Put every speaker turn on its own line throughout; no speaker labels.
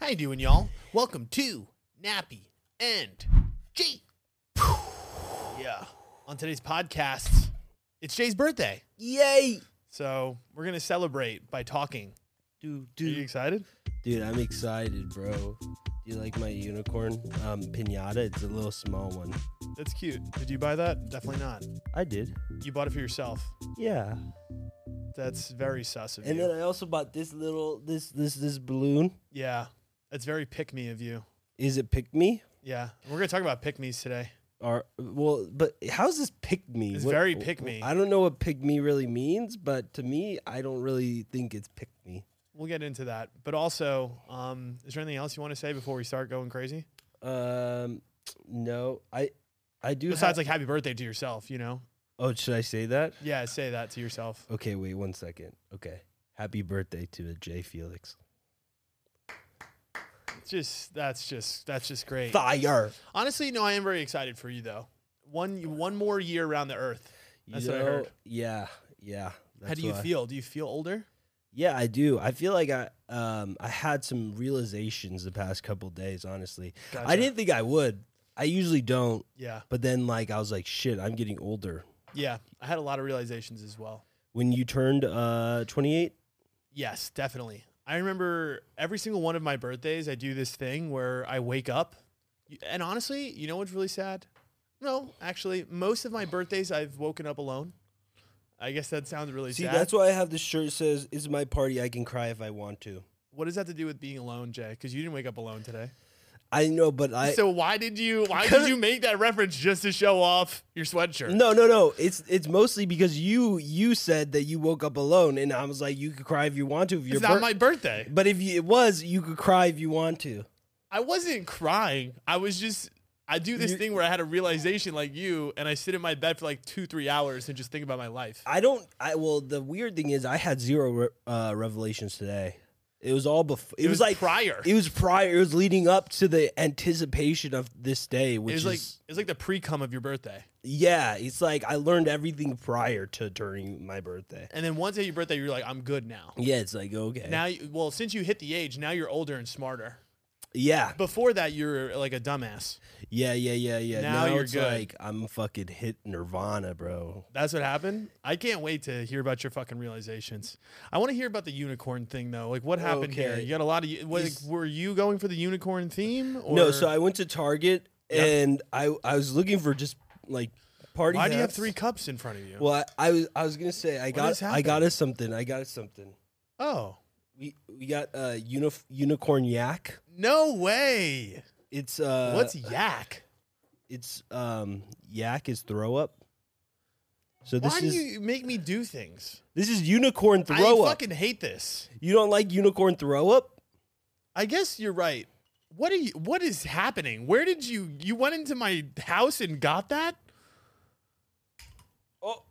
How you doing, y'all? Welcome to Nappy and Jay. Yeah. On today's podcast, it's Jay's birthday.
Yay!
So we're gonna celebrate by talking.
Dude,
Are you
dude,
excited?
dude, I'm excited, bro. Do you like my unicorn um, pinata? It's a little small one.
That's cute. Did you buy that? Definitely not.
I did.
You bought it for yourself.
Yeah.
That's very sus of
And
you.
then I also bought this little this this this balloon.
yeah. That's very pick me of you.
Is it pick me?
Yeah. And we're gonna talk about pick me's today.
Or well, but how's this pick me?
It's very pick me.
I don't know what pick me really means, but to me, I don't really think it's pick me.
We'll get into that. But also, um, is there anything else you want to say before we start going crazy?
Um, no, I, I do.
Besides,
ha-
like, happy birthday to yourself, you know?
oh, should I say that?
Yeah, say that to yourself.
Okay, wait one second. Okay, happy birthday to Jay Felix.
It's just, that's just, that's just great.
Fire.
Honestly, no, I am very excited for you, though. One, one more year around the earth.
You
That's what I heard.
Yeah, yeah.
How
that's
do you
what I-
feel? Do you feel older?
Yeah, I do. I feel like I um I had some realizations the past couple days. Honestly, I
Gotcha.
didn't think I would. I usually don't,
Yeah.
but then like I was like, shit, I'm getting older.
Yeah. I had a lot of realizations as well.
When you turned uh 28,
Yes, definitely. I remember every single one of my birthdays, I do this thing where I wake up. y- And honestly, you know what's really sad? No, actually, most of my birthdays, I've woken up alone. I guess that sounds really
see,
sad.
that's why I have this shirt that says "It's my party. I can cry if I want to."
what does that have to do with being alone, Jay? Because you didn't wake up alone today.
I know, but I
so why did you? Why did
Because-
you make that reference just to show off your sweatshirt?
no, no, no. It's it's mostly because you you said that you woke up alone, and I was like, you could cry if you want to. If your
it's not
bir-
my birthday.
but if you, it was, you could cry if you want to.
I wasn't crying. I was just I do this
You-
thing where I had a realization like you, and I sit in my bed for like two, three hours and just think about my life.
I don't. I well, the weird thing is, I had zero re- uh, revelations today. It was all before. It, was, like
prior. It
it was prior. It was leading up to the anticipation of this day, which
was
is
like it's like the pre cum of your birthday.
yeah. It's like I learned everything prior to during my birthday.
And then once at your birthday, you're like, I'm good now.
Yeah, it's like okay.
Now, you, well, since you hit the age, now you're older and smarter.
yeah,
Before that, you're like a dumbass.
yeah, yeah, yeah, yeah.
Now you're
it's
good.
like I'm fucking hit Nirvana, bro.
That's what happened. I can't wait to hear about your fucking realizations. I want to hear about the unicorn thing though. Like, what happened here?
Okay.
You got a lot of. What, like,
Is-
were you going for the unicorn theme? Or
No, so I went to Target
Yeah.
and I I was looking for just like party.
why do you have
hats.
three cups in front of you?
Well, I, I was I was gonna say I
is
got I
happening?
got us something. I got us something.
oh.
We we got uh unif- unicorn yak.
No way.
It's uh
What's yak?
it's um yak is throw up. So this
Why do
is
you make me do things?
this is unicorn
I
throw up.
fucking hate this.
You don't like unicorn throw up?
I guess you're right. What are you what is happening? Where did you you went into my house and got that?
Oh,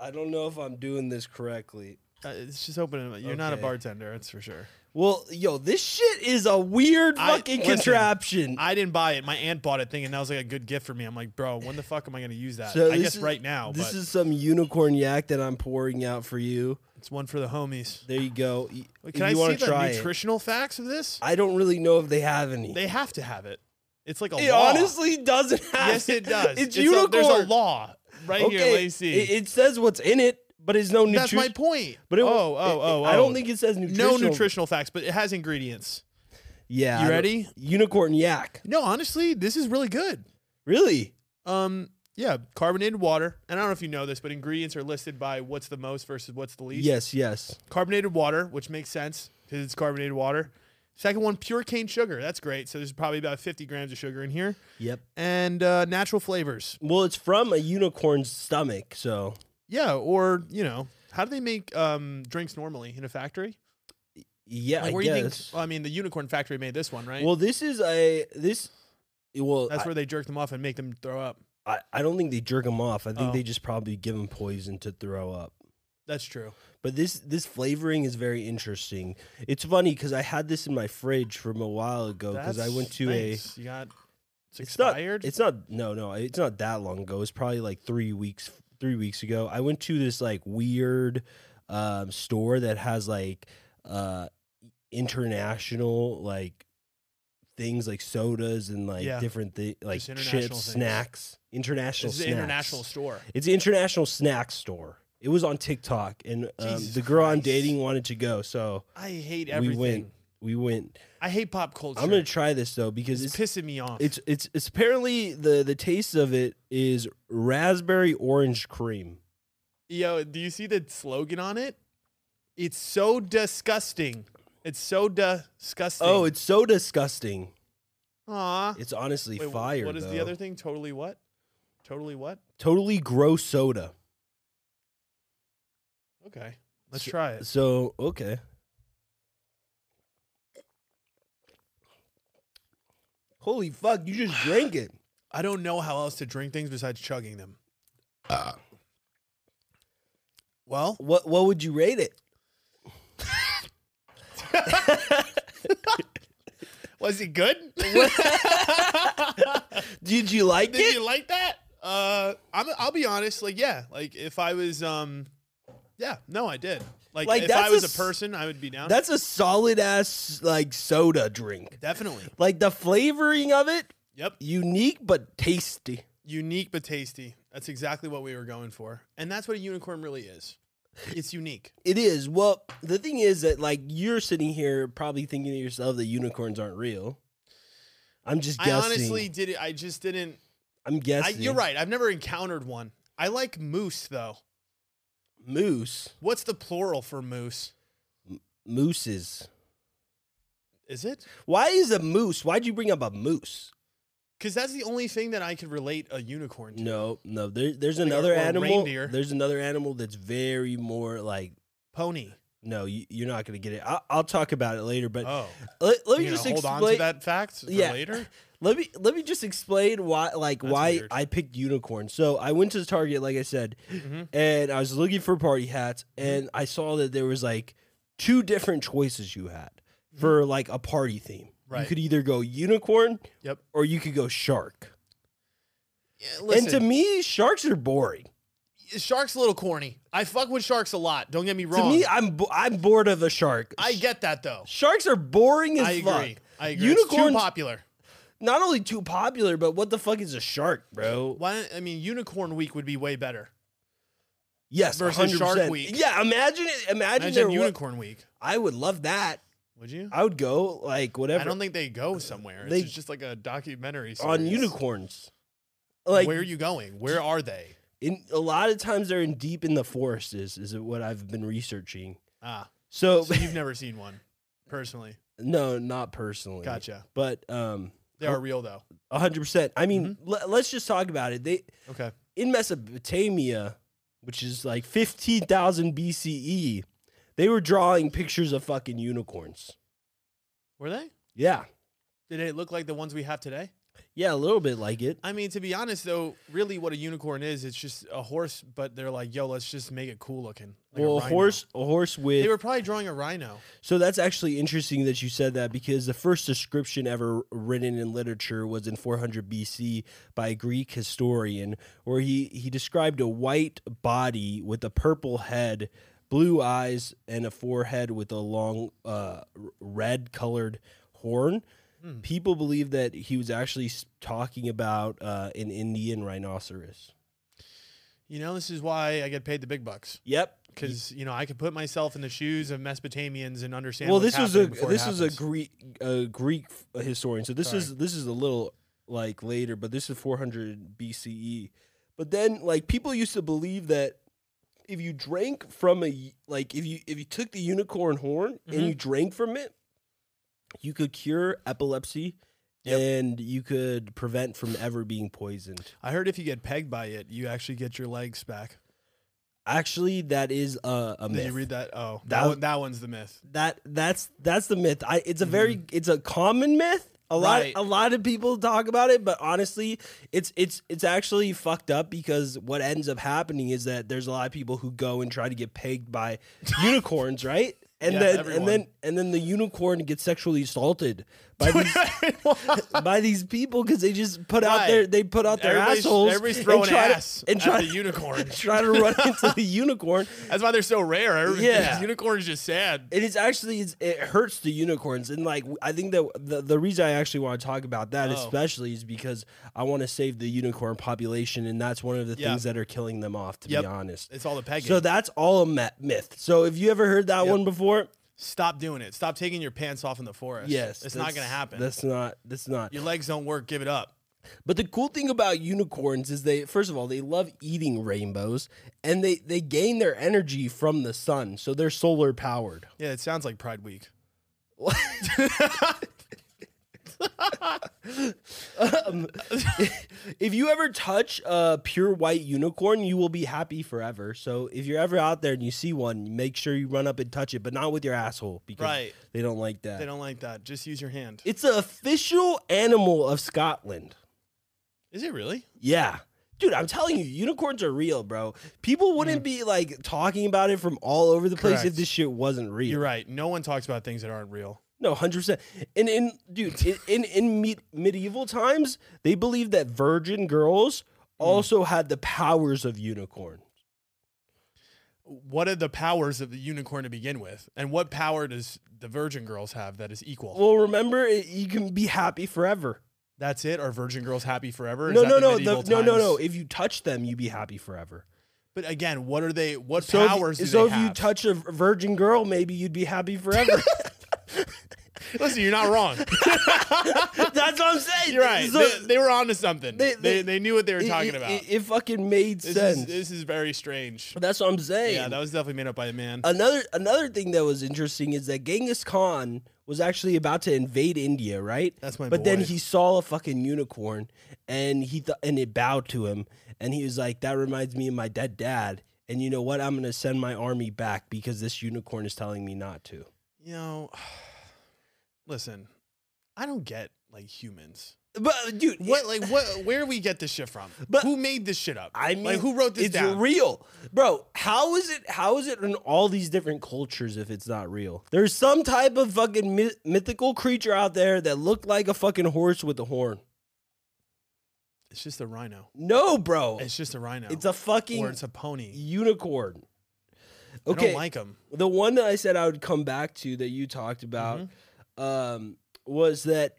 I don't know if I'm doing this correctly.
Uh, it's just opening. You're not a
Okay.
bartender, that's for sure.
Well, yo, this shit is a weird
I-
fucking
listen,
contraption.
I didn't buy it. My aunt bought it thing and that was like a good gift for me. I'm like, "Bro, when the fuck am I going to use that?"
So
I
this
guess
is-
right now,
this
but
is some unicorn yak that I'm pouring out for you.
it's one for the homies.
There you go. Y-
Wait,
if
can I
you wanna
see the
try it.
nutritional facts of this?
I don't really know if they have any.
They have to have it. It's like a
it
law.
honestly doesn't have.
Yes, it does.
It's,
a-
unicorn.
there's a law right here,
Okay,
Lacey.
It, it says what's in it, but it's no
That's
nutrition.
my point.
But it,
oh, oh, oh,
I
oh.
don't think it says nutritional.
no nutritional facts, but it has ingredients.
Yeah. I
you
don't-
ready?
Unicorn yak.
No, honestly, this is really good.
Really?
Um, yeah, carbonated water. And I don't know if you know this, but ingredients are listed by what's the most versus what's the least.
Yes. Yes.
Carbonated water, which makes sense because it's carbonated water. Second one, pure cane sugar. That's great. So there's probably about 50 grams of sugar in here.
Yep.
And uh, natural flavors.
Well, it's from a unicorn's stomach, so
Yeah, or, you know, how do they make um, drinks normally in a factory?
yeah.
Like,
I
where you think,
guess.
well, I mean, the Unicorn Factory made this one, right?
well, this is a this. Well,
That's
I,
where they jerk them off and make them throw up.
I, I don't think they jerk them off. I think
Oh.
they just probably give them poison to throw up.
That's true.
But this this flavoring is very interesting. It's funny because I had this in my fridge from a while ago because I went to
Thanks. You got it's
a.
expired.
Not, it's not no no. It's not that long ago. It's probably like three weeks three weeks ago. I went to this like weird um, store that has like uh, international like things like sodas and like
Yeah.
different thi- like
international
chips,
things.
snacks, international
This is an
snacks.
international store.
It's an international snack store. It was on TikTok, and um,
Jesus
the girl I'm
Christ.
dating wanted to go, so
I hate
we
everything.
went. We went.
I hate pop culture.
I'm gonna try this though because
it's
it's
pissing me off.
it's it's, it's apparently the the taste of it is raspberry orange cream.
Yo, do you see the slogan on it? It's so disgusting. It's so disgusting.
Oh, it's so disgusting.
Aw.
It's honestly
Wait, wh-
fire.
What is the
though.
other thing? Totally what? Totally what?
Totally gross soda.
Okay. Let's try it.
So okay. Holy fuck! You just drank it.
I don't know how else to drink things besides chugging them.
Uh.
Well,
What what would you rate it?
was it good?
Did you like
Did
it?
you like that? Uh, I'm, I'll be honest. Like, yeah. Like, if I was, um, yeah, no, I did. Like,
Like,
if
that's
I
a
was
s-
a person, I would be down.
That's a solid ass like soda drink.
Definitely.
Like the flavoring of it,
Yep.
unique but tasty.
Unique but tasty. That's exactly what we were going for. And that's what a unicorn really is. It's unique.
It is. Well, the thing is that like you're sitting here probably thinking to yourself that unicorns aren't real. I'm just
I
guessing.
honestly did it. I just didn't.
I'm
I,
guessing.
you're right. I've never encountered one. I like moose, though.
Moose,
What's the plural for moose?
mooses.
Is it?
Why is a moose? Why'd you bring up a moose?
Because that's the only thing that I could relate a unicorn to.
No, no. There, there's
Like, or-
another
or
animal.
reindeer.
There's another animal that's very more like.
Pony.
No, you, you're not gonna get it. I, I'll talk about it later. But
Oh.
let, let me
You're
just
gonna hold
explain.
on to that fact for
Yeah.
later.
Let me let me just explain why like
That's
why
weird.
I picked unicorn. So I went to Target, like I said,
Mhm.
and I was looking for party hats,
Mm-hmm.
and I saw that there was like two different choices you had for like a party theme. You
Mm-hmm. Right.
could either go unicorn,
Yep.
or you could go shark.
Yeah, listen,
And to me, sharks are boring.
sharks a little corny. I fuck with sharks a lot. Don't get me wrong.
To me, I'm bo- I'm bored of a shark.
I get that though.
sharks are boring as
I agree.
fuck.
I agree. Unicorns
Unicorns-
too popular.
Not only too popular, but what the fuck is a shark, bro?
Why? I mean, Unicorn Week would be way better.
Yes,
Versus
100%.
Shark Week.
Yeah, imagine it. Imagine,
Imagine
there wa-
Unicorn Week.
I would love that.
Would you?
I would go like
I
whatever
don't think they go somewhere.
They-
it's just like a documentary series.
on unicorns. Like
where are you going? Where are they?
in a lot of times they're in deep in the forests is, is what I've been researching.
Ah,
So
so you've never seen one personally.
no, not personally.
Gotcha.
But um
They are real though.
100%. I mean,
Mm-hmm.
le- let's just talk about it. They
Okay.
in Mesopotamia, which is like 15,000 BCE, E, they were drawing pictures of fucking unicorns.
Were they?
Yeah.
Did they look like the ones we have today?
Yeah, a little bit like it.
I mean, to be honest though, really, what a unicorn is, it's just a horse. But they're like, yo, let's just make it cool looking. Like
well, a,
rhino.
horse a horse with
They were probably drawing a rhino.
So that's actually interesting that you said that because the first description ever written in literature was in 400 BC by a Greek historian, where he, he described a white body with a purple head, blue eyes, and a forehead with a long uh, red colored horn. People believe that he was actually s- talking about uh, an Indian rhinoceros.
You know, this is why I get paid the big bucks.
Yep.
because you know I could put myself in the shoes of Mesopotamians and understand.
Well,
what's
this was a
happening before it
this was a
happens.
Greek a Greek f- historian. So this is
Sorry.
this is a little like later, but this is 400 BCE. E. But then like people used to believe that if you drank from a y- like if you if you took the unicorn horn and
Mhm.
you drank from it, you could cure epilepsy.
Yep.
And you could prevent from ever being poisoned.
I heard if you get pegged by it, you actually get your legs back.
Actually, that is a, a
Did
myth.
you read that? Oh,
That
that
was-
one, that one's the myth.
that that's that's the myth. I it's a very it's a common myth. A lot
Mm-hmm. Right.
a lot of people talk about it, but honestly, it's it's it's actually fucked up because what ends up happening is that there's a lot of people who go and try to get pegged by unicorns, right? And
Yeah,
then
everyone.
and then and then the unicorn gets sexually assaulted by these by these people because they just put out
Right.
their they put out their
everybody's,
assholes
everybody's throwing
and try to-
ass
and try
at the unicorn.
try to run into the unicorn.
That's why they're so rare. Every,
Yeah.
unicorn's just sad.
It is actually it's, it hurts the unicorns, and like I think that the, the reason I actually want to talk about that
Oh.
especially is because I want to save the unicorn population, and that's one of the
Yeah.
things that are killing them off. To
Yep.
be honest,
It's all the pegging.
so that's all a ma- myth. So if you ever heard that
Yep.
one before,
Stop doing it. Stop taking your pants off in the forest.
yes,
It's not
that's-
going to happen.
That's not. That's not.
Your legs don't work. Give it up.
But the cool thing about unicorns is they first of all they love eating rainbows, and they they gain their energy from the sun, so they're solar powered.
Yeah, it sounds like Pride Week.
Um, if you ever touch a pure white unicorn, you will be happy forever. So if you're ever out there and you see one, make sure you run up and touch it, but not with your asshole because
Right.
they don't like that.
They don't like that. Just use your hand.
it's the official animal of Scotland.
Is it really?
Yeah. Dude, I'm telling you, unicorns are real, bro. People wouldn't be like talking about it from all over the place if
Mm. Correct.
this shit wasn't real.
You're right. No one talks about things that aren't real.
No, hundred percent. And in dude, in in, in me- medieval times, they believed that virgin girls
Hmm.
also had the powers of unicorn.
What are the powers of the unicorn to begin with? And what power does the virgin girls have that is equal?
Well, remember, it, you can be happy forever.
That's it? Are virgin girls happy forever? Is
No,
that
no,
the
no,
medieval
the, no, no, no.
times?
If you touch them, you be happy forever.
But again, what are they? What
So, if-
powers do
so
they
if you
have?
touch a virgin girl, maybe you'd be happy forever.
Listen, you're not wrong.
That's what I'm saying.
You're right.
So-
they, they were onto something.
They-
They,
they-
they, knew what they were
it-
talking
it,
about.
It, it fucking made
this,
sense.
is, this is very strange.
That's what I'm saying.
Yeah, that was definitely made up by a man.
another another thing that was interesting is that Genghis Khan was actually about to invade India, right?
That's my
But then
Oh, boy.
he saw a fucking unicorn and he th- and it bowed to him and he was like, "That reminds me of my dead dad." And you know what? I'm gonna send my army back because this unicorn is telling me not to.
you know, listen, I don't get like humans.
But uh, dude,
What like what? Where we get this shit from?
But-
who made this shit up?
I mean,
like who wrote this
it's
down?
real, bro. How is it? How is it in all these different cultures if it's not real? There's some type of fucking myth- mythical creature out there that looked like a fucking horse with a horn.
it's just a rhino.
No, bro.
It's just a rhino.
Oh, It's a fucking
or it's a pony.
unicorn.
I
Okay,
don't like them.
the one that I said I would come back to that you talked about
Mm-hmm.
um, was that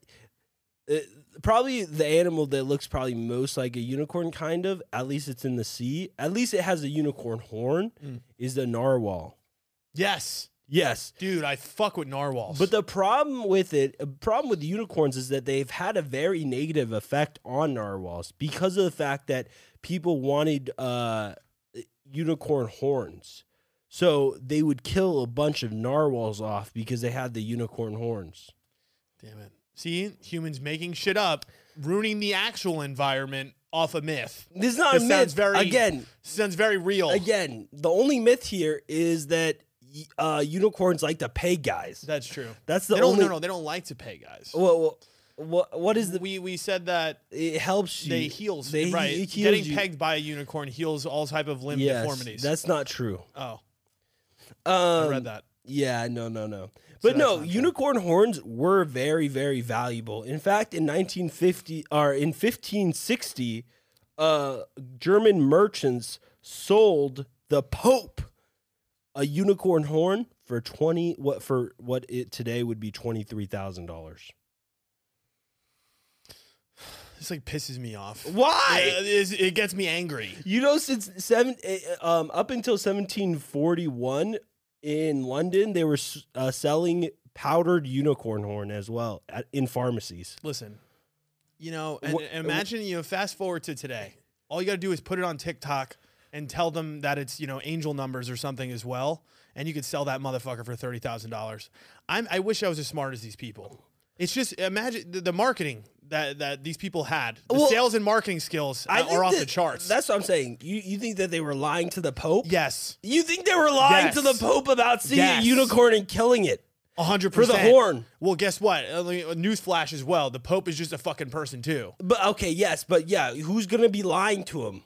uh probably the animal that looks probably most like a unicorn, kind of. At least it's in the sea. At least it has a unicorn horn.
Mm.
Is the narwhal?
Yes,
Yes.
dude, I fuck with narwhals.
But the problem with it, the problem with unicorns is that they've had a very negative effect on narwhals because of the fact that people wanted uh, unicorn horns. So they would kill a bunch of narwhals off because they had the unicorn horns.
damn it, see humans making shit up, ruining the actual environment off a myth.
This is not
This
a
sounds
myth.
very-
again,
Sounds very real.
again, the only myth here is that y- uh, unicorns like to pay guys.
That's true.
That's the
They don't.
only.
No, no, they don't like to pay guys.
Well, what, what is the?
we we said that
It helps you.
they heals
They-
right.
it heals
Getting
you.
pegged by a unicorn heals all type of limb
Yes,
deformities.
That's not true.
oh,
Um,
I read that.
Yeah, no, no, no. But
that's
no,
not true.
unicorn horns were very, very valuable. In fact, in 1950 or in 1560, uh, German merchants sold the Pope a unicorn horn for 20 what for what it today would be $23,000.
This like pisses me off.
Why?
It, it's- it gets me angry.
You know, since seven, eh, um, up until 1741 in London, they were s- uh, selling powdered unicorn horn as well at, in pharmacies.
Listen, you know, and,
Wha-
and imagine you know, fast forward to today. All you got to do is put it on TikTok and tell them that it's you know angel numbers or something as well, and you could sell that motherfucker for thirty thousand dollars. I'm. I wish I was as smart as these people. It's just imagine the, the marketing that that these people had. The
Well,
sales and marketing skills
I think
are off
that-
the charts.
That's what I'm saying. You you think that they were lying to the Pope?
yes,
You think they were lying
Yes.
to the Pope about seeing
Yes.
a unicorn and killing it?
a hundred
For the
percent
horn.
Well, guess what? Uh, let me- uh, Newsflash as well. The Pope is just a fucking person too,
But okay, yes, but yeah, who's gonna be lying to him?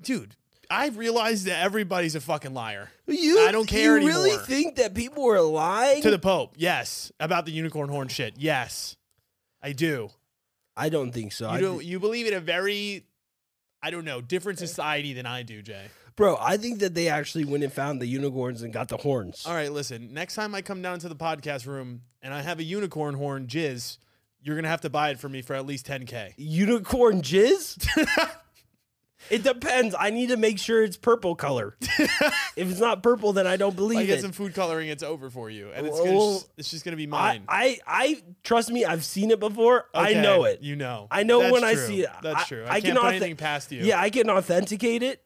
dude. I realized that everybody's a fucking liar
You,
I don't care
You really
anymore.
think that people are lying?
to the Pope. Yes, about the unicorn horn shit. Yes, I do.
I don't think so.
You
I
don't. You believe in a very, I don't know, different society than I do, Jay.
thi- bro, I think that they actually went and found the unicorns and got the horns.
All right, listen. Next time I come down to the podcast room and I have a unicorn horn jizz, you're gonna have to buy it for me for at least 10k.
Unicorn jizz? it depends. I need to make sure it's purple color. if it's not purple, then I don't
I
believe
get
it.
some food coloring. It's over for you, and it's
Well-
gonna just, it's just gonna be
I,
mine.
I, I trust me. I've seen it before. I
Okay,
know it.
You know.
I know
That's
when I
true.
see it.
That's
I-
true.
I
I,
can
can't put
authe-
anything past you.
Yeah, I can authenticate it,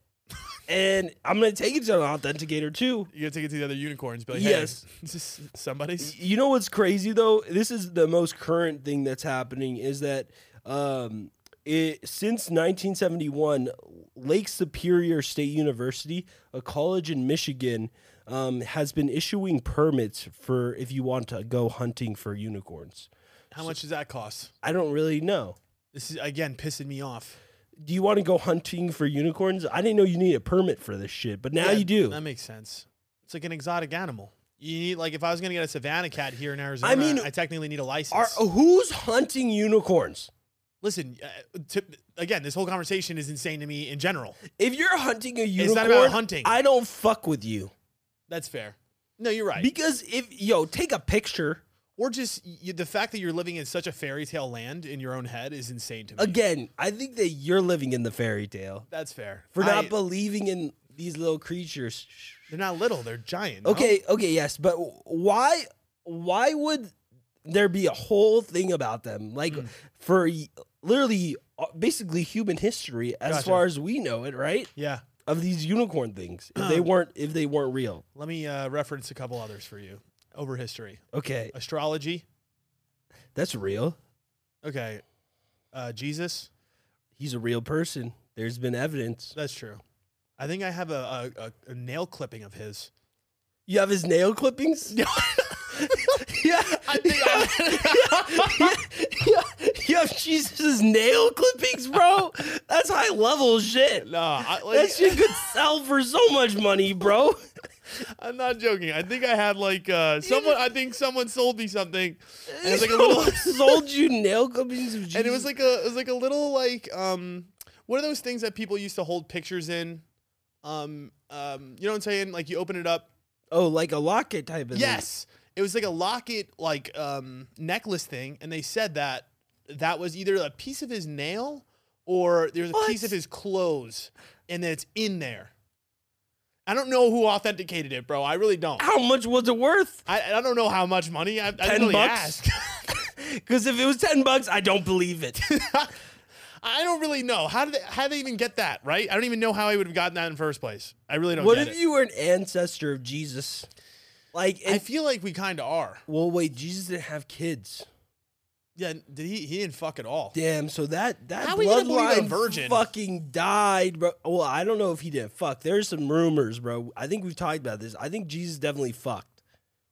and I'm gonna take it to an authenticator too.
You gotta take it to the other unicorns. Be like,
Yes.
yes, hey, is this somebody's.
You know what's crazy though? This is the most current thing that's happening is that um, it since 1971, Lake Superior State University, a college in Michigan, um, has been issuing permits for if you want to go hunting for unicorns.
How much does that cost?
I don't really know.
This is again pissing me off.
Do you want to go hunting for unicorns? I didn't know you need a permit for this shit, but now
Yeah,
you do.
That makes sense. It's like an exotic animal. You need like if I was gonna get a savannah cat here in Arizona, I
mean, oh
mean, I technically need a license.
Are, who's hunting unicorns?
Listen, uh, to, again, this whole conversation is insane to me in general.
If you're hunting a unicorn,
It's not about hunting.
I don't fuck with you.
That's fair. No, you're right.
Because if yo take a picture
or just you, the fact that you're living in such a fairy tale land in your own head is insane to me.
again, I think that you're living in the fairy tale
That's fair.
for
I-
not believing in these little creatures.
they're not little; they're giant. no?
Okay, okay, yes, but why why would there be a whole thing about them? Like
Hmm.
for y- literally uh, basically human history as
Gotcha.
far as we know it, right?
Yeah.
Of these unicorn things. If they weren't if they weren't real.
Let me uh, reference a couple others for you over history.
Okay,
Astrology.
that's real.
Okay. Uh, Jesus.
He's a real person. There's been evidence.
That's true. I think I have a, a, a, a nail clipping of his.
You have his nail clippings?
No.
yeah.
I think
yeah, yeah, you have Jesus' nail clippings, bro. That's high level shit.
No, I, like,
That shit could sell for so much money, bro.
I'm not joking. I think I had like uh, someone. I think someone sold me something, and it's like a little,
sold you nail clippings of Jesus.
and it was like a, it was like a little like um, what are those things that people used to hold pictures in? Um, um, you know what I'm saying? Like you open it up.
oh, like a locket type of
Yes, it was like a locket, like um, necklace thing, and they said that that was either a piece of his nail or there's a piece
What?
of his clothes, and that it's in there. I don't know who authenticated it, bro. I really don't.
thing. How much was it worth?
I, I don't know how much money. I, I didn't
10
really
bucks? Because if it was 10 bucks, I don't believe it.
ask. I don't really know. How did they, how did they even get that right? I don't even know how I would have gotten that in the first place. I really don't
what
get
if
it.
you were an ancestor of Jesus? Like,
I
if,
feel like we kind of are.
well, wait, Jesus didn't have kids.
Yeah, did he? He didn't fuck at all.
Damn, so that that
How are you gonna believe a
bloodline
virgin?
fucking died, bro. Well, I don't know if he did. Fuck, there's some rumors, bro. I think we've talked about this. I think Jesus definitely fucked.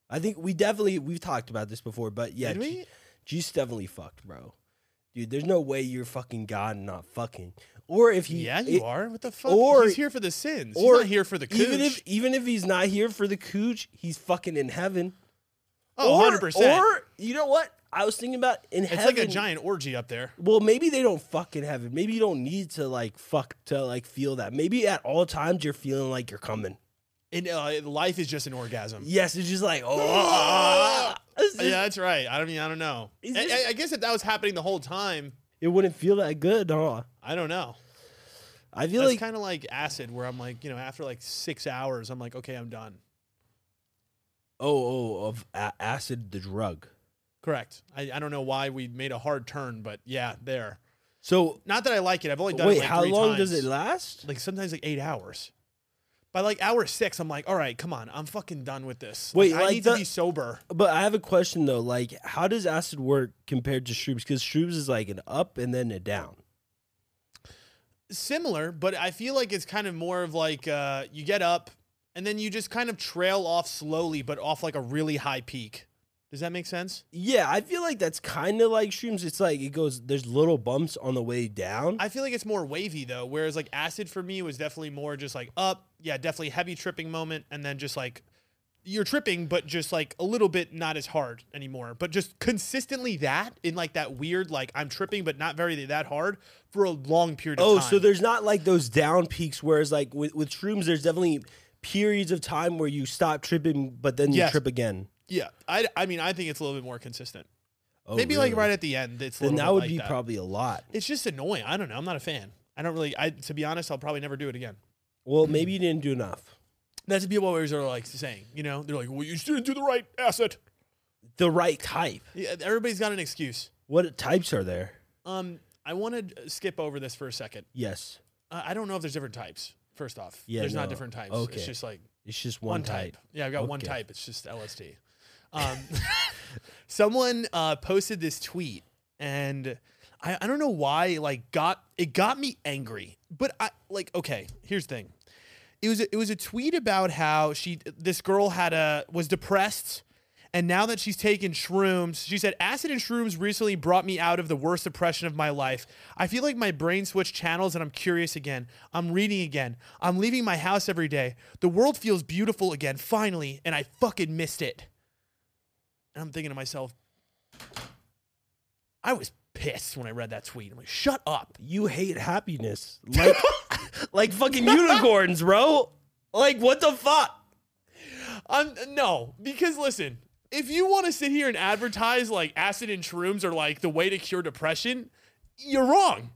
I think we definitely we've talked about this before, but yeah,
Did we?
Je- Jesus definitely fucked, bro. Dude, there's no way you're fucking God and not fucking. Or if he,
Yeah, you
it-
are. What the fuck?
or-
he's here for the sins.
or
he's not here for the cooch.
Even if even if he's not here for the cooch, he's fucking in heaven.
oh,
Or-
100 percent.
Or you know what? I was thinking about in
It's
heaven.
like a giant orgy up there.
Well, maybe they don't fucking have it. Maybe you don't need to like fuck to like feel that. Maybe at all times you're feeling like you're coming.
And uh, life is just an orgasm. Yeah,
Yes, it's just like oh, It's just-
that's right. I mean, I don't know.
Is
I-
this-
I- I guess if that was happening the whole time,
it wouldn't feel that good, huh?
I don't know.
I feel
That's
like
kind of like acid, where I'm like, you know, after like six hours, I'm like, okay, I'm done.
oh oh of a- acid the drug.
Correct. I, I don't know why we made a hard turn, but yeah, there.
So
Not that I like it. I've only done
wait,
it like
how
three
long
times.
does it last?
Like sometimes like eight hours. By like hour six, I'm like, all right, come on, I'm fucking done with this.
Wait,
I
like
need
the-
to be sober.
But I have a question though. Like, how does acid work compared to shrooms? Because shrooms is like an up and then a down.
Similar, but I feel like it's kind of more of like uh, you get up and then you just kind of trail off slowly, but off like a really high peak. Does that make sense?
Yeah, I feel like that's kind of like shrooms. It's like it goes. There's little bumps on the way down.
I feel like it's more wavy though, whereas like acid for me was definitely more just like up, yeah, definitely heavy tripping moment, and then just like you're tripping, but just like a little bit not as hard anymore. But just consistently that in like that weird like I'm tripping but not very that hard for a long period of
oh,
time.
so there's not like those down peaks. Whereas like with, with shrooms, there's definitely periods of time where you stop tripping, but then you
Yes.
trip again.
yeah, I I mean I think it's a little bit more consistent.
Oh,
Maybe like
really?
right at the end, it's a
Then
little
that
bit
would
like
be
that.
probably a lot.
It's just annoying. I don't know. I'm not a fan. I don't really. I to be honest, I'll probably never do it again.
Well, maybe you didn't do enough.
That's what people always are like saying. You know, they're like, "Well, you didn't do the right asset."
The right type.
Yeah, everybody's got an excuse.
What types are there?
Um, I want to skip over this for a second.
Yes,
Uh, I don't know if there's different types. First off,
Yeah,
there's
no.
not different types.
Okay.
It's just like
it's just
one,
one,
type.
type.
Yeah, I've got one
Okay.
type. It's just LSD. Um, someone uh, posted this tweet, and I, I don't know why. Like, got it got me angry. But I like okay. Here's the thing. It was a, it was a tweet about how she this girl had a was depressed. And now that she's taken shrooms, she said, acid and shrooms recently brought me out of the worst depression of my life. I feel like my brain switched channels and I'm curious again. I'm reading again. I'm leaving my house every day. The world feels beautiful again, finally, and I fucking missed it. And I'm thinking to myself, I was pissed when I read that tweet. I'm like, shut up.
You hate happiness, like like fucking unicorns, bro. Like what the fuck?
I'm no, because listen, if you want to sit here and advertise like acid and shrooms are like the way to cure depression, you're wrong.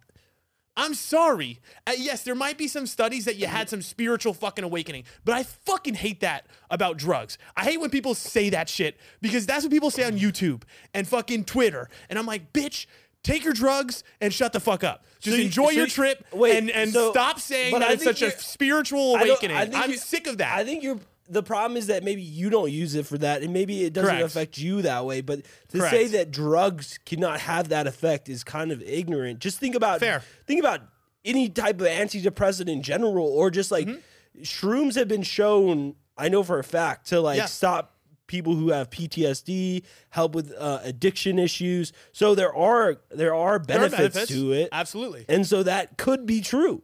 I'm sorry. Uh, yes, there might be some studies that you had some spiritual fucking awakening, but I fucking hate that about drugs. I hate when people say that shit because that's what people say on YouTube and fucking Twitter. And I'm like, bitch, take your drugs and shut the fuck up. Just
So you-
enjoy
so
your
you-
trip
wait,
and, and
so-
stop saying
but
that
I
it's
think
such a
you're-
awakening.
I don't- I think
I'm
you-
sick of that.
I think you're the problem is that maybe you don't use it for that, and maybe it doesn't
Correct.
affect you that way. But to
Correct.
say that drugs cannot have that effect is kind of ignorant. Just think about
Fair.
Think about any type of antidepressant in general, or just like
Mm-hmm.
shrooms have been shown. I know for a fact to like
Yeah.
stop people who have PTSD, help with uh, addiction issues. So there are there are
There are
benefits, to it,
Absolutely.
and so that could be true.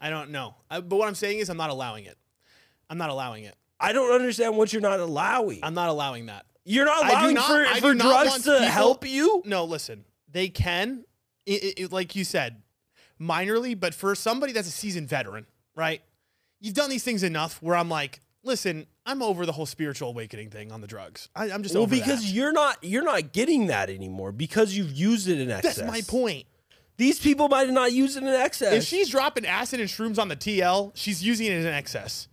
I don't know. I, but what I'm saying is, I'm not allowing it. I'm not allowing it.
I don't understand what you're not allowing.
I'm not allowing that.
You're not
I do
allowing
not-
for,
I do
for
not
drugs
want
to
people-
help you.
No, listen. They can, it, it- it- like you said, minorly, but for somebody that's a seasoned veteran, right? You've done these things enough where I'm like, listen, I'm over the whole spiritual awakening thing on the drugs. I, I'm just
Well,
over
because
that.
you're not you're not getting that anymore because you've used it in excess.
That's my point.
These people might not use it in
If
excess.
she's dropping acid and shrooms on the TL, she's using it in excess.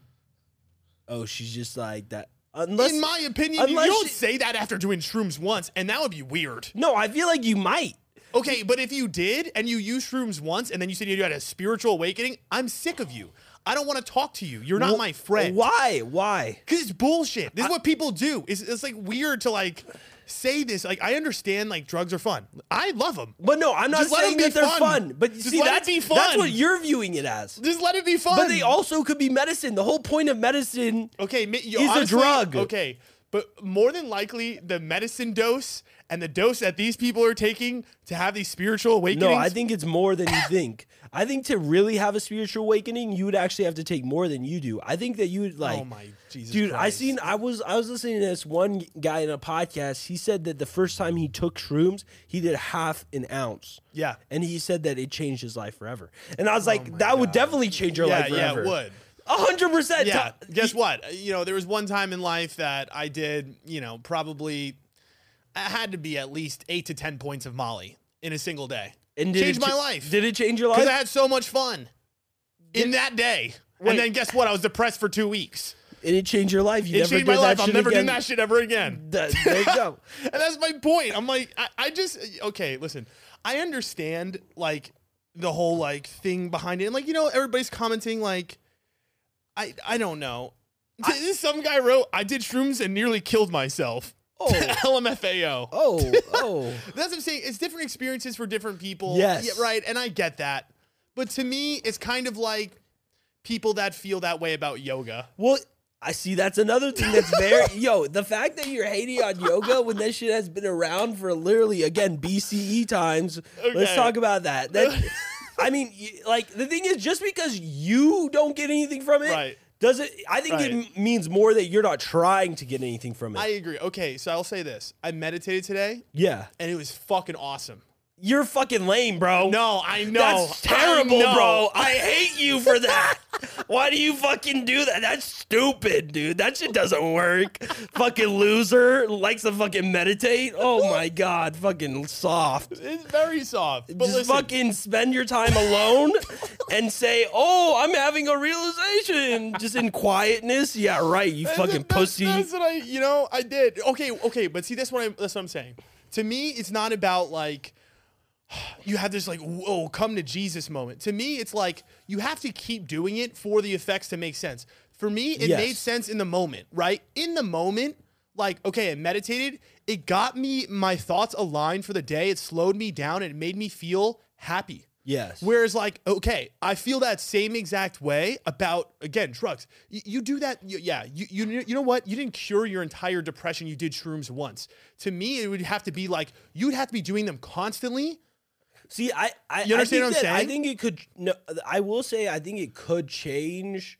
oh, she's just like that. Unless
in my opinion, you
unless
don't
she-
say that after doing shrooms once, and that would be weird.
no, I feel like you might.
Okay, but if you did and you used shrooms once and then you said you had a spiritual awakening, I'm sick of you. I don't want to talk to you. You're not my friend.
Why? Why?
Because it's bullshit. This is what people do. It's, it's like weird to like say this. Like I understand like drugs are fun. I love them.
But no, I'm not
Just let
saying
it be
that they're
fun.
fun. But
Just
see,
let it
that's
be
that's
fun.
what you're viewing it as.
Just let it be fun.
But they also could be medicine. The whole point of medicine.
okay. mi- you-
is a
honestly,
drug.
Okay, but more than likely the medicine dose and the dose that these people are taking to have these spiritual awakenings.
No, I think it's more than you think. I think to really have a spiritual awakening, you would actually have to take more than you do. I think that you would like.
Oh my Jesus,
Dude, I
Christ.
seen I was I was listening to this one guy in a podcast. He said that the first time he took shrooms, he did half an ounce.
Yeah.
And he said that it changed his life forever. And I was like, that would definitely change your
Oh Yeah,
life
yeah,
forever.
it would.
A hundred percent.
Yeah.
To-
Guess what? You know, there was one time in life that I did, you know, probably I had to be at least eight to ten points of Molly in a single day.
and did it
changed my
cha-
life.
Did it change your
Because
life?
I had so much fun in that day.
Wait.
And then guess what? I was depressed for two weeks.
and it changed your life. You
It
never
changed
did
my life.
that
I'm
shit
never
again.
doing that shit ever again.
Th- There you go.
and that's my point. I'm like, I, I just okay. Listen, I understand like the whole like thing behind it, and like you know, everybody's commenting like, I I don't know. Some guy wrote, "I did shrooms and nearly killed myself."
Oh.
LMFAO.
Oh, oh.
That's what I'm saying. It's different experiences for different people.
Yes.
Yeah, right. And I get that, but to me, it's kind of like people that feel that way about yoga.
Well, I see that's another thing that's very yo, the fact that you're hating on yoga when that shit has been around for literally again BCE times. Let's
Okay.
talk about that. That I mean, y- like the thing is just because you don't get anything from it
Right.
doesn't I think
Right.
it m- means more that you're not trying to get anything from it.
I agree. Okay, so I'll say this. I meditated today
yeah.
and it was fucking awesome.
You're fucking lame, bro.
No, I know.
That's
I
terrible,
know.
bro. I hate you for that. Why do you fucking do that? That's stupid, dude. That shit doesn't work. fucking loser likes to fucking meditate. Oh my god, fucking soft.
It's very soft. But
Just
listen,
fucking spend your time alone and say, "Oh, I'm having a realization." Just in quietness. Yeah, right. You
That's-
fucking
that's-
pussy.
That's what I, you know, I did. Okay, okay, but see, that's what I'm. That's what I'm saying. To me, it's not about like you have this like whoa, come to Jesus moment. To me, it's like you have to keep doing it for the effects to make sense. For me, it
Yes.
made sense in the moment, right? In the moment, like okay, I meditated. It got me my thoughts aligned for the day. It slowed me down and it made me feel happy.
yes.
Whereas, like, okay, I feel that same exact way about again drugs. You, you do that, you, yeah. You, you kn- you know what? You didn't cure your entire depression. You did shrooms once. To me, it would have to be like you'd have to be doing them constantly.
See, I, I,
You understand
I think
what I'm
that- I
saying?
think it could. No, I will say I think it could change.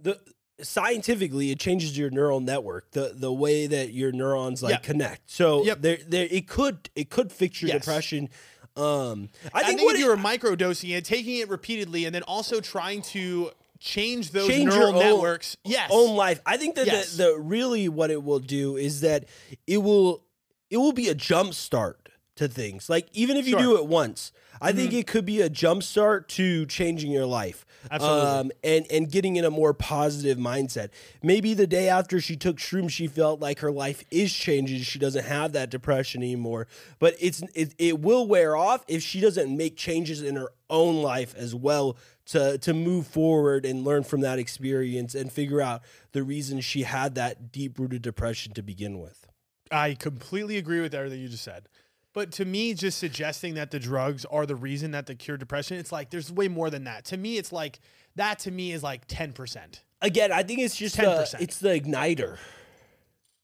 The scientifically, it changes your neural network, the the way that your neurons like
Yeah.
connect. So
Yep.
there, there, it could it could fix your
Yes.
depression. Um, I
I
think,
think,
what
if
it-
you were microdosing it, taking it repeatedly, and then also trying to change those
Change your
neural
own-
networks. Yes.
own life. I think that
Yes.
the, the really what it will do is that it will it will be a jump start to things. Like even if you
Sure. Mm-hmm.
do it once, I think it could be a jump start to changing your life. Um,
Absolutely.
and and getting in a more positive mindset. Maybe the day after she took shrooms, she felt like her life is changing. She doesn't have that depression anymore. But it's it, it will wear off if she doesn't make changes in her own life as well to to move forward and learn from that experience and figure out the reason she had that deep rooted depression to begin with.
I completely agree with everything you just said. But to me, just suggesting that the drugs are the reason that they cure depression, it's like there's way more than that. To me, it's like that to me is like 10%.
Again, I think it's just the,
10%.
it's the igniter.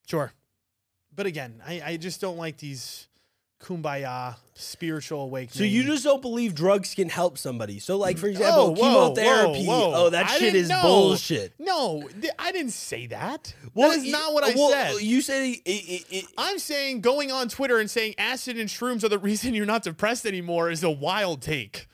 Sure. But again, I, I just don't like these kumbaya spiritual awakening.
So you just don't believe drugs can help somebody. So like for
Mm-hmm. Oh,
example,
whoa,
chemotherapy.
whoa, whoa.
Oh, that
I
shit
didn't
is
know.
bullshit.
No, th- I didn't say that.
Well,
that is
you-
not what I
well,
said.
You say it, it, it,
I'm saying going on Twitter and saying acid and shrooms are the reason you're not depressed anymore is a wild take.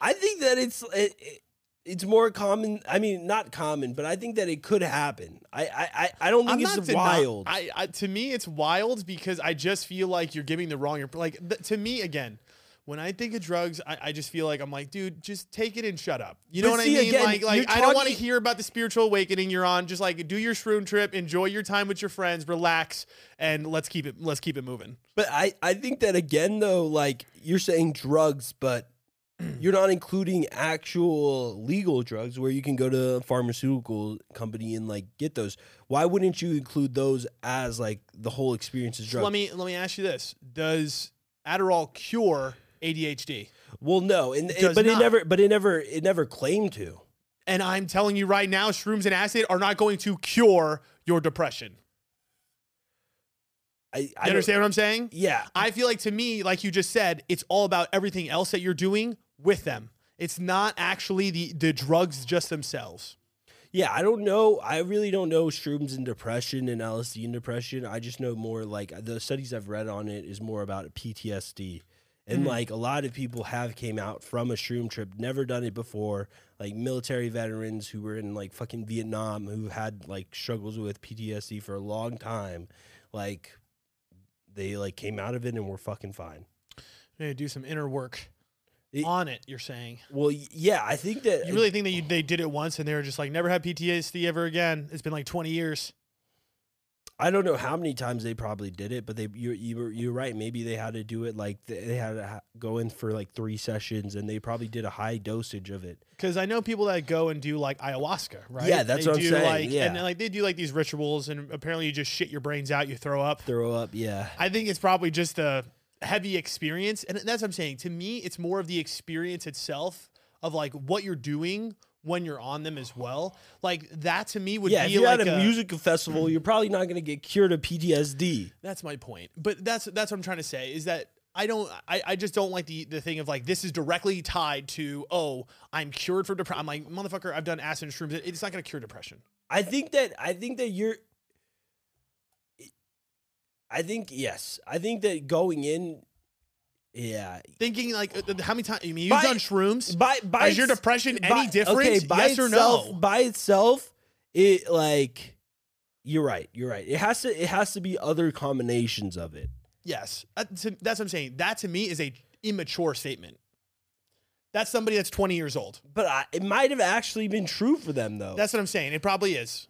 I think that it's it, it- it's more common. I mean, not common, but I think that it could happen. I I, I, I don't think it's
deny-
wild.
I, I to me it's wild because I just feel like you're giving the wrong. Like th- to me again, when I think of drugs, I, I just feel like I'm like, dude, just take it and shut up. You know
But
what
see,
I mean?
again,
like, like
you're
I don't want to
talking-
hear about the spiritual awakening you're on. Just like do your shroom trip, enjoy your time with your friends, relax, and let's keep it let's keep it moving.
but I I think that again though, like you're saying drugs, but
Mm.
you're not including actual legal drugs where you can go to a pharmaceutical company and like get those. Why wouldn't you include those as like the whole experience as
So let
drugs?
me let me ask you this: Does Adderall cure ADHD?
well, no, and
It does
but it
not.
never, but it never, it never claimed to.
And I'm telling you right now, shrooms and acid are not going to cure your depression.
I, I
You
don't-
understand what I'm saying?
Yeah,
I feel like to me, like you just said, it's all about everything else that you're doing with them. It's not actually the the drugs just themselves.
Yeah, I don't know. I really don't know shrooms and depression and LSD and depression. I just know more like the studies I've read on it is more about PTSD. And
Mhm.
like a lot of people have came out from a shroom trip, never done it before. Like military veterans who were in like fucking Vietnam who had like struggles with PTSD for a long time. Like they like came out of it and were fucking fine.
You gotta do some inner work
It-
on it. You're saying
Well, y- yeah, I think that
you really think that you, they did it once and they were just like never had PTSD ever again. It's been like 20 years.
I don't know how many times they probably did it, but they you you were you're right. Maybe they had to do it like th- they had to ha- go in for like three sessions, and they probably did a high dosage of it.
Because I know people that go and do like ayahuasca, right?
Yeah, that's
They
what I'm
do,
saying,
Like,
yeah.
and then, like they do like these rituals, and apparently you just shit your brains out, you throw up.
Throw up, yeah.
I think it's probably just a heavy experience. And that's what I'm saying. To me, it's more of the experience itself of like what you're doing when you're on them as well. Like that to me would
yeah, if
be
you're
like
at a,
a-
music festival, you're probably not going to get cured of PTSD.
That's my point. But that's that's what I'm trying to say is that I don't I, I just don't like the the thing of like this is directly tied to oh I'm cured for depression. I'm like motherfucker I've done acid and shrooms. It- It's not going to cure depression.
I think that I think that you're. I think yes. I think that going in, yeah.
Thinking like uh, uh, how many times I mean you've
By-
done shrooms.
By by
Is your
its-
depression
by-
any different? yes or
itself,
no?
By itself, it like you're right. You're right. It has to. It has to be other combinations of it.
Yes. That- to- That's what I'm saying. That to me is a immature statement. That's somebody that's 20 years old.
But I, it might have actually been true for them though.
That's what I'm saying. It probably is.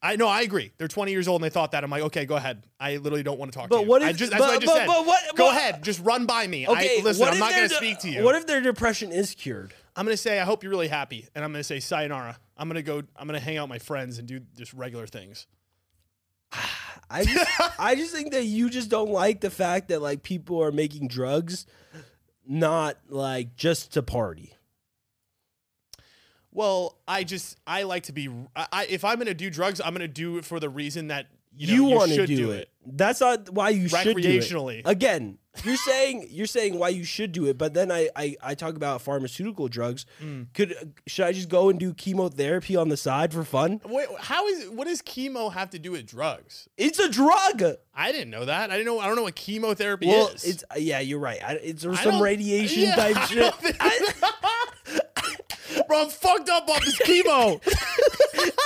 I no, I agree. They're 20 years old and they thought that. I'm like, okay, go ahead. I literally don't want to talk
But
to you.
what
I
if-
just, that's what I
but-
just
but-
said.
but what-
go
but-
ahead, just run by me.
okay.
I, listen,
what
I'm
if
not
their
going to
de-
speak to you.
What if their depression is cured?
I'm going to say, I hope you're really happy, and I'm going to say, sayonara. I'm going to go. I'm going to hang out with my friends and do just regular things.
I just, I just think that you just don't like the fact that like people are making drugs, not like just to party.
Well, I just I like to be. I, I if I'm going to do drugs, I'm going to do it for the reason that you,
You,
know,
want
you
to
should
do, it. That's not why you should do it.
Recreationally.
Again, you're saying you're saying why you should do it, but then I I, I talk about pharmaceutical drugs.
Hmm.
Could should I just go and do chemotherapy on the side for fun?
Wait, how is what does chemo have to do with drugs?
It's a drug.
I didn't know that. I didn't know. I don't know what chemotherapy
Well,
is.
it's uh, yeah, you're right. I, it's
I
some
don't-
radiation
yeah, I
type shit.
don't think- Bro, I'm fucked up off this chemo.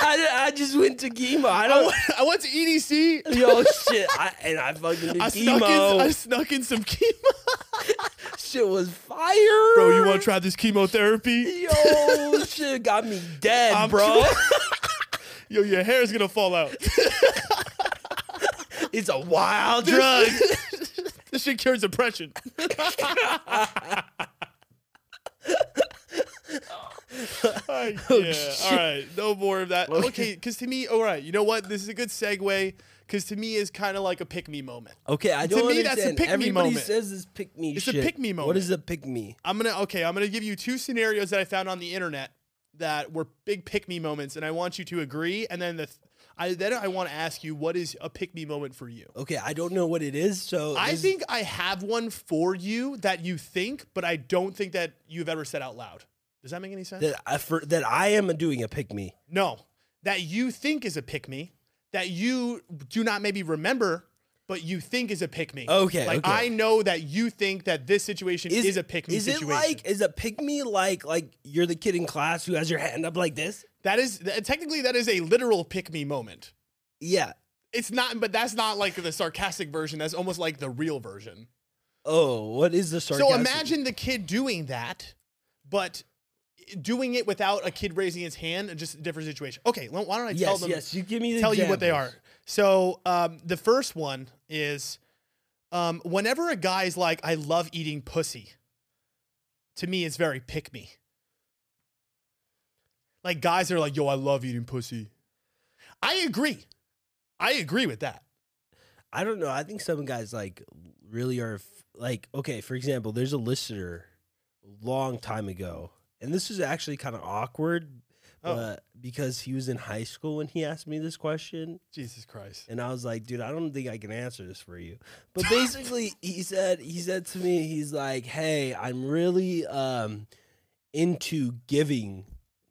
I, I just went to chemo. I
I
don't.
went, I went to EDC.
Yo, shit, I, and I fucking did
I snuck, in, I
chemo.
snuck in some chemo.
Shit was fire.
Bro, you want to try this chemotherapy?
Yo, shit got me dead,
I'm
bro.
Yo, your hair's going to fall out.
it's a wild drug.
this shit cures depression. I- yeah. All right. No more of that. Okay. Because to me, all right. You know what? This is a good segue. Because to me, is kind of like a pick me moment.
Okay, I
To
don't
me, that's a
understand.
pick me
Everybody
moment.
says this pick me.
It's a
shit.
pick me
What
moment.
is a pick me?
I'm gonna okay. I'm gonna give you two scenarios that I found on the internet that were big pick me moments, and I want you to agree. And then the th- I then I want to ask you what is a pick me moment for you.
Okay, I don't know what it is. So
I
this-
think I have one for you that you think, but I don't think that you've ever said out loud. Does that make any sense?
that I, for, that I am doing a pick me.
no. That you think is a pick me, that you do not maybe remember, but you think is a pick me.
Okay,
Like
okay.
I know that you think that this situation is, a pick me
Is
situation.
it like is a pick me like like you're the kid in class who has your hand up like this?
that is th- technically that is a literal pick me moment.
Yeah.
It's not, but that's not like the sarcastic version. That's almost like the real version.
Oh, what is the
So
sarcastic?
imagine the kid doing that, but doing it without a kid raising his hand and just a different situation. Okay, well, why don't I tell
Yes,
them?
yes. You give me the
tell you what they are.
examples.
So um, the first one is um, whenever a guy is like, "I love eating pussy," to me, it's very pick me. Like guys are like, "Yo, I love eating pussy." I agree. I agree with that.
I don't know. I think some guys like really are f- like okay. For example, there's a listener long time ago, and this is actually kind of awkward,
Oh.
but because he was in high school when he asked me this question,
Jesus Christ.
and I was like, dude, I don't think I can answer this for you. But basically, he said he said to me, he's like, hey, I'm really um into giving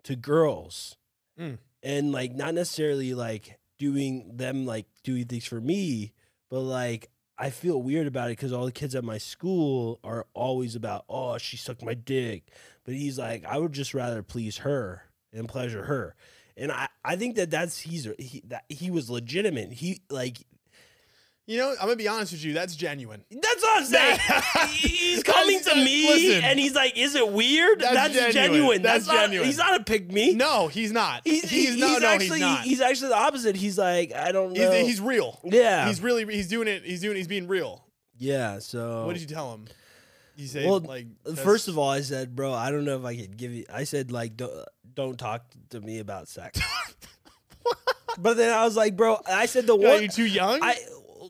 to girls,
Mm.
and like not necessarily like doing them like doing things for me, but like. I feel weird about it because all the kids at my school are always about, oh, she sucked my dick. But he's like, I would just rather please her and pleasure her and I, I think that that's he's he that he was legitimate. He like
You know, I'm gonna be honest with you. That's genuine.
that's what I'm saying. He- he's coming to me
Listen.
and he's like, "Is it weird?
That's genuine. That's
not-
genuine.
he's not a pick me.
No, he's not.
he's,
He's,
he's
no, no,
actually
he's not. He's,
he's actually the opposite. He's like, I don't know.
he's, real.
yeah,
He's really he's doing it. He's doing. He's being real.
yeah. So
What did you tell him? You say
Oh. Well,
like
First of all, I said, bro, I don't know if I could give you. I said, like, don't, don't talk to me about sex. but then I was like, bro, I said the
all,
one.
you too young.
I,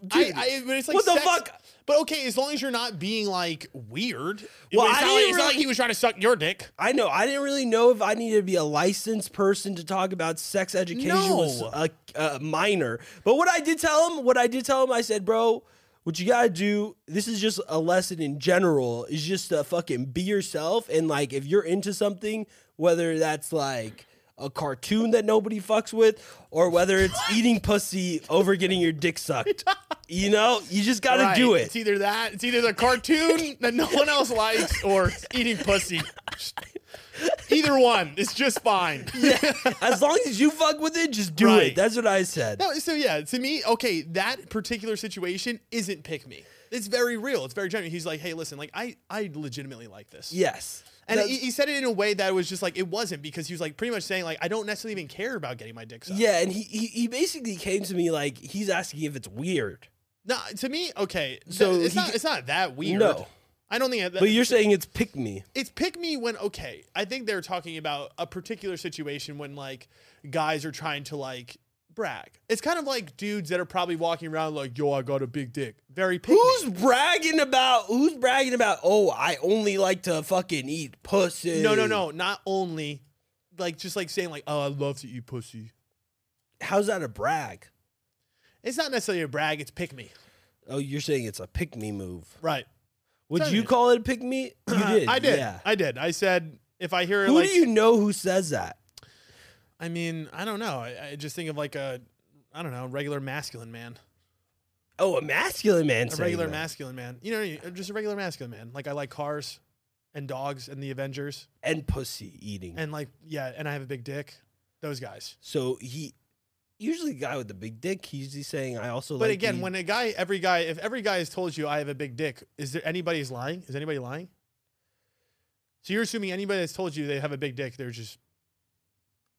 dude,
I, I- but it's like
what the
sex-
fuck?
But okay, as long as you're not being like weird.
Well,
it's, not
I didn't
like, it's not like
really-
he was trying to suck your dick.
I know. I didn't really know if I needed to be a licensed person to talk about sex education with
No.
a, a minor. But what I did tell him, what I did tell him, I said, bro, what you gotta do, this is just a lesson in general, is just to fucking be yourself. And like, if you're into something, whether that's like, a cartoon that nobody fucks with, or whether it's eating pussy over getting your dick sucked. You know, you just gotta
Right.
do it.
It's either that, it's either the cartoon that no one else likes or eating pussy. Either one is just fine.
As long as you fuck with it, just do
Right.
it. That's what I said.
No, so yeah, to me, okay, that particular situation isn't pick me. It's very real. It's very genuine. He's like, hey, listen, like I, I legitimately like this.
Yes.
And
That's-
he, he said it in a way that was just like it wasn't because he was like pretty much saying like I don't necessarily even care about getting my dick sucked.
Yeah, and he, he he basically came to me like he's asking if it's weird.
No, to me, okay.
So
So it's
he-
not it's not that weird.
No.
I don't think that,
But you're saying it's pick me.
it's pick me when okay. I think they're talking about a particular situation when like guys are trying to like brag. It's kind of like dudes that are probably walking around like yo, I got a big dick. Very pick me.
Who's bragging about who's bragging about oh I only like to fucking eat pussy.
No, no, no. Not only like just like saying like, oh, I love to eat pussy.
How's that a brag?
It's not necessarily a brag. It's pick me.
Oh, you're saying it's a pick me move.
Right.
Would
Tell
you
me.
call it a pick me? You did.
I did.
Yeah.
I did. I said if I hear
Who
like,
do you know who says that?
I mean, I don't know. I, I just think of like a, I don't know, regular masculine man,
Oh, a masculine man.
a
saying
regular
that.
masculine man. You know, what I mean? just a regular masculine man. Like I like cars, and dogs, and the Avengers,
and pussy eating.
and like yeah, and I have a big dick. Those guys.
so he usually the guy with the big dick. He's he's saying I also.
But
like
again,
eat-
when a guy, every guy, if every guy has told you I have a big dick, is there anybody's lying? Is anybody lying? So you're assuming anybody that's told you they have a big dick, they're just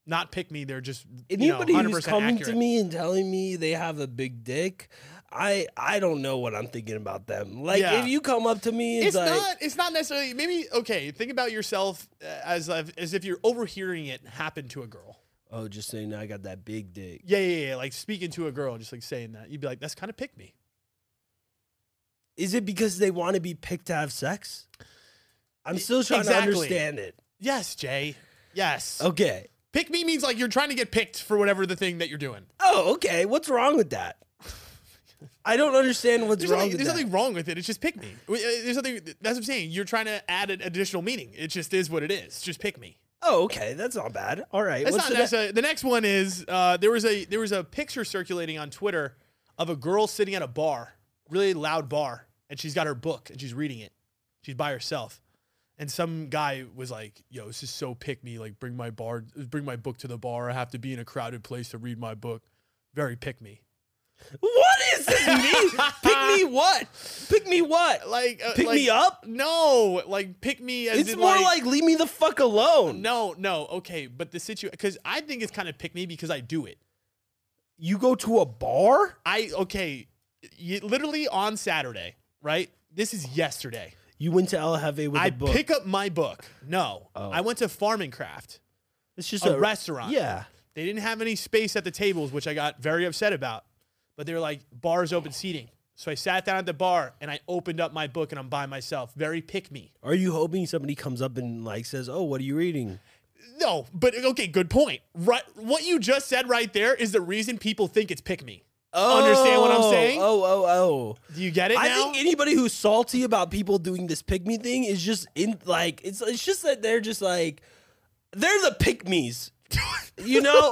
not pick me. They're just you know,
anybody
100%
who's coming
accurate.
to me and telling me they have a big dick, I I don't know what I'm thinking about them. Like
Yeah.
if you come up to me, and
It's
like,
not. It's not necessarily. Maybe okay. Think about yourself uh, as if, as if you're overhearing it happen to a girl.
oh, just saying I got that big dick.
Yeah, yeah, yeah. Like speaking to a girl, just like saying that. You'd be like, that's kind of pick me.
Is it because they want to be picked to have sex? I'm
E-
still trying
exactly.
to understand it.
Yes, Jay. Yes.
Okay.
Pick me means like you're trying to get picked for whatever the thing that you're doing.
Oh, okay. What's wrong with that? I don't understand what's
There's,
wrong
nothing,
with
there's
that.
nothing wrong with it. It's just pick me. Uh, There's nothing. That's what I'm saying. You're trying to add an additional meaning. It just is what it is. Just pick me.
Oh, okay. That's not bad. All right.
That's
What's
not
the ne-
necessarily. The next one is uh, there was a there was a picture circulating on Twitter of a girl sitting at a bar, really loud bar, and she's got her book and she's reading it. She's by herself, and some guy was like, "Yo, this is so pick me. Like, bring my bar, bring my book to the bar. I have to be in a crowded place to read my book. Very pick me.
what is this? mean? Pick me what? Pick me what?
Like, uh,
Pick
like-
me up?
No, like pick me as
It's
in,
more like, leave me the fuck alone.
no, no, okay, but the situation because I think it's kind of pick me because I do it.
You go to a bar?
I okay, you, literally on Saturday, right? This is yesterday.
You went to El Have with
I
a book.
pick up my book. No,
Oh.
I went to Farm and Craft,
it's just
a restaurant.
Yeah.
They didn't have any space at the tables, which I got very upset about. But they were like bars open seating, so I sat down at the bar and I opened up my book and I'm by myself. Very pick me.
Are you hoping somebody comes up and like says, "Oh, what are you reading?"
No, but okay, good point. Right, what you just said right there is the reason people think it's pick me. Understand what I'm
Oh,
saying?
Oh, oh, oh.
Do you get it
I
now?
think anybody who's salty about people doing this pick me thing is just in like it's it's just that they're just like they're the pick me's, you know,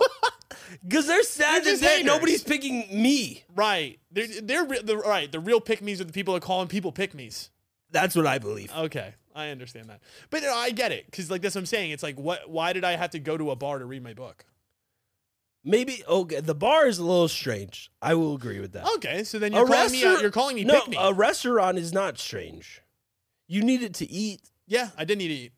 because they're
They're
sad that
just
they,
haters.
nobody's picking me.
right. They're, they're re- the, right. The real pick me's are the people that calling people pick me's.
That's what I believe.
Okay, I understand that, but no, I get it because like that's what I'm saying. It's like what? Why did I have to go to a bar to read my book?
Maybe okay. The bar is a little strange. I will agree with that.
Okay, so then you're calling me.
restaur-
out- You're calling me
no, uh,
pick me.
a restaurant is not strange. You need it to eat,
yeah, I didn't need to eat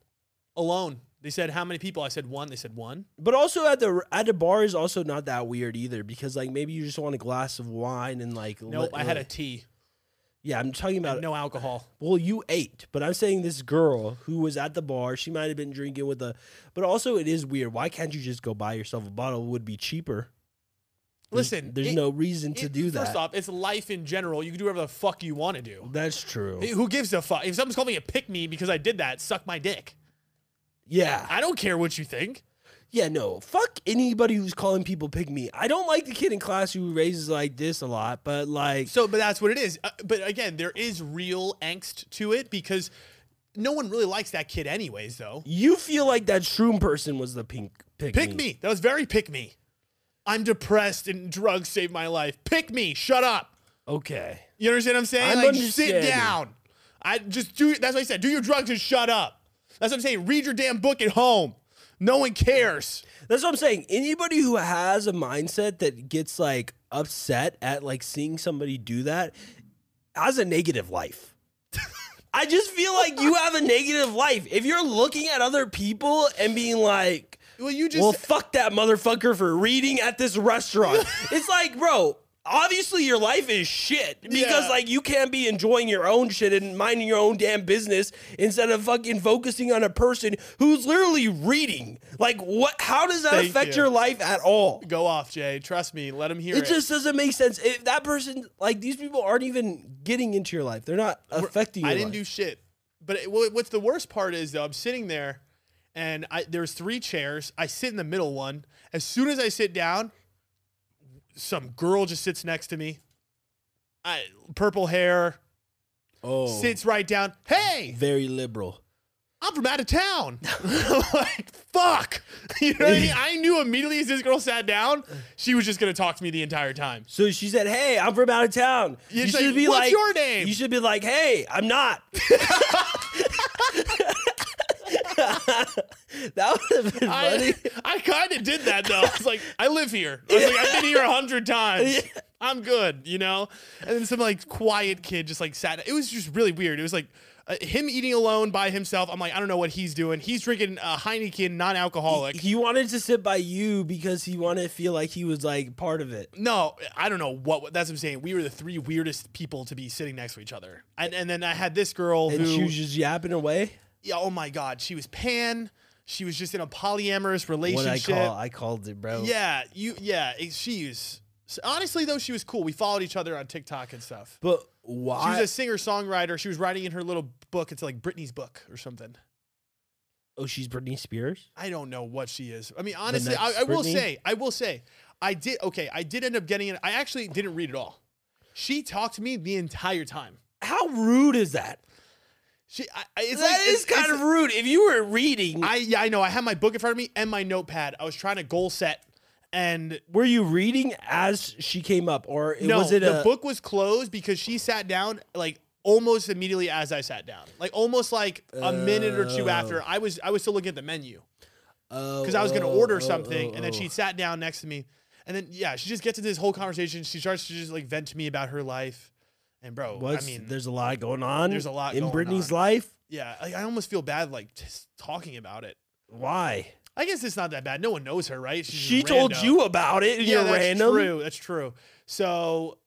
alone. They said how many people? I said one. They said one.
but also at the at the bar is also not that weird either because like maybe you just want a glass of wine and like
Nope,
let-
I had a
let-
tea.
yeah. I'm talking about
No alcohol.
well, you ate, but I'm saying this girl who was at the bar, she might have been drinking with a, but also it is weird. Why can't you just go buy yourself a bottle? It would be cheaper.
Listen,
there's
it-
no reason to
it-
do that.
First off, it's life in general. You can do whatever the fuck you want to do.
That's true.
Who gives a fuck? If someone's calling me a pick me because I did that, suck my dick.
yeah.
I don't care what you think.
Yeah, no. Fuck anybody who's calling people pick me. I don't like the kid in class who raises like this a lot, but like
So, but that's what it is. Uh, but again, there is real angst to it because no one really likes that kid, anyways. Though,
you feel like that shroom person was the pink pick,
pick me. That was very pick me. I'm depressed and drugs saved my life. Pick me. Shut up.
Okay.
You understand what I'm saying?
I'm
like, sit
understanding.
down. I just do. That's what I said. Do your drugs and shut up. That's what I'm saying. Read your damn book at home. No one cares.
That's what I'm saying. Anybody who has a mindset that gets like upset at like seeing somebody do that has a negative life. I just feel like you have a negative life. If you're looking at other people and being like,
Well, you just.
well, fuck that motherfucker for reading at this restaurant. it's like, bro, obviously your life is shit because
Yeah.
like you can't be enjoying your own shit and minding your own damn business instead of fucking focusing on a person who's literally reading. Like, what? How does that
Thank
affect
you.
your life at all?
Go off, Jay. Trust me. Let him hear
It
it.
just doesn't make sense. If that person, like these people, aren't even getting into your life, they're not affecting. Your
I didn't
life.
do shit. But it, what- what's the worst part is though, I'm sitting there, and I, there's three chairs. I sit in the middle one. As soon as I sit down, some girl just sits next to me. I purple hair
Oh,
sits right down. Hey,
very liberal.
I'm from out of town. like fuck. You know what I mean? I knew immediately as this girl sat down, she was just gonna talk to me the entire time.
So she said, "Hey, I'm from out of town."
It's like, "What's your name?"
You should be like, "Hey, I'm not." that would have been funny.
I, I kind of did that though. It's like I live here. I was like, I've been here a hundred times. I'm good, you know. And then some like quiet kid just like sat. It was just really weird. It was like uh, him eating alone by himself. I'm like, I don't know what he's doing. He's drinking a Heineken, non-alcoholic.
he wanted to sit by you because he wanted to feel like he was like part of it.
No, I don't know what. That's what I'm saying. We were the three weirdest people to be sitting next to each other. And and then I had this girl
And
who
she was just yapping away.
yeah, oh my god, she was pan. She was just in a polyamorous
What I
relationship.
call, I called it, bro.
Yeah, you. Yeah, it- she was. s- Honestly, though, she was cool. We followed each other on TikTok and stuff.
But
She was
why?
a singer songwriter. She was writing in her little book. It's like Britney's book or something.
oh, she's Britney Spears.
I don't know what she is. I mean, honestly,
next
I, I will
Britney?
say, I will say, I did. Okay, I did end up getting it. I actually didn't read it all. She talked to me the entire time.
How rude is that?
She. I, I- it's
that
like,
is
it's-
kind
it's-
of rude. If you were reading,
I yeah, I know. I had my book in front of me and my notepad. I was trying to goal set, and
were you reading as she came up, or it
No,
was it
the
a,
book was closed because she sat down like almost immediately as I sat down, like almost like a minute or two after.
Oh.
I was I was still looking at the menu because I was going to
Oh,
order something, and then she sat down next to me, and then yeah, she just gets into this whole conversation. She starts to just like vent to me about her life, and bro,
What's,
I mean,
there's a lot going on.
there's a lot
in
going
Brittany's
on.
life.
yeah, I, I almost feel bad like just talking about it.
Why?
I guess it's not that bad. No one knows her, right? She's
She
rando.
told you about it. And
yeah,
you're
that's
random.
true. That's true. So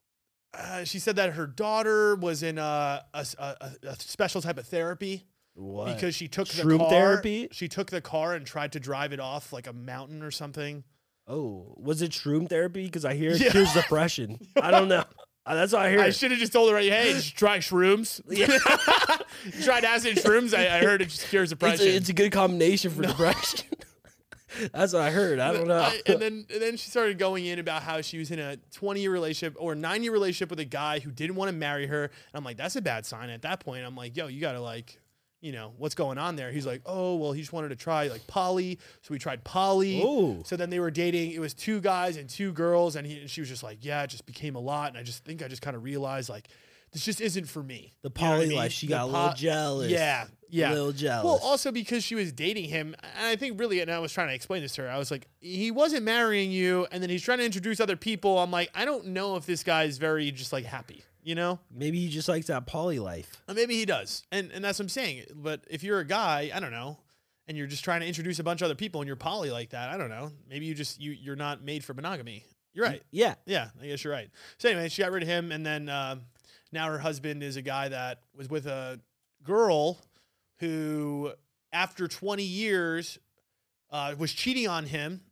uh, she said that her daughter was in a, a, a, a special type of therapy
What?
because she took the
Shroom
car.
therapy?
She took the car and tried to drive it off like a mountain or something.
oh, was it shroom therapy? Because I hear
Yeah.
it cures depression. I don't know. Uh, That's what I hear.
I should have just told her, hey, just try shrooms. tried acid shrooms. I, I heard it just cures
it's,
depression.
a, it's a good combination for depression. That's what I heard. I don't know.
I- and then and then she started going in about how she was in a 20 year relationship or 9 year relationship with a guy who didn't want to marry her. And I'm like, that's a bad sign. At that point, I'm like, yo, you gotta like, you know, what's going on there? He's like, oh, well, he just wanted to try like poly. So we tried poly.
Ooh.
So then they were dating. It was two guys and two girls, and he and she was just like, yeah, it just became a lot. And I just think I just kind of realized like. This just isn't for me.
the
You know what I
poly
mean?
life. She
The
got a little
po-
jealous.
Yeah, yeah.
A little jealous.
Well, also because she was dating him, and I think really, and I was trying to explain this to her. I was like, he wasn't marrying you, and then he's trying to introduce other people. I'm like, I don't know if this guy's very just like happy, you know?
Maybe he just likes that poly life.
Or maybe he does, and and that's what I'm saying. But if you're a guy, I don't know, and you're just trying to introduce a bunch of other people, and you're poly like that, I don't know. Maybe you just you you're not made for monogamy. You're right.
Yeah.
Yeah, I guess you're right. So anyway, she got rid of him, and then um now her husband is a guy that was with a girl who, after 20 years, uh, was cheating on him,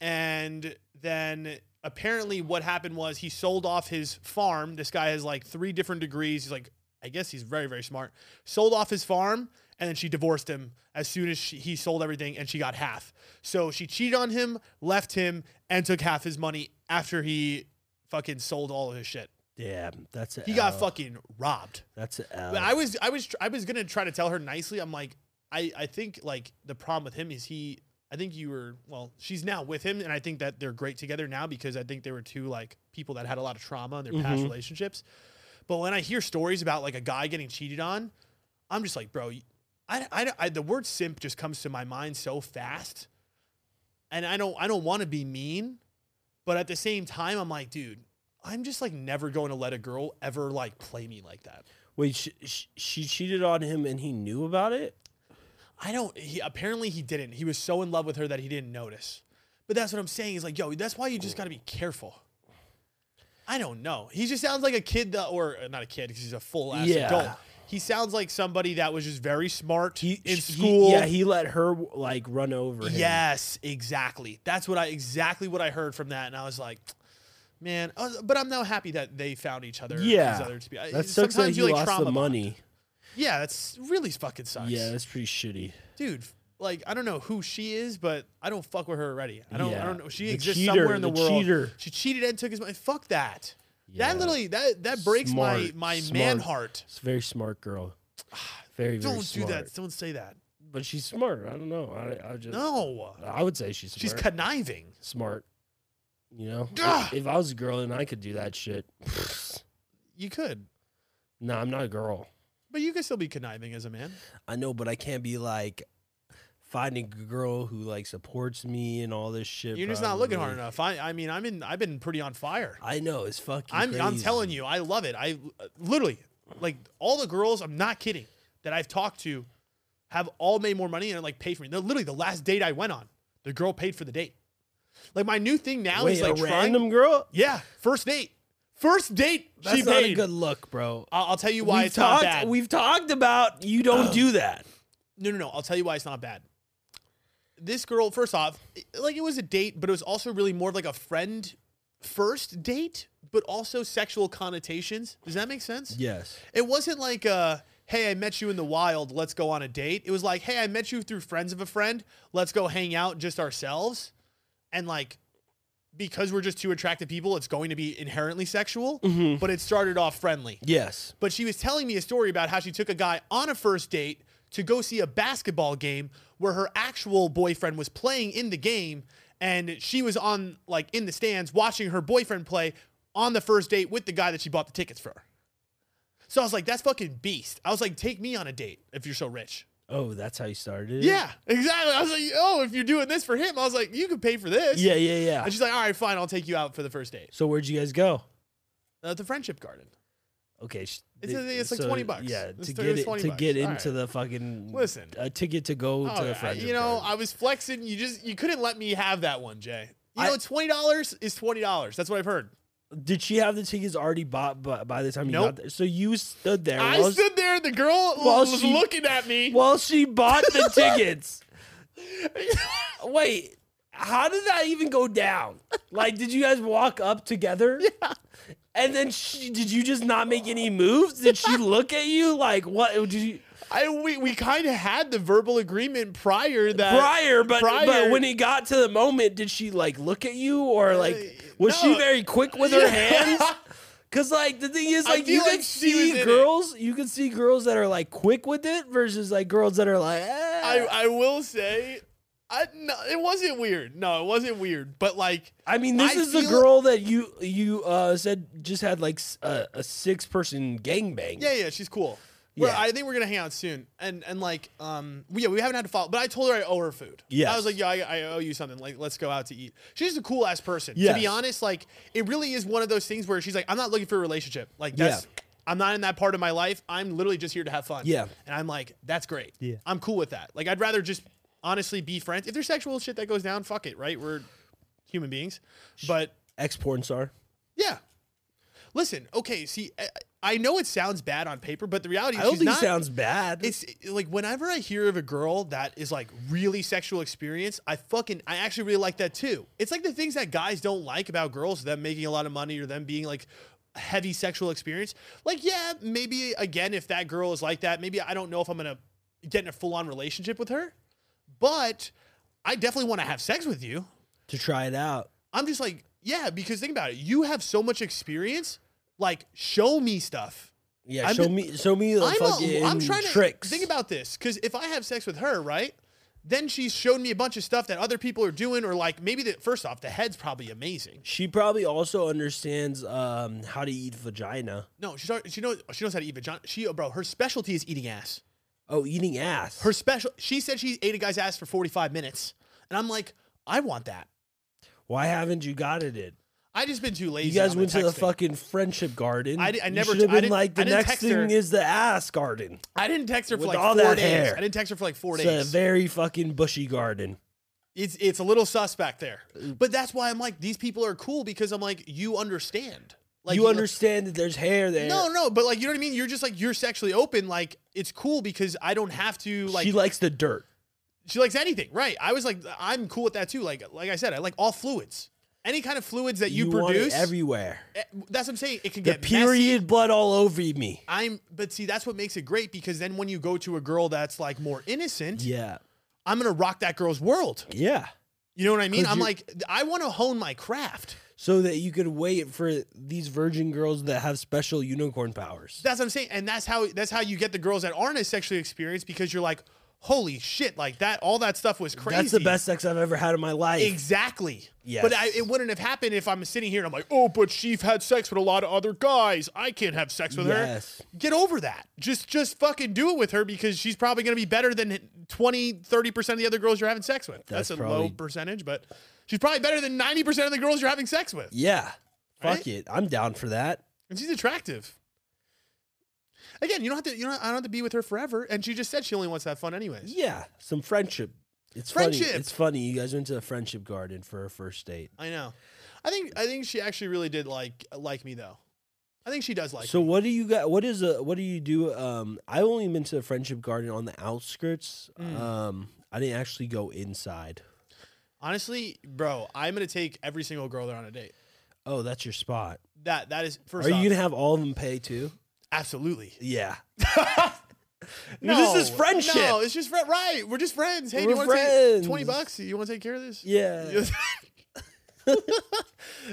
and then apparently what happened was he sold off his farm. This guy has like three different degrees. He's like, I guess he's very, very smart. Sold off his farm and then she divorced him as soon as she, he sold everything and she got half. So she cheated on him, left him, and took half his money after he fucking sold all of his shit.
Damn, that's a
He got
L.
fucking robbed.
That's a L.
But I was I was tr- I was gonna try to tell her nicely. I'm like, I I think like the problem with him is he. I think you were well. She's now with him, and I think that they're great together now because I think they were two like people that had a lot of trauma in their past
Mhm.
relationships. But when I hear stories about like a guy getting cheated on, I'm just like, bro, y- I, I- I- the word simp just comes to my mind so fast, and I don't I don't want to be mean, but at the same time, I'm like, dude, I'm just like never going to let a girl ever like play me like that.
Wait, she, she, she cheated on him and he knew about it?
I don't. He apparently he didn't. He was so in love with her that he didn't notice. But that's what I'm saying. Is like, yo, that's why you just got to be careful. I don't know. He just sounds like a kid that, or uh, not a kid, because he's a full ass
Yeah.
adult. He sounds like somebody that was just very smart
He,
in
he-
school.
yeah, he let her like run over him.
Yes, exactly. That's what I exactly what I heard from that, and I was like, man. I was- but I'm now happy that they found each other. these
Yeah.
other to be. I-
That sucks that
sometimes
he
you, like,
lost
trauma
the
bond.
money.
Yeah, that's really fucking sucks
Yeah, that's pretty shitty.
dude, f- like I don't know who she is, but I don't fuck with her already. I don't.
Yeah.
I don't know. She
The
exists
cheater,
somewhere in the,
the
world.
cheater.
She cheated and took his money. Fuck that.
Yeah.
That literally that that breaks
Smart,
my my
smart.
man heart.
It's a very smart girl. Very, very
Don't do
smart.
that. Don't say that.
But she's smart. I don't know. I, I just
No.
I would say she's
She's
smart.
conniving.
smart. You know,
Ugh.
if I was a girl and I could do that shit,
You could,
no, I'm not a girl.
but you could still be conniving as a man.
I know, but I can't be like finding a girl who like supports me and all this shit.
You're just not looking hard
probably.
enough. I I mean I'm in I've been pretty on fire.
I know it's fucking.
I'm I'm
crazy.
telling you I love it. I uh, literally like all the girls. I'm not kidding that I've talked to have all made more money and like paid for me. They're literally the last date I went on, the girl paid for the date. Like my new thing now
Wait,
is like
a
trying.
random girl?
Yeah, first date, first date
That's
she
not
paid.
a good look, bro.
I'll, I'll tell you why
we've
it's
talked,
not bad. Oh.
We've talked about you don't do that.
Um, No, no, no. I'll tell you why it's not bad. This girl, first off, i- like it was a date, but it was also really more of like a friend first date, but also sexual connotations. Does that make sense?
Yes.
It wasn't like a hey, I met you in the wild, let's go on a date. It was like, hey, I met you through friends of a friend, let's go hang out just ourselves. And like because we're just two attractive people, it's going to be inherently sexual,
Mm-hmm.
but it started off friendly.
Yes.
But she was telling me a story about how she took a guy on a first date to go see a basketball game where her actual boyfriend was playing in the game and she was on like in the stands watching her boyfriend play on the first date with the guy that she bought the tickets for. So I was like, that's fucking beast. I was like, take me on a date if you're so rich.
Oh, that's how you started. it?
Yeah, exactly. I was like, oh, if you're doing this for him, I was like, you could pay for this.
Yeah. Yeah. Yeah.
And she's like, all right, fine, I'll take you out for the first date.
So where'd you guys go?
Uh, the friendship garden.
Okay, sh-
It's-
th-
it's like 20 bucks.
Yeah,
It's
to
th-
get
it's
it,
20
to
bucks.
get
All
into
right.
the fucking
Listen.
a ticket to go
Oh,
to
yeah,
the friendship.
you know,
card.
I was flexing. You just you couldn't let me have that one, Jay. You
I-
know, twenty dollars is twenty dollars. That's what I've heard.
did she have the tickets already bought by, by the time you
Nope.
got there? So you stood there
I
while,
stood there, and the girl
Well,
was
she-
looking at me.
while she bought the tickets. Wait, how did that even go down? Like, did you guys walk up together? Yeah. And then she, did you just not make any moves? Did she look at you like what? Did you?
I we, we kind of had the verbal agreement prior that
prior, but
prior-
but when it got to the moment, did she like look at you or like was
no.
she very quick with her hands? Because like the thing is,
I
like
feel
you can
like she was in
see
it.
girls, you can see girls that are like quick with it versus like girls that are like,
I
eh. I,
I will say, I no, it wasn't weird. No, it wasn't weird. But like,
mean, this
I
is the
feel-
girl that you you uh, said just had like s- a, a six person gangbang.
yeah, yeah, she's cool. Well,
Yeah.
I think we're gonna hang out soon, and and like, um, yeah, we haven't had to follow. But I told her I owe her food.
Yes.
I was like, yeah, I, I owe you something. Like, let's go out to eat. She's a cool ass person. To be
Yes.
honest, like, it really is one of those things where she's like, I'm not looking for a relationship. Like, that's, I'm not in that part of my life. I'm literally just here to have fun.
Yeah.
And I'm like, that's great.
Yeah.
I'm cool with that. Like, I'd rather just honestly be friends. If there's sexual shit that goes down, fuck it, right? We're human beings. But
ex porn star.
yeah. Listen, okay, see, I, I know it sounds bad on paper, but the reality is
I don't
she's
think
not.
it sounds bad.
it's like whenever I hear of a girl that is like really sexual experience, I fucking I actually really like that too. It's like the things that guys don't like about girls, them making a lot of money or them being like heavy sexual experience. Like, yeah, maybe again, if that girl is like that, maybe I don't know if I'm gonna get in a full on relationship with her. But I definitely want to have sex with you.
to try it out.
I'm just like, yeah, because think about it. You have so much experience. Like, show me stuff.
Yeah,
I'm
show
just-
me show me the
I'm,
fucking
a, I'm trying
tricks.
to think about this because if I have sex with her, right, then she's shown me a bunch of stuff that other people are doing, or like maybe the first off, the head's probably amazing.
she probably also understands um, how to eat vagina.
No, she's already, she knows she knows how to eat vagina. She, oh, bro, her specialty is eating ass.
Oh, eating ass.
Her special, she said she ate a guy's ass for 45 minutes, and I'm like, I want that.
Why haven't you gotten it?
I just been too lazy.
You guys
on the
went to the
texting.
fucking friendship garden.
I di- I
You
never-
should have
I
been
didn't-
like
I
the
didn't
next
text
thing
her.
is the ass garden.
I didn't text her for
With
like
all
four
that
days.
hair.
I didn't text her for like four
It's
days.
a very fucking bushy garden.
it's it's a little suspect there.
Uh,
But that's why I'm like these people are cool because I'm like you understand. Like
you understand that there's hair there.
No, no, but like you know what I mean? You're just like you're sexually open like it's cool because I don't have to like
she
she,
likes the dirt.
likes anything, right? I was like I'm cool with that too. Like like I said, I like all fluids. Any kind of fluids that you,
want it
produce
everywhere.
eh, that's what I'm saying. It can
The
get messy.
period blood all over me.
I'm but see that's what makes it great because then when you go to a girl that's like more innocent,
Yeah,
I'm going to rock that girl's world.
yeah.
You know what I mean?
Could
I'm
you-
like I want to hone my craft.
So that you could wait for these virgin girls that have special unicorn powers.
That's what I'm saying, and that's how that's how you get the girls that aren't as sexually experienced because you're like, holy shit, like that, all that stuff was crazy.
That's the best sex I've ever had in my life.
Exactly.
Yes.
But I, it wouldn't have happened if I'm sitting here and I'm like, oh, but she's had sex with a lot of other guys. I can't have sex with
Yes.
her. Get over that. Just just fucking do it with her because she's probably going to be better than 20, 30% of the other girls you're having sex with. That's,
That's
a low
probably-
percentage, but she's probably better than 90% of the girls you're having sex with.
yeah. Fuck
Right?
it. I'm down for that.
and she's attractive. Again, you don't have to. You know, I don't have to be with her forever. And she just said she only wants to have fun, anyways.
Yeah. Some friendship. It's funny.
Friendship.
It's funny. You guys went to the friendship garden for a first date.
I know. I think. I think she actually really did like like me though. I think she does like.
so
me.
what do you got what is a what do you do? Um I only went to the friendship garden on the outskirts.
Mm.
Um I didn't actually go inside.
honestly, bro, I'm gonna take every single girl there on a date.
Oh, that's your spot.
That that is first.
Are
off,
you gonna have all of them pay too?
absolutely?
Yeah. this is friendship.
No, it's just fri- right. We're just friends. Hey,
We're
do you want to take twenty
friends.
bucks? You want to take care of this?
Yeah.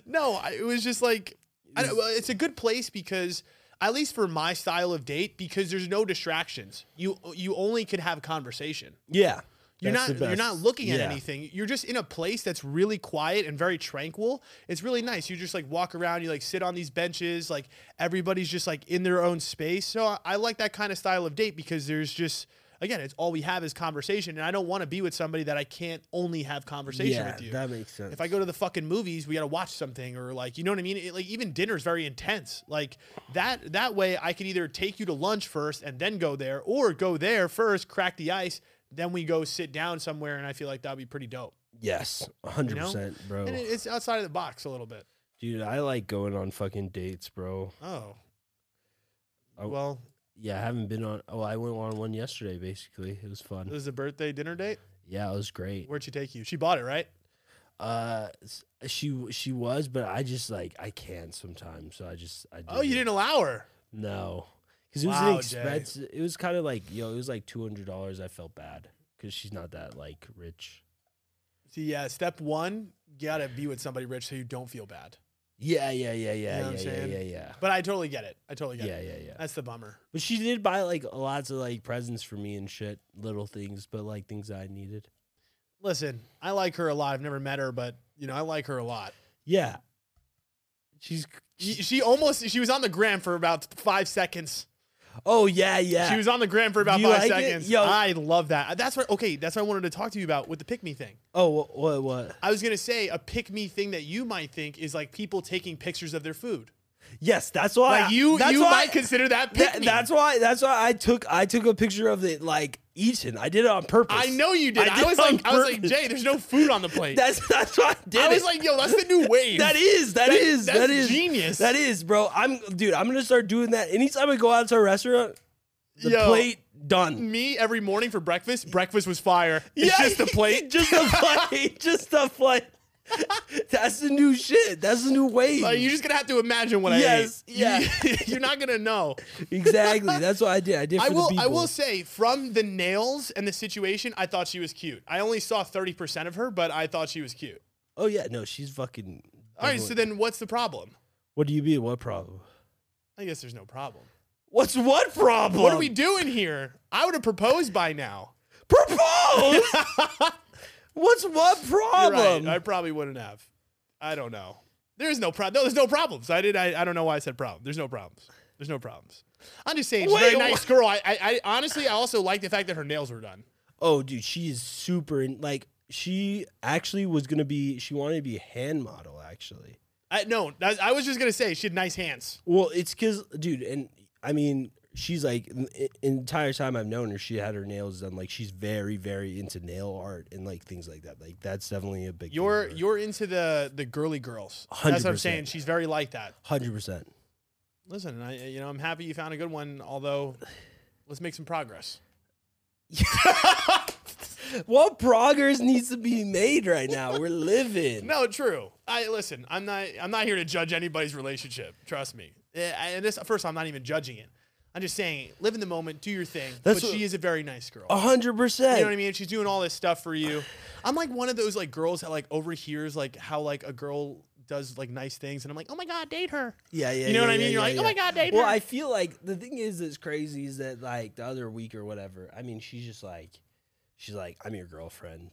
no, I, it was just like I don't, well, it's a good place because at least for my style of date, because there's no distractions. You you only can have conversation.
Yeah.
You're
That's the
not you're
best.
not looking at
Yeah.
anything. You're just in a place that's really quiet and very tranquil. It's really nice. You just like walk around. You like sit on these benches. Like everybody's just like in their own space. So I, I like that kind of style of date because there's just again, it's all we have is conversation, and I don't want to be with somebody that I can't only have conversation
Yeah,
with you.
that makes sense.
If I go to the fucking movies, we gotta watch something, or like, you know what I mean? It, like, even dinner's very intense. Like that. That way, I could either take you to lunch first and then go there, or go there first, crack the ice, then we go sit down somewhere, and I feel like that'd be pretty dope.
Yes, 100%, bro.
And it, it's outside of the box a little bit.
Dude, I like going on fucking dates, bro.
Oh,
Oh.
well,
Yeah, I haven't been on. Oh, I went on one yesterday, basically. It was
this
fun.
is a birthday dinner date.
Yeah, it was great.
Where'd she take you? She bought it, right?
Uh, s- she she was, but I just like I can sometimes, so I just I.
Oh, you didn't allow her.
No, because it was an
Wow, Jay.
expensive. It was kind of like yo, it was like two hundred dollars. I felt bad because she's not that like rich.
See, yeah. Step one, you gotta be with somebody rich so you don't feel bad.
Yeah, yeah, yeah,
know
yeah,
what I'm
yeah, yeah,
saying?
yeah, yeah,
But I totally get it. I totally
yeah,
get
yeah,
it.
yeah,
That's the bummer.
But she did buy like lots of like presents for me and shit, little things, but like things I needed.
listen, I like her a lot. I've never met her, but you know, I like her a lot.
Yeah. She's.
She, she almost she was on the gram for about five seconds.
Oh yeah, yeah.
She was on the gram for about
You
five
like it?
seconds.
Yo.
I love that. Uh, That's what okay, that's what I wanted to talk to you about with the pick me thing.
oh what what what?
I was gonna say a pick me thing that you might think is like people taking pictures of their food.
Yes, that's why.
Like you,
Oh, that's
you
why-
might consider that pick
Th-
me.
that's why. That's why I took. I took a picture of it like eaten. I did it on purpose.
I know you did.
I
I,
did
was
on
like, I was like,
purpose.
Jay, there's no food on the plate.
That's that's why I did
I
it.
was like, yo, that's the new wave.
That is, that
That-
is,
that's
that is
genius.
That is, bro. I'm, dude. I'm gonna start doing that anytime I go out to a restaurant. The
Yo.
plate done.
me every morning for breakfast. Breakfast was fire. It's
Yeah,
just the plate.
just the plate, just the plate. That's the new shit. That's the new wave.
Like, you're just gonna have to imagine what
Yes,
I ate.
yeah.
You- you're not gonna know.
exactly. That's what I did. I did. For
I will.
The people.
I will say from the nails and the situation, I thought she was cute. I only saw thirty percent of her, but I thought she was cute.
Oh yeah, no, she's fucking.
All right. So then, what's the problem?
what do you mean? What problem?
I guess there's no problem.
What's what problem?
What are we doing here? I would have proposed by now.
propose? What's what
You're
problem?
Right. I probably wouldn't have. I don't know. There's no problem. No, there's no problems. I did. I, I don't know why I said problem. There's no problems. There's no problems. I'm just saying she's a
Wait,
very nice girl. I, I, I honestly, I also like the fact that her nails were done.
oh, dude, she is super. In, like, she actually was gonna be. She wanted to be a hand model. Actually,
I, no, I, I was just gonna say she had nice hands.
well, it's because, dude, and I mean, she's like, n- i- entire time I've known her, she had her nails done. Like, she's very, very into nail art and like things like that. Like, that's definitely a big.
You're you're into the the girly girls. That's what I'm
100%.
saying. She's very like that.
hundred percent.
Listen, I you know I'm happy you found a good one. Although, let's make some progress.
What progress needs to be made right now? We're living.
No, true. I listen. I'm not. I'm not here to judge anybody's relationship. Trust me. Eh, I, and this first, I'm not even judging it. I'm just saying, live in the moment, do your thing.
That's
but
what- Oh,
she is a very nice girl.
hundred
you know what I
percent.
mean? She's doing all this stuff for you. I'm like one of those like girls that like overhears like how like a girl does like nice things, and I'm like, oh my god, date her.
Yeah, yeah.
You know what
yeah,
I mean?
yeah,
You're
yeah,
like,
yeah.
oh my god, date
Well,
her.
I feel like the thing is that's crazy is that like the other week or whatever. I mean, she's just like, she's like, I'm your girlfriend.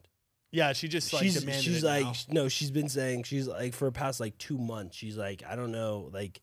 yeah, she just like
she's
demanded
she's
it
like,
now.
no, she's been saying she's like for the past like two months. She's like, I don't know, like,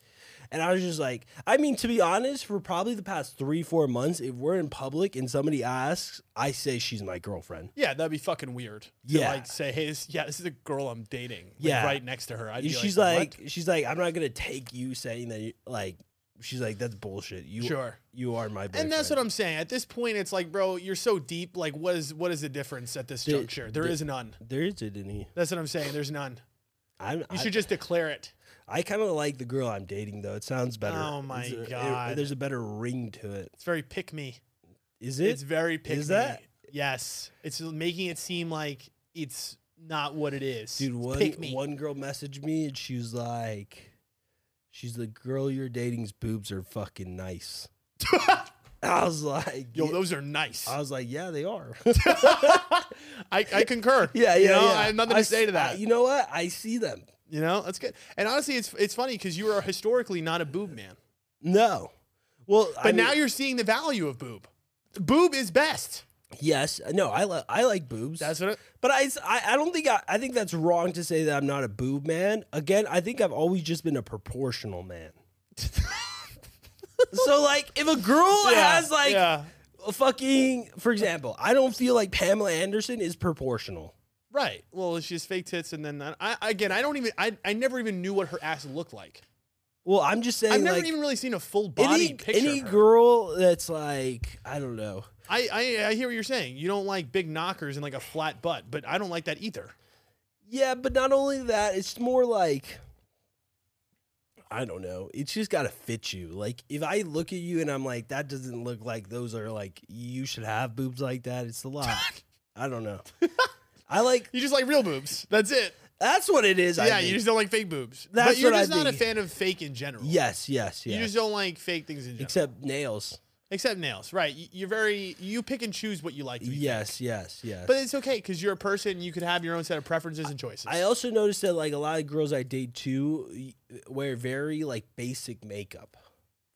and I was just like, I mean, to be honest, for probably the past three four months, if we're in public and somebody asks, I say she's my girlfriend.
yeah, that'd be fucking weird. To
Yeah.
like say, hey, this, yeah, this is a girl I'm dating. Like,
Yeah.
right next to her. I'd be
And she's
"What?"
like, she's like, I'm not gonna take you saying that. You, like, she's like, that's bullshit. You
sure.
you are my boyfriend.
And that's what I'm saying. At this point, it's like, bro, you're so deep. Like, what is what is the difference at this
The-
juncture? There
the-
is none.
There is it in he.
That's what I'm saying. There's none.
I'm,
You
I-
should just declare it.
I kind of like the girl I'm dating though. It sounds better.
Oh my
It's a- it-
God.
there's a better ring to it.
It's very pick me.
Is
It's
it?
very pick
is
me.
that-
Yes, it's making it seem like it's not what it is.
Dude,
It's
one
pick me.
one girl messaged me and she was like, "She's the girl you're dating's boobs are fucking nice." I was like,
Yo,
yeah.
those are nice.
I was like, yeah, they are.
I, I concur.
yeah, yeah,
You know,
yeah.
I have nothing to
s-
say to that.
I- you know what? I see them.
You know, that's good. And honestly, it's it's funny because you are historically not a boob man,
No, well,
but now you're seeing the value of boob. Boob is best.
yes, no, I like I like boobs.
That's what. It,
But I, I, I don't think I, I think that's wrong to say that I'm not a boob man. Again, I think I've always just been a proportional man. so like, if a girl has like
yeah.
a fucking, for example, I don't feel like Pamela Anderson is proportional.
Right. Well, it's just fake tits, and then I I- again, I don't even I, I never even knew what her ass looked like.
Well, I'm just saying,
I've never
like,
even really seen a full body
any
picture.
any
of her.
girl that's like, I don't know.
I, I I hear what you're saying. You don't like big knockers and like a flat butt, but I don't like that either.
Yeah, but not only that, it's more like I don't know. It's just gotta fit you. Like if I look at you and I'm like, that doesn't look like those are like you should have boobs like that. It's a lot. I don't know. I like
You just like real boobs. That's it.
that's what it is. I
yeah,
think.
you just don't like fake boobs. but
That's
you're
what I
just not a
think.
fan of fake in general.
yes, yes,
You
yes.
just don't like fake things in general. Except,
Except nails.
nails, right? You- You're very you pick and choose what you like. To be
Yes, yes, yes.
But it's okay because you're a person. You could have your own set of preferences and choices.
I also noticed that like a lot of girls I date too y- wear very like basic makeup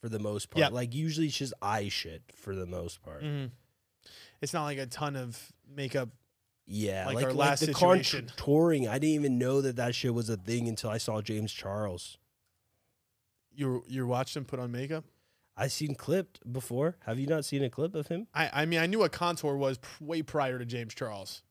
for the most part.
Yep.
Like usually it's just eye shit for the most part.
Mhm. It's not like a ton of makeup.
Yeah,
Like
like, like,
our last
the car
situation.
touring. I didn't even know that that shit was a thing until I saw James Charles.
You you watched them put on makeup.
I seen clipped before. Have you not seen a clip of him?
I I mean I knew what contour was p- way prior to James Charles.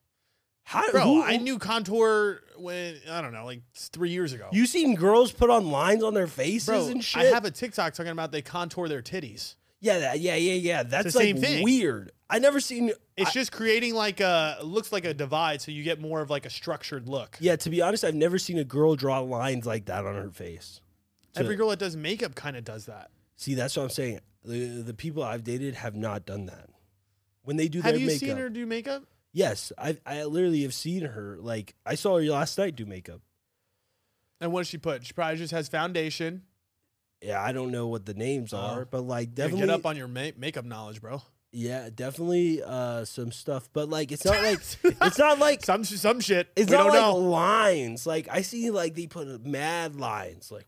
How,
Bro,
who-
I knew contour when I don't know, like three years ago.
You seen girls put on lines on their faces
Bro,
and shit?
I have a TikTok talking about they contour their titties.
yeah, that, yeah, yeah, yeah. That's
the
like
same thing.
weird. I never seen.
It's
I-
just creating like a looks like a divide, so you get more of like a structured look.
yeah, to be honest, I've never seen a girl draw lines like that on her face. So-
Every girl that does makeup kind of does that.
See, that's what I'm saying. The the people I've dated have not done that. When they do
Have
their
you
makeup,
seen her do makeup?
yes, I I literally have seen her. Like I saw her last night do makeup.
And what does she put? She probably just has foundation.
Yeah, I don't know what the names
Oh.
are, but like
Yeah,
definitely,
Get up on your ma- makeup knowledge, bro.
yeah, definitely uh, some stuff. But like, it's not like it's not like
some sh- some shit.
It's
we
not
don't
like
know.
lines. Like I see, like they put mad lines. Like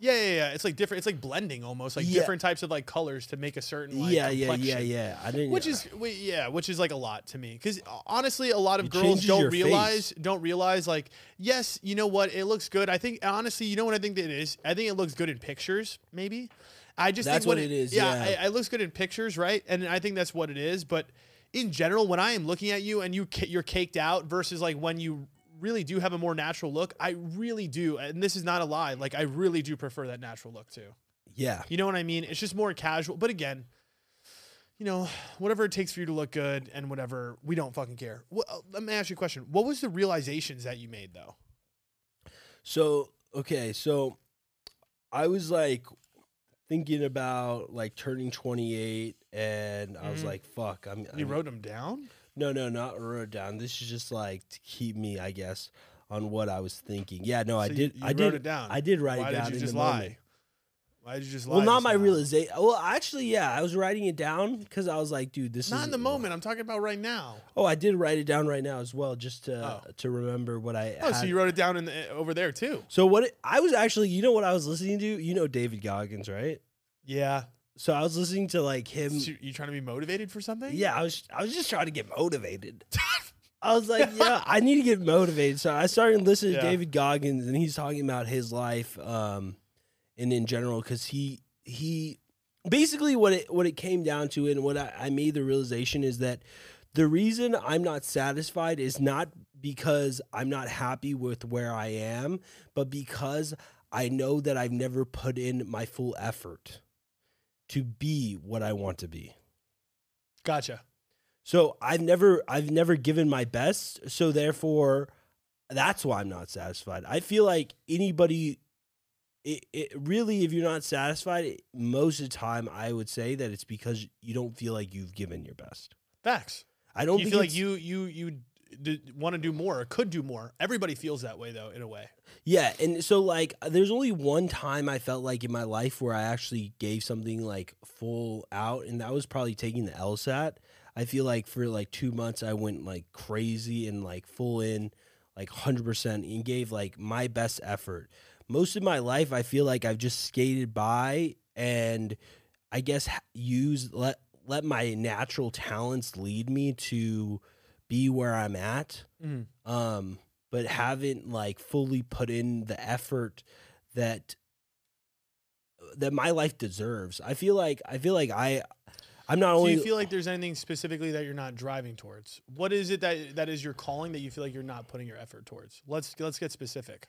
Yeah, yeah, yeah. It's like different. It's like blending almost, like
Yeah.
different types of like colors to make a certain like
yeah, yeah,
complexion.
yeah, yeah. I didn't.
Which is we- yeah, which is like a lot to me because honestly, a lot of
It
girls
changes
don't
your face.
realize don't realize like yes, you know what, it looks good. I think honestly, you know what I think that it is. I think it looks good in pictures, maybe. I just
That's
think when
what it is,
Yeah,
yeah.
I- it looks good in pictures, right? And I think that's what it is. But in general, when I am looking at you and you ca- you're caked out versus like when you really do have a more natural look, I really do, and this is not a lie. Like I really do prefer that natural look too.
yeah,
You know what I mean? It's just more casual. But again, you know, whatever it takes for you to look good and whatever, we don't fucking care. Wha- uh, let me ask you a question. What was the realizations that you made though?
So okay, so I was like thinking about like turning 28, and I was
Mhm.
like, "Fuck, I'm."
You
I'm-
wrote them down?
No, no, not wrote down. This is just like to keep me, I guess, on what I was thinking. Yeah, no, I
So you-
did.
You
I
wrote
did.
it down.
I did write
Why
it down.
did you
in
just
the
lie?
moment.
Why did you just lie?
Well, not
just
my
now?
realization. Well, actually, yeah, I was writing it down because I was like, "Dude, this
Not
is
in the moment. I'm talking about right now.
Oh, I did write it down right now as well, just to
Oh.
to remember what I.
Oh,
had.
so you wrote it down in the, uh, over there too?
So what it, I was actually, you know, what I was listening to, you know, David Goggins, right?
Yeah.
So I was listening to like him.
So you trying to be motivated for something?
Yeah, I was I was just trying to get motivated. I was like, yeah, I need to get motivated. So I started listening
Yeah.
to David Goggins, and he's talking about his life, um, and in general, because he he basically what it what it came down to, and what I, I made the realization is that the reason I'm not satisfied is not because I'm not happy with where I am, but because I know that I've never put in my full effort to be what I want to be.
Gotcha.
So I've never I've never given my best. So therefore, that's why I'm not satisfied. I feel like anybody, it, it really, if you're not satisfied, it- most of the time, I would say that it's because you don't feel like you've given your best.
Facts.
I don't
You
think
feel like
it's-
you you you d- want to do more or could do more. Everybody feels that way though, in a way.
Yeah, and so like uh, there's only one time I felt like in my life where I actually gave something like full out and that was probably taking the LSAT. I feel like for like 2 months I went like crazy and like full in like 100% and gave like my best effort. Most of my life I feel like I've just skated by and I guess ha- use let let my natural talents lead me to be where I'm at um, but haven't like fully put in the effort that that my life deserves. I feel like I feel like I I'm not
Do
only
you feel like there's anything specifically that you're not driving towards? What is it that that is your calling that you feel like you're not putting your effort towards? Let's let's get specific.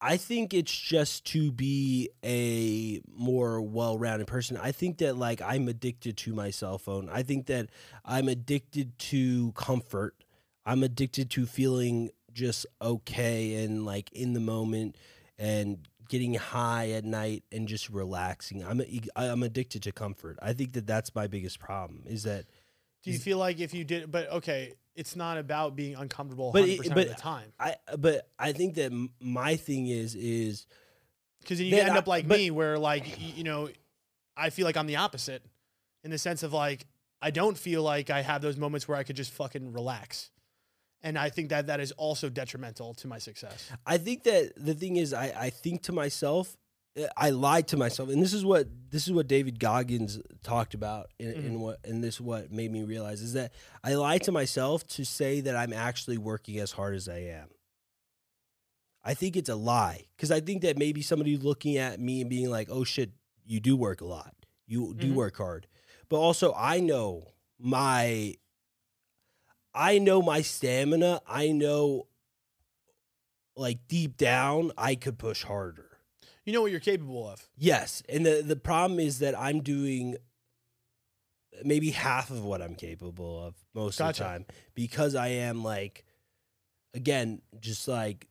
I think it's just to be a more well-rounded person. I think that like I'm addicted to my cell phone. I think that I'm addicted to comfort. I'm addicted to feeling just okay and like in the moment and getting high at night and just relaxing. I'm e, I'm addicted to comfort. I think that that's my biggest problem is that
Do you
Is-
feel like if you did, but okay, it's not about being uncomfortable
But
100
it-
percent
but-
of the time,
I but I think that m- my thing is is
because then you
then
end
I-
up like
but-
me, where like y- you know, I feel like I'm the opposite, in the sense of like I don't feel like I have those moments where I could just fucking relax, and I think that that is also detrimental to my success.
I think that the thing is, I, I think to myself, uh, I lied to myself, and this is what this is what David Goggins talked about, and, and what and this what made me realize is that I lied to myself to say that I'm actually working as hard as I am. I think it's a lie because I think that maybe somebody looking at me and being like, "Oh shit, you do work a lot, you do
Mhm.
work hard," but also I know my I know my stamina. I know, like deep down, I could push harder.
You know what you're capable of.
Yes, and the the problem is that I'm doing maybe half of what I'm capable of most
Gotcha.
of the time because I am like again just like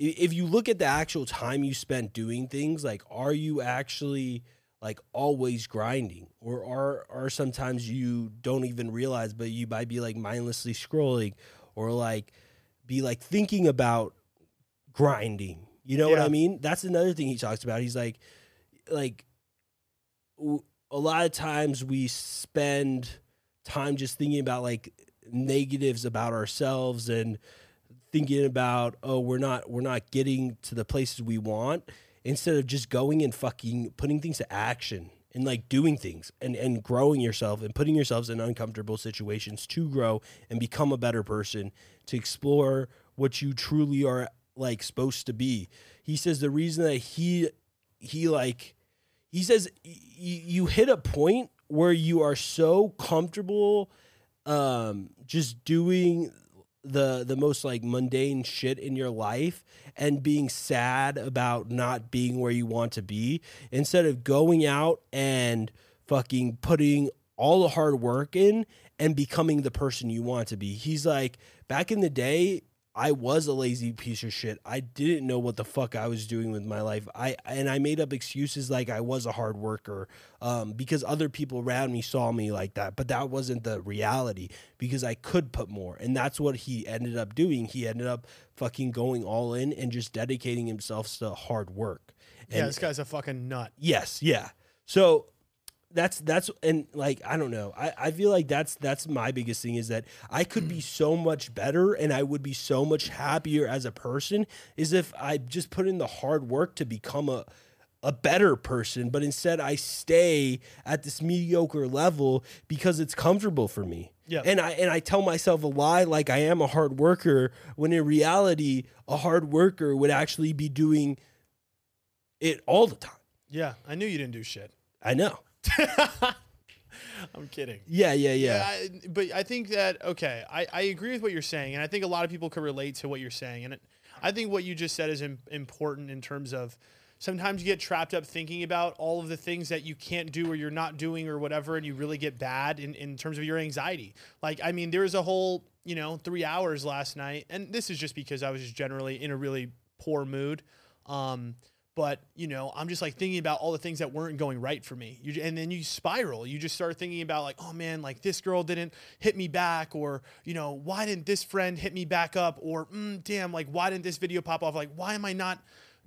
i- if you look at the actual time you spent doing things like are you actually like always grinding or are are sometimes you don't even realize but you might be like mindlessly scrolling or like be like thinking about grinding you know what
Yeah.
i mean that's another thing he talks about he's like like w- a lot of times we spend time just thinking about like negatives about ourselves and thinking about oh we're not we're not getting to the places we want instead of just going and fucking putting things to action and like doing things and and growing yourself and putting yourselves in uncomfortable situations to grow and become a better person to explore what you truly are like supposed to be he says the reason that he he like he says y- y- you hit a point where you are so comfortable um just doing the the most like mundane shit in your life and being sad about not being where you want to be instead of going out and fucking putting all the hard work in and becoming the person you want to be. He's like back in the day I was a lazy piece of shit. I didn't know what the fuck I was doing with my life. I and I made up excuses like I was a hard worker um, because other people around me saw me like that, but that wasn't the reality because I could put more, and that's what he ended up doing. He ended up fucking going all in and just dedicating himself to hard work. And
yeah, this guy's a fucking nut.
Yes, yeah. So that's that's and like I don't know. I I feel like that's that's my biggest thing is that I could be so much better and I would be so much happier as a person is if I just put in the hard work to become a a better person, but instead I stay at this mediocre level because it's comfortable for me.
Yeah.
And I and I tell myself a lie like I am a hard worker when in reality a hard worker would actually be doing it all the time.
Yeah, I knew you didn't do shit.
I know.
I'm kidding.
Yeah, yeah, yeah.
I, but I think that okay, I, I agree with what you're saying, and I think a lot of people could relate to what you're saying, and it, I think what you just said is im- important in terms of sometimes you get trapped up thinking about all of the things that you can't do or you're not doing or whatever, and you really get bad in, in terms of your anxiety. Like, I mean, there was a whole you know three hours last night, and this is just because I was just generally in a really poor mood. Um, but you know i'm just like thinking about all the things that weren't going right for me you, and then you spiral you just start thinking about like oh man like this girl didn't hit me back or you know why didn't this friend hit me back up or mm, damn like why didn't this video pop off like why am i not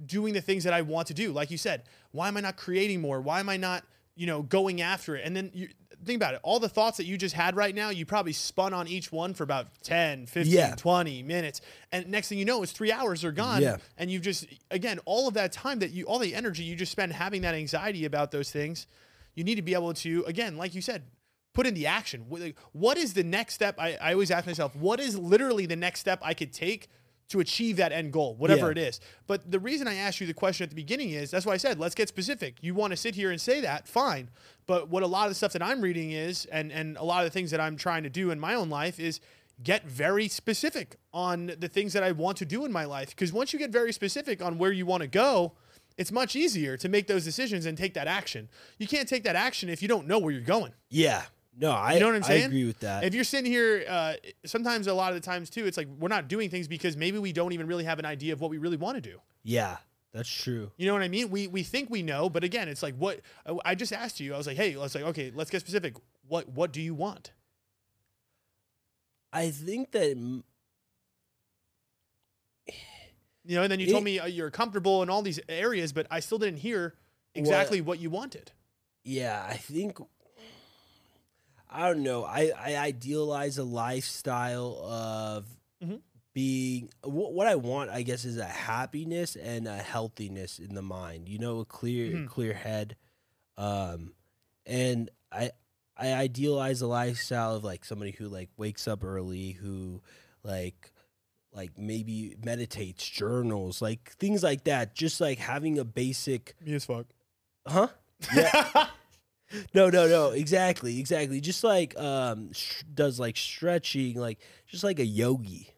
doing the things that i want to do like you said why am i not creating more why am i not you know going after it and then you think about it all the thoughts that you just had right now you probably spun on each one for about 10 15
Yeah.
20 minutes and next thing you know it's three hours are gone
Yeah.
and you've just again all of that time that you all the energy you just spend having that anxiety about those things you need to be able to again like you said put in the action Wh- like, what is the next step I, I always ask myself what is literally the next step i could take to achieve that end goal whatever
Yeah.
it is but the reason i asked you the question at the beginning is that's why i said let's get specific you want to sit here and say that fine but what a lot of the stuff that i'm reading is and and a lot of the things that i'm trying to do in my own life is get very specific on the things that I want to do in my life. Because once you get very specific on where you want to go, it's much easier to make those decisions and take that action. You can't take that action if you don't know where you're going.
yeah. No, I
You know what I'm
I
saying?
agree with that.
If you're sitting here, uh, sometimes a lot of the times too, it's like we're not doing things because maybe we don't even really have an idea of what we really want to do.
yeah, that's true.
You know what I mean? We we think we know, but again, it's like what I- I just asked you. I was like, hey, let's like okay, let's get specific. What what do you want?
I think that m-
You know, and then you
It-
told me uh, you're comfortable in all these areas, but I still didn't hear exactly what you wanted.
yeah, I think I don't know. I I idealize a lifestyle of
Mhm.
being what, what I want. I guess is a happiness and a healthiness in the mind. You know, a clear
Mhm.
clear head. Um, and I I idealize a lifestyle of like somebody who like wakes up early, who like like maybe meditates, journals, like things like that. Just like having a basic,
Me as fuck.
huh? Yeah. No, no, no. Exactly, exactly. Just like um, sh- does like stretching, like just like a yogi.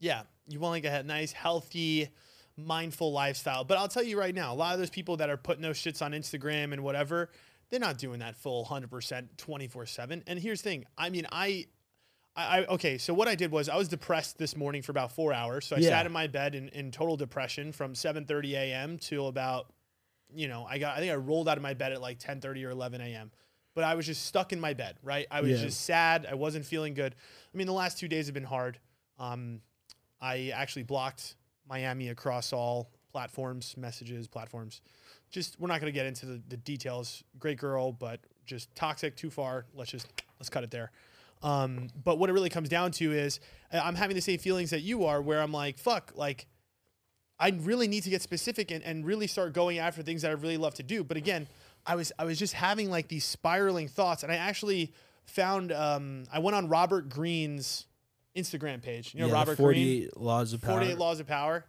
Yeah, you want like a nice, healthy, mindful lifestyle. But I'll tell you right now, a lot of those people that are putting those shits on Instagram and whatever, they're not doing that full 100% 24/7. And here's the thing, I mean, I I, I- okay, so what I did was I was depressed this morning for about four hours. So I
Yeah.
sat in my bed in, in total depression from 7:30 a.m. till about, you know, I got I think I rolled out of my bed at like 10:30 or 11 a.m. But I was just stuck in my bed, right? I was
Yeah.
just sad. I wasn't feeling good. I mean, the last two days have been hard. Um, I actually blocked Miami across all platforms, messages, platforms. Just we're not going to get into the, the details. Great girl, but just toxic too far. Let's just let's cut it there. Um, but what it really comes down to is I- I'm having the same feelings that you are, where I'm like, fuck, like I really need to get specific and, and really start going after things that I really love to do. But again, I was I was just having like these spiraling thoughts, and I actually found um, I went on Robert Greene's Instagram page. You know
Yeah, the
Robert Greene.
48 laws of power.
48 Laws of Power.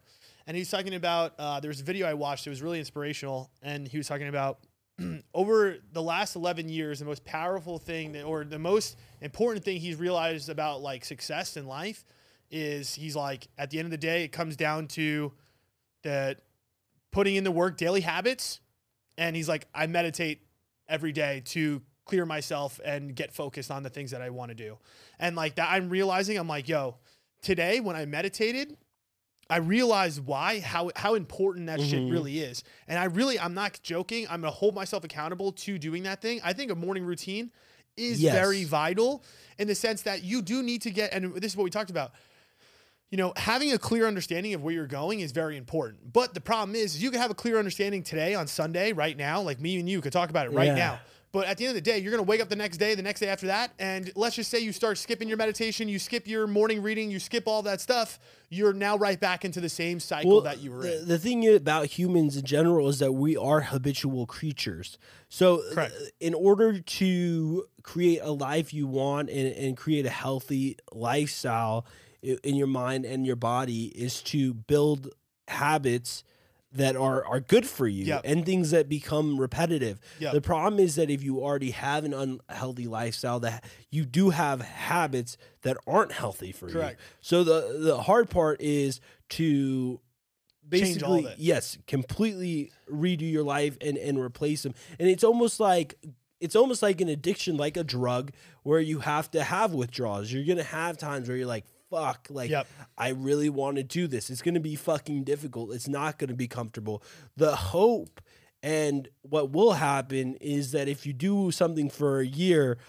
And he was talking about, uh, there was a video I watched, it was really inspirational. And he was talking about over the last 11 years, the most powerful thing that, or the most important thing he's realized about like success in life is he's like, at the end of the day, it comes down to that putting in the work daily habits. And he's like, I meditate every day to clear myself and get focused on the things that I want to do. And like that, I'm realizing, I'm like, yo, today when I meditated, I realized why how how important that shit
Mhm.
really is. And I really I'm not joking. I'm gonna hold myself accountable to doing that thing. I think a morning routine is
Yes.
very vital in the sense that you do need to get and this is what we talked about. You know, having a clear understanding of where you're going is very important. But the problem is, is you can have a clear understanding today on Sunday, right now, like me and you could talk about it right
Yeah.
now. But at the end of the day, you're going to wake up the next day, the next day after that, and let's just say you start skipping your meditation, you skip your morning reading, you skip all that stuff. You're now right back into the same cycle that you were
the,
in.
the thing about humans in general is that we are habitual creatures. So,
Correct.
uh, in order to create a life you want and, and create a healthy lifestyle i- in your mind and your body, is to build habits that are, are good for you
Yep.
and things that become repetitive.
Yep.
The problem is that if you already have an unhealthy lifestyle that you do have habits that aren't healthy for you.
Correct.
So the the hard part is to
Change all of
basically
it.
yes, completely redo your life and and replace them. And it's almost like it's almost like an addiction like a drug where you have to have withdrawals. You're going to have times where you're like fuck like
Yep.
I really want to do this. It's going to be fucking difficult. It's not going to be comfortable. The hope and what will happen is that if you do something for a year,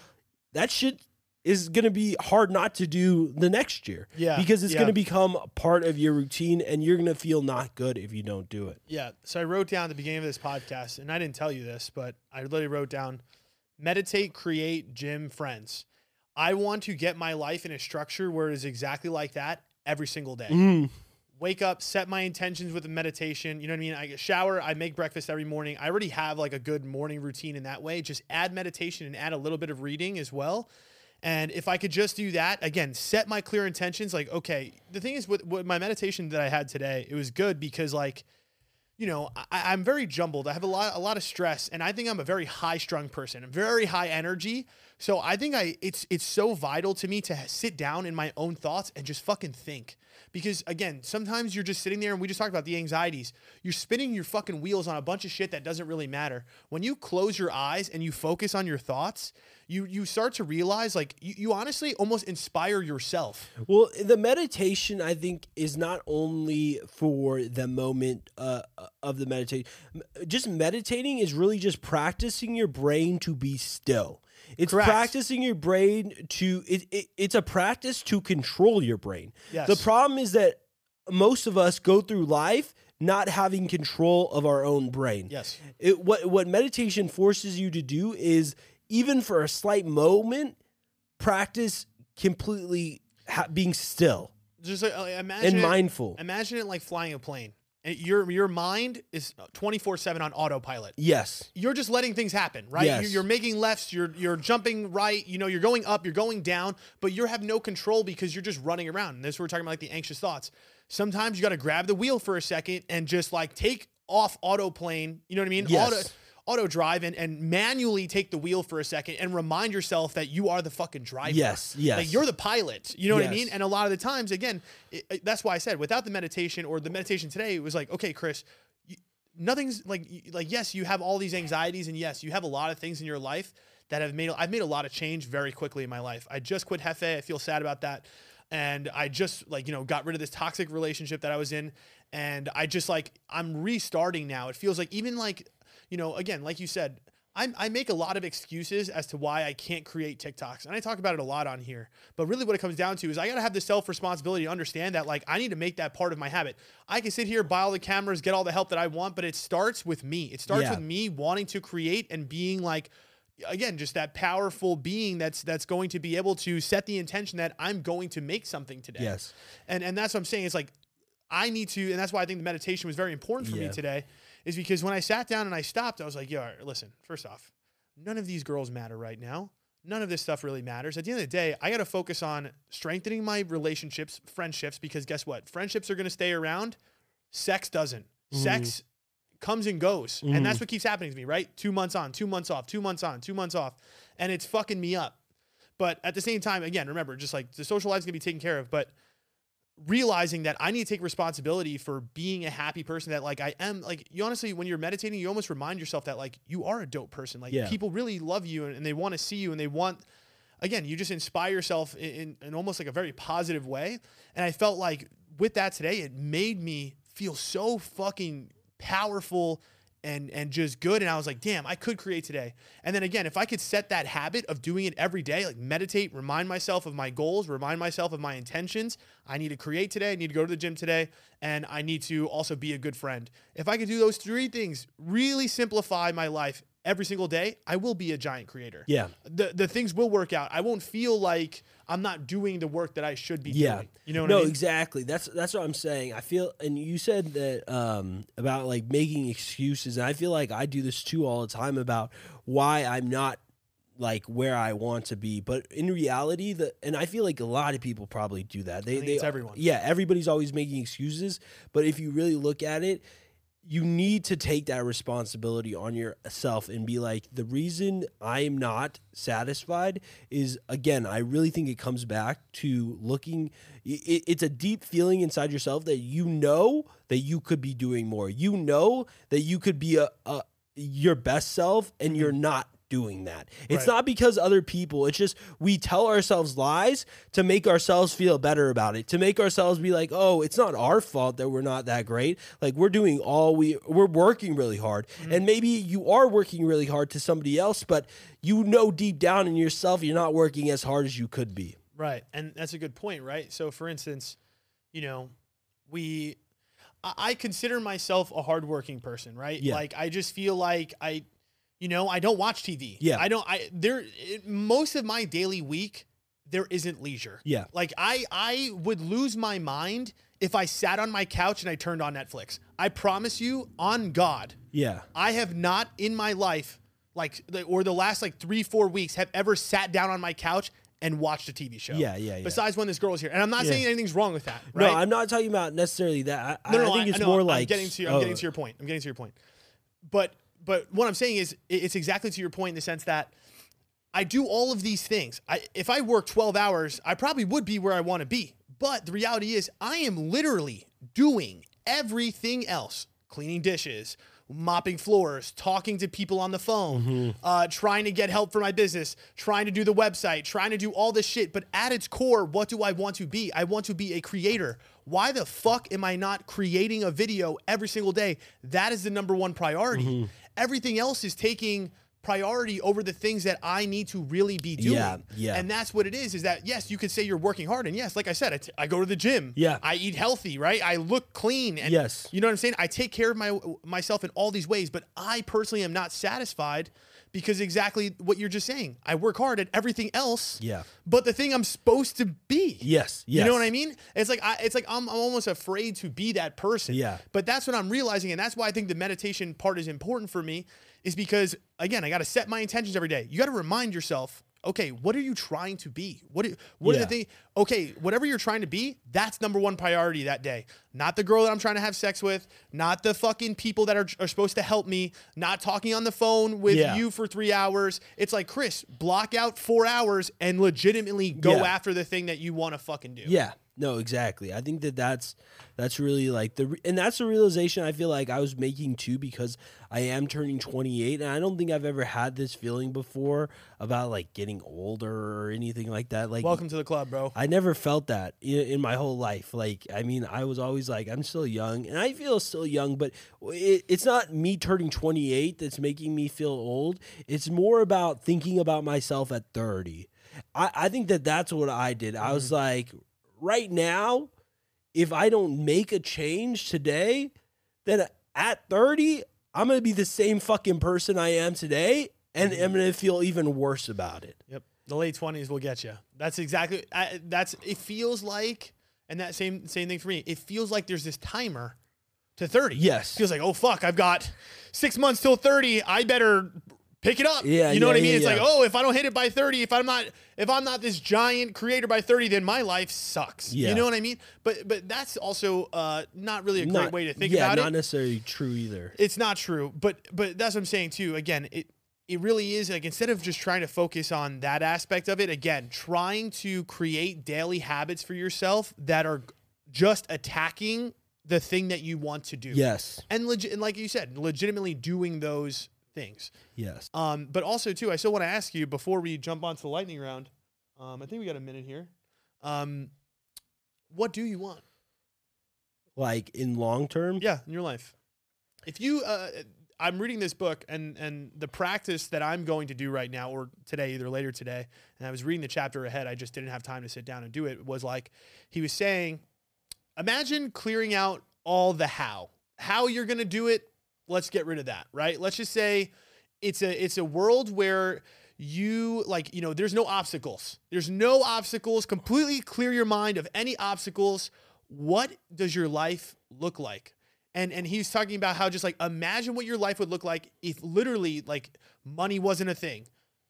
that shit is going to be hard not to do the next year.
Yeah,
Because it's
yeah.
going to become part of your routine and you're going to feel not good if you don't do it.
Yeah. So I wrote down at the beginning of this podcast, and I didn't tell you this, but I literally wrote down meditate, create, gym, friends. I want to get my life in a structure where it is exactly like that every single day. wake up, set my intentions with a meditation. You know what I mean? I shower, I make breakfast every morning. I already have like a good morning routine in that way. Just add meditation and add a little bit of reading as well. And if I could just do that again, set my clear intentions. Like, okay, the thing is with, with my meditation that I had today, it was good because like, you know, I, I'm very jumbled. I have a lot, a lot of stress, and I think I'm a very high strung person, very high energy. So I think I, it's, it's so vital to me to ha- sit down in my own thoughts and just fucking think. Because again, sometimes you're just sitting there, and we just talked about the anxieties. You're spinning your fucking wheels on a bunch of shit that doesn't really matter. When you close your eyes and you focus on your thoughts, you you start to realize like you, you honestly almost inspire yourself.
Well, the meditation I think is not only for the moment uh, of the meditation. Just meditating is really just practicing your brain to be still. It's
Correct.
practicing your brain to it, it. It's a practice to control your brain.
Yes.
The problem is that most of us go through life not having control of our own brain.
Yes.
It, what what meditation forces you to do is even for a slight moment practice completely ha- being still
Just like, like, imagine
and
it-
mindful.
Imagine it like flying a plane. And Your your mind is 24/7 on autopilot.
yes.
You're just letting things happen, right?
Yes.
You're, you're making lefts, you're you're jumping right, you know, you're going up, you're going down, but you have no control because you're just running around. And this we're talking about like the anxious thoughts. Sometimes you got to grab the wheel for a second and just like take off autoplane, you know what I mean?
Yes.
Auto auto drive and, and manually take the wheel for a second and remind yourself that you are the fucking driver.
Yes, yes.
Like you're the pilot. You know what I mean?
Yes.
And a lot of the times, again, it, it- that's why I said without the meditation or the meditation today, it was like, okay, Chris, you, nothing's like y- like yes, you have all these anxieties, and yes, you have a lot of things in your life that have made. I've made a lot of change very quickly in my life. I just quit Hefe. I feel sad about that, and I just like you know got rid of this toxic relationship that I was in, and I just like I'm restarting now. It feels like even like you know again, like you said. I'm, I make a lot of excuses as to why I can't create TikToks. And I talk about it a lot on here. But really, what it comes down to is I got to have the self responsibility to understand that, like, I need to make that part of my habit. I can sit here, buy all the cameras, get all the help that I want, but it starts with me. It starts
Yeah.
with me wanting to create and being like, again just that powerful being that's that's going to be able to set the intention that I'm going to make something today
Yes.
and and that's what I'm saying. It's like I need to, and that's why I think the meditation was very important for me
Yeah.
today, is because when I sat down and I stopped, I was like, "Yo, all right, listen. First off, none of these girls matter right now. None of this stuff really matters. At the end of the day, I got to focus on strengthening my relationships, friendships, because guess what? Friendships are going to stay around. Sex doesn't. Sex comes and goes, and that's what keeps happening to me. Right? Two months on, two months off, two months on, two months off, and it's fucking me up. But at the same time, again, remember, just like the social life's gonna be taken care of, but realizing that I need to take responsibility for being a happy person that like I am like you honestly when you're meditating you almost remind yourself that like you are a dope person like
Yeah.
people really love you and, and they want to see you and they want again you just inspire yourself in, in, in almost like a very positive way and I felt like with that today it made me feel so fucking powerful and and just good and I was like damn I could create today and then again if I could set that habit of doing it every day like meditate remind myself of my goals remind myself of my intentions I need to create today I need to go to the gym today and I need to also be a good friend if I could do those three things really simplify my life every single day I will be a giant creator
Yeah.
the the things will work out I won't feel like I'm not doing the work that I should be
Yeah.
doing you know what
no,
I mean
exactly. That's that's what I'm saying. I feel and you said that um about like making excuses. And I feel like I do this too all the time about why I'm not like where I want to be. But in reality, the and I feel like a lot of people probably do that. They
think
they
it's everyone.
Yeah, everybody's always making excuses, but if you really look at it, you need to take that responsibility on yourself and be like, the reason I am not satisfied is again, I really think it comes back to looking. i- i- It's a deep feeling inside yourself that you know that you could be doing more. You know that you could be a, a your best self, and you're not doing that. It's
Right.
not because other people. It's just we tell ourselves lies to make ourselves feel better about it, to make ourselves be like, "Oh, it's not our fault that we're not that great. Like we're doing all we we're working really hard."
Mm-hmm.
And maybe you are working really hard to somebody else, but you know deep down in yourself you're not working as hard as you could be.
Right. And that's a good point, right? So, for instance, you know, we, I, I consider myself a hardworking person, right?
Yeah.
Like, I just feel like I, you know, I don't watch TV.
Yeah.
I don't, I, there, it, most of my daily week, there isn't leisure.
Yeah.
Like, I, I would lose my mind if I sat on my couch and I turned on Netflix. I promise you, on God,
Yeah.
I have not in my life, like, the- or the last like three, four weeks, have ever sat down on my couch and watched a TV show.
Yeah, yeah, yeah.
Besides when this girl's here, and I'm not saying anything's wrong with that,
No,
right?
I'm not talking about necessarily that. I,
No,
I
no,
think it's
no,
more
I'm
like
getting to. I'm
oh,
getting to your point. I'm getting to your point. But but what I'm saying is, i- it's exactly to your point in the sense that I do all of these things. I if I work 12 hours, I probably would be where I want to be. But the reality is, I am literally doing everything else: cleaning dishes, mopping floors, talking to people on the phone, uh, trying to get help for my business, trying to do the website, trying to do all this shit. But at its core, what do I want to be? I want to be a creator. Why the fuck am I not creating a video every single day? That is the number one priority. Everything else is taking priority over the things that I need to really be doing.
Yeah, yeah.
And that's what it is is that yes, you could say you're working hard and yes, like I said, I, t- I go to the gym.
Yeah.
I eat healthy, right? I look clean and
Yes.
you know what I'm saying? I take care of my myself in all these ways, but I personally am not satisfied because exactly what you're just saying. I work hard at everything else.
Yeah.
But the thing I'm supposed to be.
Yes,
You know what
yes.
I mean? It's like I, it's like I'm, I'm almost afraid to be that person.
Yeah.
But that's what I'm realizing, and that's why I think the meditation part is important for me, is because again, I got to set my intentions every day. You got to remind yourself, okay, what are you trying to be? What are, what are the
Yeah.
thing? Okay, whatever you're trying to be, that's number one priority that day. Not the girl that I'm trying to have sex with, not the fucking people that are, are supposed to help me, not talking on the phone with
Yeah.
you for three hours. It's like, Chris, block out four hours and legitimately go
Yeah.
after the thing that you want to fucking do.
Yeah. No, exactly. I think that that's that's really like the re- and that's the realization I feel like I was making too because I am turning 28 and I don't think I've ever had this feeling before about like getting older or anything like that. Like
Welcome to the club, bro.
I never felt that in, in my whole life. Like, I mean, I was always like, I'm still young, and I feel still young, but it, it's not me turning 28 that's making me feel old. It's more about thinking about myself at 30. I, I think that that's what I did. I was like, right now, if I don't make a change today, then at 30, I'm going to be the same fucking person I am today, and I'm going to feel even worse about it.
Yep. The late twenties will get you. That's exactly. I, that's. It feels like, and that same same thing for me. It feels like there's this timer to thirty.
Yes.
Feels like oh fuck, I've got six months till thirty. I better pick it up.
Yeah,
You know
yeah,
what I mean?
yeah,
it's like
yeah.
oh, if I don't hit it by thirty, if I'm not, if I'm not this giant creator by thirty, then my life sucks.
Yeah.
You know what I mean? But but that's also uh, not really a great way to think
yeah,
about it.
not necessarily true either.
It's not true, but but that's what I'm saying too. Again, it it really is like instead of just trying to focus on that aspect of it, again, trying to create daily habits for yourself that are just attacking the thing that you want to do.
Yes.
And legit and like you said, legitimately doing those things.
Yes.
Um, but also too, I still want to ask you before we jump onto the lightning round. Um, I think we got a minute here. Um, what do you want?
Like in long term.
Yeah, in your life. If you, uh, I'm reading this book, and and the practice that I'm going to do right now, or today, either later today, and I was reading the chapter ahead. I just didn't have time to sit down and do it. Was like he was saying, imagine clearing out all the how, how you're going to do it. Let's get rid of that, right? Let's just say it's a it's a world where you like you know there's no obstacles there's no obstacles completely clear your mind of any obstacles what does your life look like and and he was talking about how just like imagine what your life would look like if literally like money wasn't a thing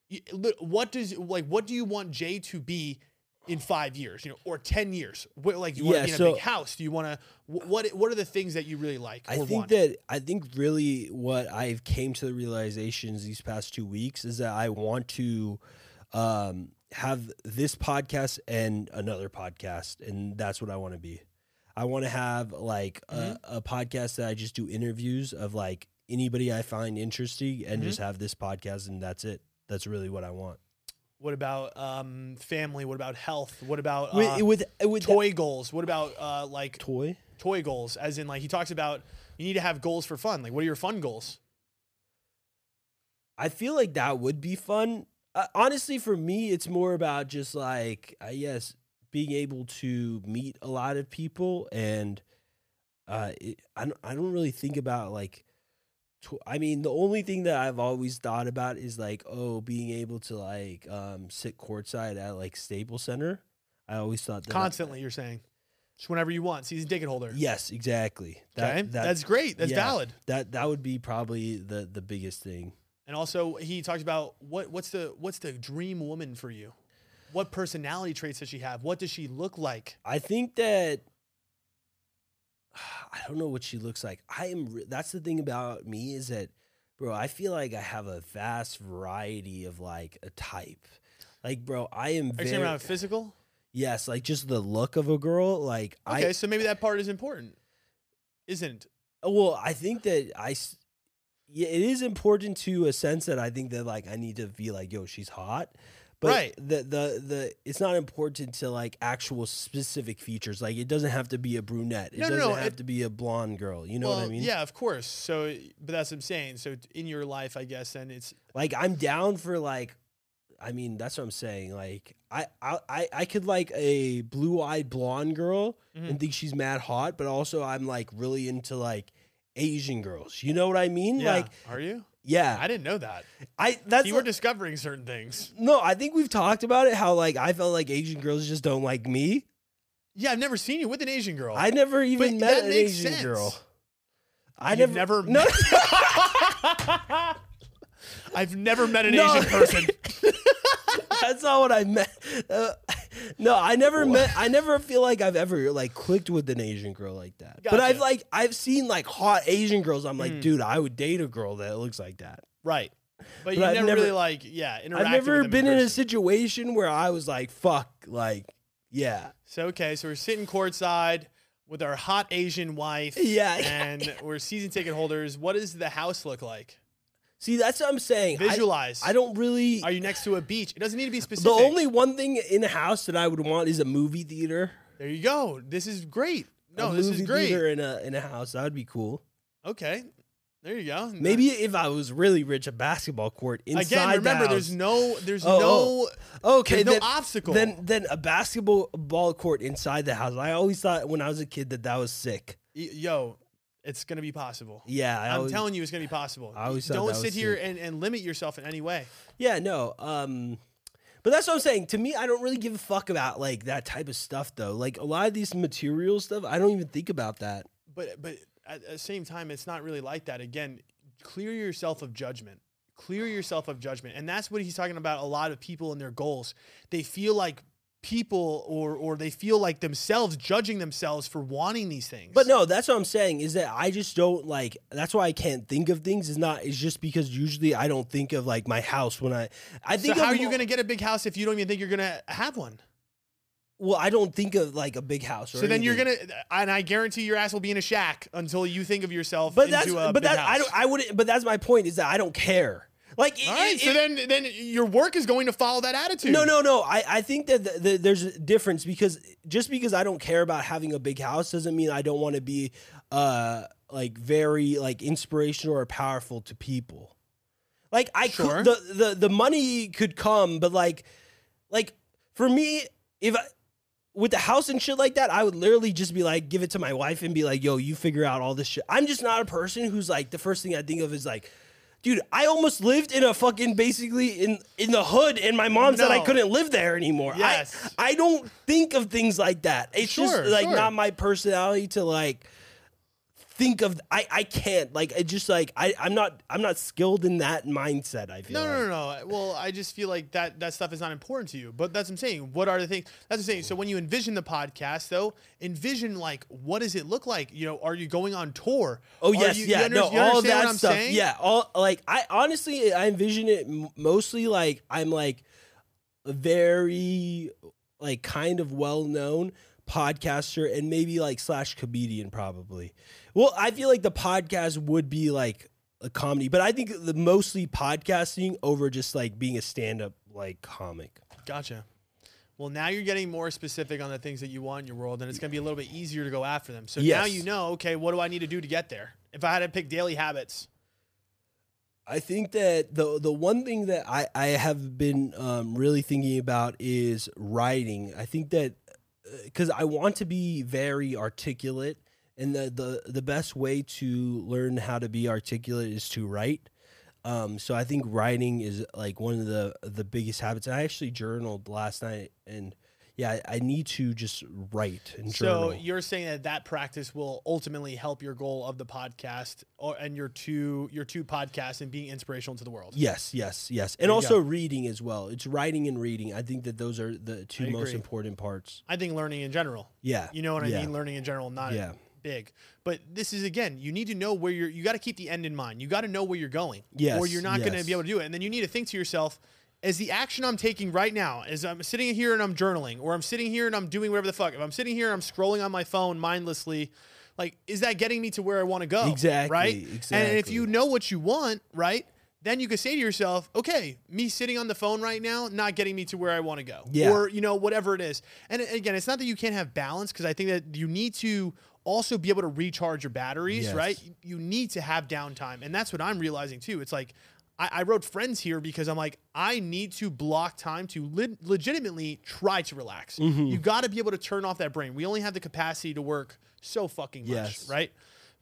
You- li- what does like what do you want jay to be in five years you know or 10 years what, like you want to
Yeah,
be in a
so-
big house do you want to what what are the things that you really like
I
or
think
want?
that I think really what I've came to the realizations these past two weeks is that I want to um, have this podcast and another podcast, and that's what I want to be. I want to have like
Mm-hmm.
a, a podcast that I just do interviews of like anybody I find interesting, and
Mhm.
just have this podcast, and that's it. That's really what I want.
What about um, family? What about health? What about uh,
with with, with that-
toy goals? What about uh, like
toy.
toy goals? As in, like he talks about, you need to have goals for fun. Like, what are your fun goals?
I feel like that would be fun. Uh, honestly, for me, it's more about just like, I guess, being able to meet a lot of people. And uh, it, I, don't, I don't really think about like, tw- I mean, the only thing that I've always thought about is like, oh, being able to like um, sit courtside at like Staples Center. I always thought that.
Constantly, you're saying, just whenever you want. Season ticket holder.
yes, exactly.
okay,
that,
that's great. That's
yeah.
valid.
that that would be probably the the biggest thing.
And also, he talks about what what's the what's the dream woman for you? What personality traits does she have? What does she look like?
I think that I don't know what she looks like. I am. re- That's the thing about me is that, bro. I feel like I have a vast variety of like a type. Like, bro, I am
Are you saying
very
around physical?
yes. Like, just the look of a girl. Like,
Okay,
I
so maybe that part is important, isn't?
well, I think that I. s- Yeah, it is important to a sense that I think that like I need to be like, yo, she's hot. But
Right.
the the the it's not important to like actual specific features. Like it doesn't have to be a brunette. It
No, no,
doesn't
no,
have
it-
to be a blonde girl. You know what I mean?
Yeah, of course. So, but that's what I'm saying. So, in your life, I guess, and it's
Like I'm down for like I mean, that's what I'm saying. Like I I I, I could like a blue-eyed blonde girl
Mm-hmm.
and think she's mad hot, but also I'm like really into like Asian girls. You know what I mean?
yeah.
Like
are you?
yeah.
I didn't know that.
I that's
You were
like-
discovering certain things.
no, I think we've talked about it. How like I felt like Asian girls just don't like me.
Yeah, I've never seen you with an Asian girl.
I never even
Oh. But
met
that
an
makes
Asian
sense.
girl. I
You've
never,
never
no,
I've never met an
No.
Asian person.
That's not what I meant. Uh, no, I never met. I never feel like I've ever like clicked with an Asian girl like that. But I've
Gotcha.
like I've seen like hot Asian girls. I'm like,
Mm.
dude, I would date a girl that looks like that.
right. But, you
I've
never, really
never-
like yeah interacted.
I've never
with them
been in,
in
a
person.
situation where I was like, fuck, like, yeah,
So okay, so we're sitting courtside with our hot Asian wife.
yeah.
And we're season ticket holders. What does the house look like?
See, that's what I'm saying. I,
Visualize.
I don't really.
Are you next to a beach? It doesn't need to be specific.
the only one thing in a house that I would want is a movie theater.
there you go. This is great. No,
a
this is
movie
great.
theater in a in a house that would be cool.
Okay, there you go.
Maybe if I was really rich, a basketball court inside.
again,
the
remember, there's
house.
no, there's
Oh,
no,
Okay,
there's no
then,
obstacle.
then then a basketball ball court inside the house. I always thought when I was a kid that that was sick.
Y- yo, it's gonna be possible.
Yeah, I
I'm
always-
telling you, it's gonna be possible.
I always thought
Don't
that was
sit here
sick.
and, and limit yourself in any way.
Yeah, no. Um, but that's what I'm saying. To me, I don't really give a fuck about like that type of stuff though. Like a lot of these material stuff, I don't even think about that.
But but at the same time, it's not really like that. Again, clear yourself of judgment. Clear yourself of judgment, and that's what he's talking about. A lot of people and their goals, they feel like people or or they feel like themselves judging themselves for wanting these things.
But no, that's what I'm saying is that I just don't like. That's why I can't think of things. Is not. It's just because usually I don't think of like my house when I. I
So
think.
how
of
are you
mo-
going to get a big house if you don't even think you're going to have one?
Well, I don't think of like a big house. Or
So then you're
anything.
gonna, and I guarantee your ass will be in a shack until you think of yourself
But that's.
into a big
But that
house.
I don't. I wouldn't. But that's my point. Is that I don't care. Like. it-
All right,
it-
so
it-
then then your work is going to follow that attitude.
No, no, no. I, I think that th th there's a difference because just because I don't care about having a big house doesn't mean I don't want to be uh like very like inspirational or powerful to people. Like I
Sure.
could the, the the money could come, but like like for me, if I with the house and shit like that, I would literally just be like, give it to my wife and be like, yo, you figure out all this shit. I'm just not a person who's like, the first thing I think of is like, dude, I almost lived in a fucking basically in in the hood, and my mom said I
No.
couldn't live there anymore. I-
Yes.
I, don't think of things like that. It's
Sure,
just like
sure.
not my personality to like think of. I I can't like it. Just like I I'm not I'm not skilled in that mindset. I
No,
feel like.
no, no, no. Well, I just feel like that that stuff is not important to you. But that's what I'm saying. What are the things? That's what I'm saying. So when you envision the podcast, though, envision like what does it look like? You know, are you going on tour?
Oh
Are
yes,
you, you
yeah,
under-
no,
you
all
understand
that
what I'm
stuff.
saying?
Yeah, all like I honestly I envision it m- mostly like I'm like a very like kind of well known podcaster and maybe like slash comedian probably. Well, I feel like the podcast would be like a comedy, but I think the mostly podcasting over just like being a stand up like comic.
Gotcha. Well, now you're getting more specific on the things that you want in your world, and it's going to be a little bit easier to go after them. So now
Yes.
you know, okay, what do I need to do to get there? If I had to pick daily habits,
I think that the the one thing that I I have been um, really thinking about is writing. I think that because I want to be very articulate, and the, the the best way to learn how to be articulate is to write. Um, so I think writing is like one of the the biggest habits. And I actually journaled last night, and yeah, I, I need to just write and journal.
so you're saying that that practice will ultimately help your goal of the podcast or, and your two your two podcasts and being inspirational to the world.
Yes, yes, yes, and
you
also
go.
reading as well. It's writing and reading. I think that those are the two
I
most
agree.
important parts.
I think learning in general.
Yeah.
You know what I
Yeah.
mean? Learning in general, not
Yeah.
big. But this is again, you need to know where you're. You got to keep the end in mind. You got to know where you're going.
Yes,
Or you're not going to
yes.
be able to do it. And then you need to think to yourself: Is the action I'm taking right now? Is I'm sitting here and I'm journaling, or I'm sitting here and I'm doing whatever the fuck. If I'm sitting here and I'm scrolling on my phone mindlessly. Like, is that getting me to where I want to go?
Exactly,
Right. And if
exactly.
you know what you want, right, then you could say to yourself, okay, me sitting on the phone right now, not getting me to where I want to go.
Yeah.
Or, you know, whatever it is. And a- again, it's not that you can't have balance because I think that you need to also be able to recharge your batteries,
Yes.
right? You- You need to have downtime. And that's what I'm realizing too. It's like, I, I wrote friends here because I'm like, I need to block time to lit- legitimately try to relax.
Mm-hmm. Hmm.
You got to be able to turn off that brain. We only have the capacity to work so fucking much,
Yes.
right?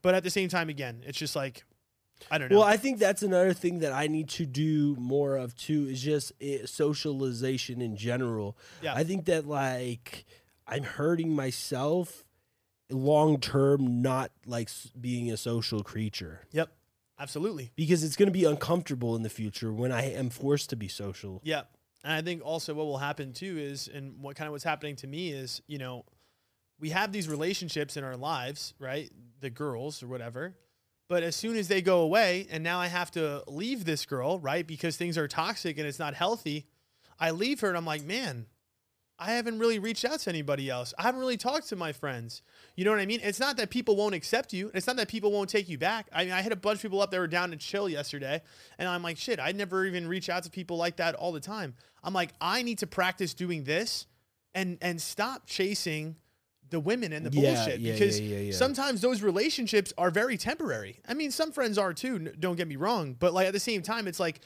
But at the same time, again, it's just like, I don't know.
Well, I think that's another thing that I need to do more of too is just eh, socialization in general.
Yeah.
I think that like I'm hurting myself long term not like s- being a social creature
Yep. Absolutely.
because it's going to be uncomfortable in the future when I am forced to be social.
Yeah. And I think also what will happen too is, and what kind of what's happening to me is, you know, we have these relationships in our lives, right? The girls or whatever. But as soon as they go away, and now I have to leave this girl, right? Because things are toxic and it's not healthy. I leave her and I'm like, man, I haven't really reached out to anybody else. I haven't really talked to my friends. You know what I mean? It's not that people won't accept you. It's not that people won't take you back. I mean, I hit a bunch of people up that were down to chill yesterday, and I'm like, shit, I never even reach out to people like that all the time. I'm like, I need to practice doing this and and stop chasing the women and the
Yeah,
bullshit
yeah,
because
yeah, yeah, yeah.
sometimes those relationships are very temporary. I mean, some friends are too, n- don't get me wrong, but like at the same time it's like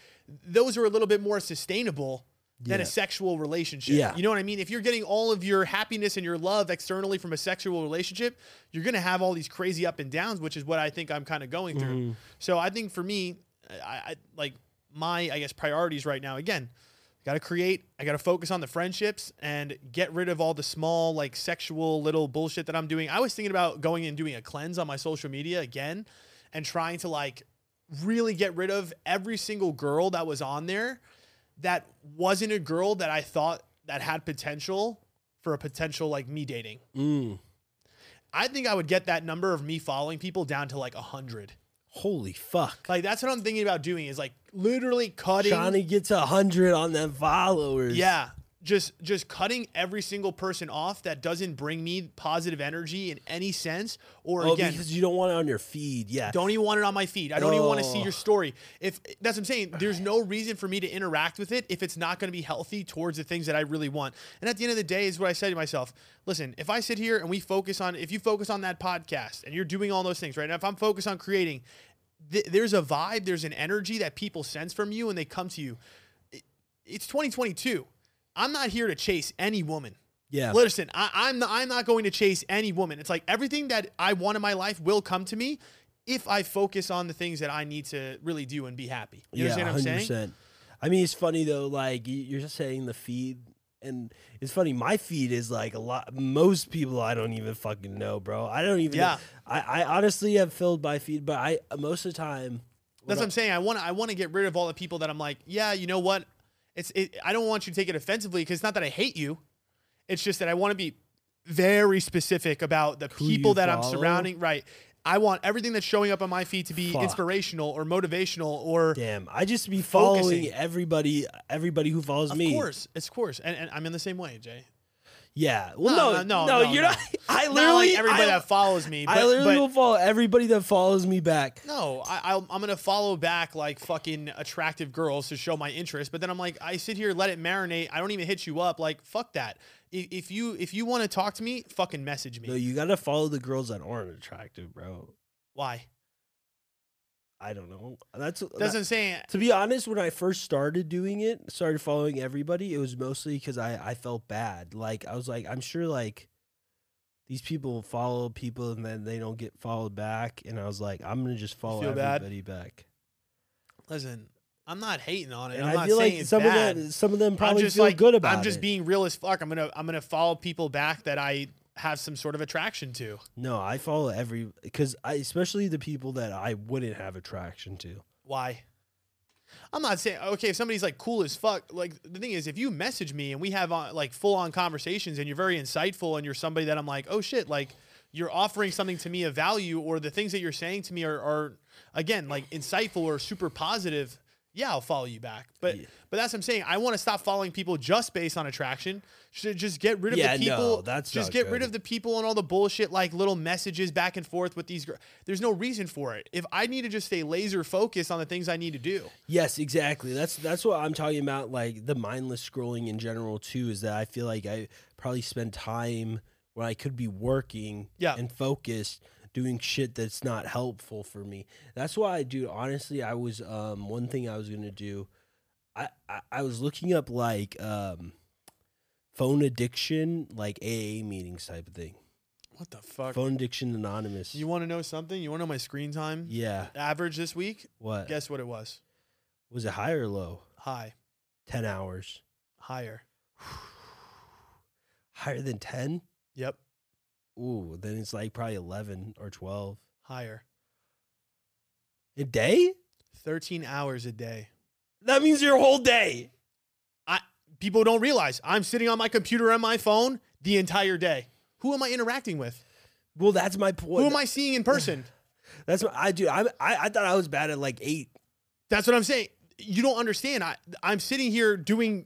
those are a little bit more sustainable than
Yeah.
a sexual relationship.
Yeah.
You know what I mean? If you're getting all of your happiness and your love externally from a sexual relationship, you're going to have all these crazy up and downs, which is what I think I'm kind of going
Mm-hmm.
through. So I think for me, I, I like my, I guess, priorities right now, again, got to create, I got to focus on the friendships and get rid of all the small, like sexual little bullshit that I'm doing. I was thinking about going and doing a cleanse on my social media again and trying to like really get rid of every single girl that was on there that wasn't a girl that I thought that had potential for a potential like me dating.
Mm.
I think I would get that number of me following people down to like a hundred.
Holy fuck.
Like that's what I'm thinking about doing is like literally cutting.
Johnny gets a hundred on them followers.
Yeah. Just just cutting every single person off that doesn't bring me positive energy in any sense. Or
Oh,
again,
because you don't want it on your feed. Yeah.
Don't even want it on my feed. I don't even want to see
Oh.
your story. If that's what I'm saying, there's no reason for me to interact with it if it's not going to be healthy towards the things that I really want. And at the end of the day, is what I said to myself. Listen, if I sit here and we focus on, if you focus on that podcast and you're doing all those things right now, if I'm focused on creating, th- there's a vibe, there's an energy that people sense from you and they come to you. It- it's 2022. I'm not here to chase any woman.
Yeah.
Listen, I, I'm not, I'm not going to chase any woman. It's like everything that I want in my life will come to me if I focus on the things that I need to really do and be happy. You
yeah,
understand what I'm saying?
I mean, it's funny though. Like y- you're just saying the feed, and it's funny. My feed is like a lot. Most people I don't even fucking know, bro. I don't even.
Yeah.
I, I honestly have filled my feed, but I most of the time.
That's what I'm saying. I want to I want to get rid of all the people that I'm like, yeah, you know what? It's it, I don't want you to take it offensively because it's not that I hate you. It's just that I want to be very specific about the
Who you
people that I'm
follow?
surrounding. Right. I want everything that's showing up on my feed to be
Fuck.
inspirational or motivational or
Damn, I just be following
Focusing.
everybody. Everybody who follows
of
me.
course, of course. And, and I'm in the same way, Jay.
Yeah. Well,
No,
no,
no,
no,
no,
you're
no.
not. I
Not
literally.
like everybody
I,
that follows me. But,
I literally
but-
will follow everybody that follows me back.
No, I, I'll- I'm gonna follow back like fucking attractive girls to show my interest, but then I'm like, I sit here, let it marinate. I don't even hit you up. Like, fuck that. If, if you if you want to talk to me, fucking message me.
No, you gotta follow the girls that aren't attractive, bro.
Why?
I don't know. That's
That's what I'm saying.
To be honest, when I first started doing it, started following everybody, it was mostly because I, I felt bad. Like I was like, I'm sure like these people follow people and then they don't get followed back. And I was like, I'm gonna just follow
feel bad?
everybody back.
Listen, I'm not hating on it.
And
I'm
I
not
feel
saying
like
it's
some
bad.
of them some of them
I'm
probably
just
feel
like
good about
I'm just
it.
being real as fuck. I'm gonna I'm gonna follow people back that I have some sort of attraction to.
no, I follow every because I especially the people that I wouldn't have attraction to.
Why? I'm not saying okay if somebody's like cool as fuck. Like the thing is, if you message me and we have on, like full on conversations and you're very insightful and you're somebody that I'm like, oh shit, like you're offering something to me of value or the things that you're saying to me are, are again like insightful or super positive. Yeah, I'll follow you back. But
Yeah.
but that's what I'm saying. I want to stop following people just based on attraction. Should just get rid of
Yeah,
the people.
no, that's
just
not
get rid
good.
of the people and all the bullshit like little messages back and forth with these. Gr- There's no reason for it. If I need to just stay laser focused on the things I need to do.
Yes, exactly. That's that's what I'm talking about. Like the mindless scrolling in general too is that I feel like I probably spend time where I could be working
Yeah.
and focused doing shit that's not helpful for me. That's why I do. Honestly, I was um one thing I was gonna do. I I, I was looking up like um phone addiction, like AA meetings type of thing.
What the fuck?
Phone addiction anonymous.
You want to know something? You want to know my screen time
yeah.
average this week?
What
Guess what it was?
was it? High or low?
High,
Ten hours.
higher.
Higher than ten.
Yep,
Ooh, then it's like probably 11 or 12
higher.
a day.
Thirteen hours a day.
That means your whole day.
I people don't realize I'm sitting on my computer and my phone the entire day. Who am I interacting with?
Well, that's my point.
Who am I seeing in person?
That's my, I do. I, I I thought I was bad at like eight.
That's what I'm saying. You don't understand. I I'm sitting here doing.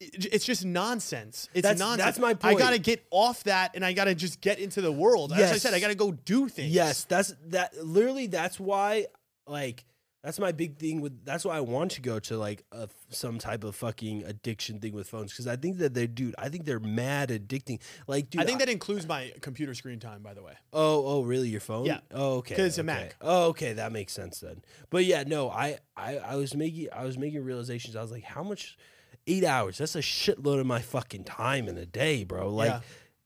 it- It's just nonsense. It's
That's-
nonsense.
that's my
I
point.
gotta get off that, and I gotta just get into the world. As I
Yes.
said, I gotta go do things.
Yes, that's that. Literally, that's why. Like, that's my big thing with. That's why I want to go to like a, some type of fucking addiction thing with phones because I think that they, dude. I think they're mad addicting. Like, dude.
I think that includes my computer screen time, by the way.
Oh, oh, really? Your phone?
Yeah.
Oh, okay.
'Cause it's a
okay.
Mac.
Oh, okay, that makes sense then. But yeah, no, I, I, I was making, I was making realizations. I was like, how much? Eight hours. That's a shitload of my fucking time in a day, bro. Like,
Yeah.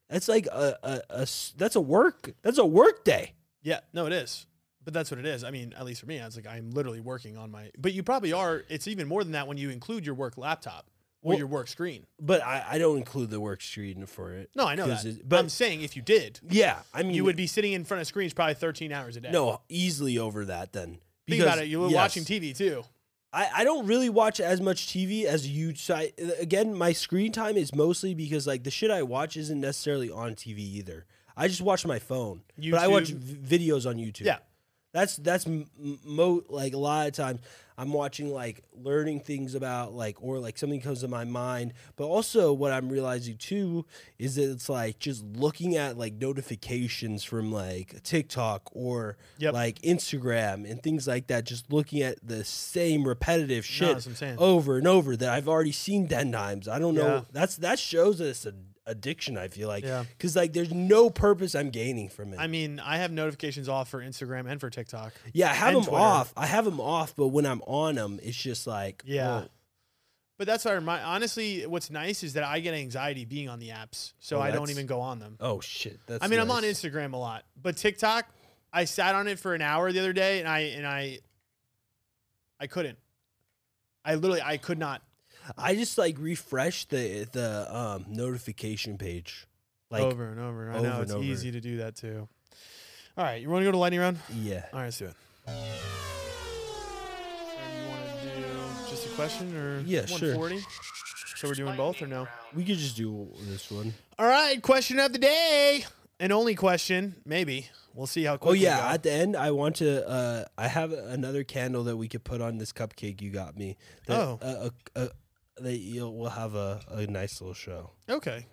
that's like a, a, a s- that's a work, that's a work day.
Yeah, no, it is. But that's what it is. I mean, at least for me, I was like, I'm literally working on my. But you probably are. It's even more than that when you include your work laptop or
Well-
your work screen.
But I, I don't include the work screen for it.
No, I know
'Cause
that.
it- but-
I'm saying if you did,
Yeah, I mean,
you would be sitting in front of screens probably 13 hours a day.
no easily over that then.
think about it. You were
yes.
watching TV too.
I, I don't really watch as much TV as you. so I- Again, my screen time is mostly because like the shit I watch isn't necessarily on TV either. I just watch my phone, but I watch
YouTube.
v- videos on YouTube.
Yeah.
that's that's m- m- mo like a lot of times I'm watching like learning things about like or like something comes to my mind. But also what I'm realizing too is that it's like just looking at like notifications from like TikTok or
Yep.
like Instagram and things like that. Just looking at the same repetitive shit
that's what I'm saying.
over and over that I've already seen ten times. I don't know.
Yeah.
That's that shows us an addiction. I feel like
Yeah.
because like there's no purpose I'm gaining from it.
I mean, I have notifications off for Instagram and for TikTok.
Yeah, I have
and
them
Twitter.
off. I have them off, but when I'm on them, it's just like
Yeah.
oh,
But that's our my honestly. What's nice is that I get anxiety being on the apps, so
Well,
I don't
Oh, that's-
even go on them.
oh shit. That's
I mean, I'm on
nice.
Instagram a lot, but TikTok, I sat on it for an hour the other day, and I and I, I couldn't. I literally, I could not.
I just like refresh the the um, notification page. Like
over and over. I know
over
it's
and over.
easy to do that too. All right, you want to go to lightning round?
yeah,
All right, let's do it. So you want to do just a question or
Yeah, sure.
140? So we're doing both or no?
we could just do this one.
All right, question of the day. An only question, maybe. We'll see how
Oh
quickly.
yeah, at the end I want to. Uh, I have another candle that we could put on this cupcake you got me. That,
Oh.
uh, uh, uh, that you'll we'll have a, a nice little show.
Okay.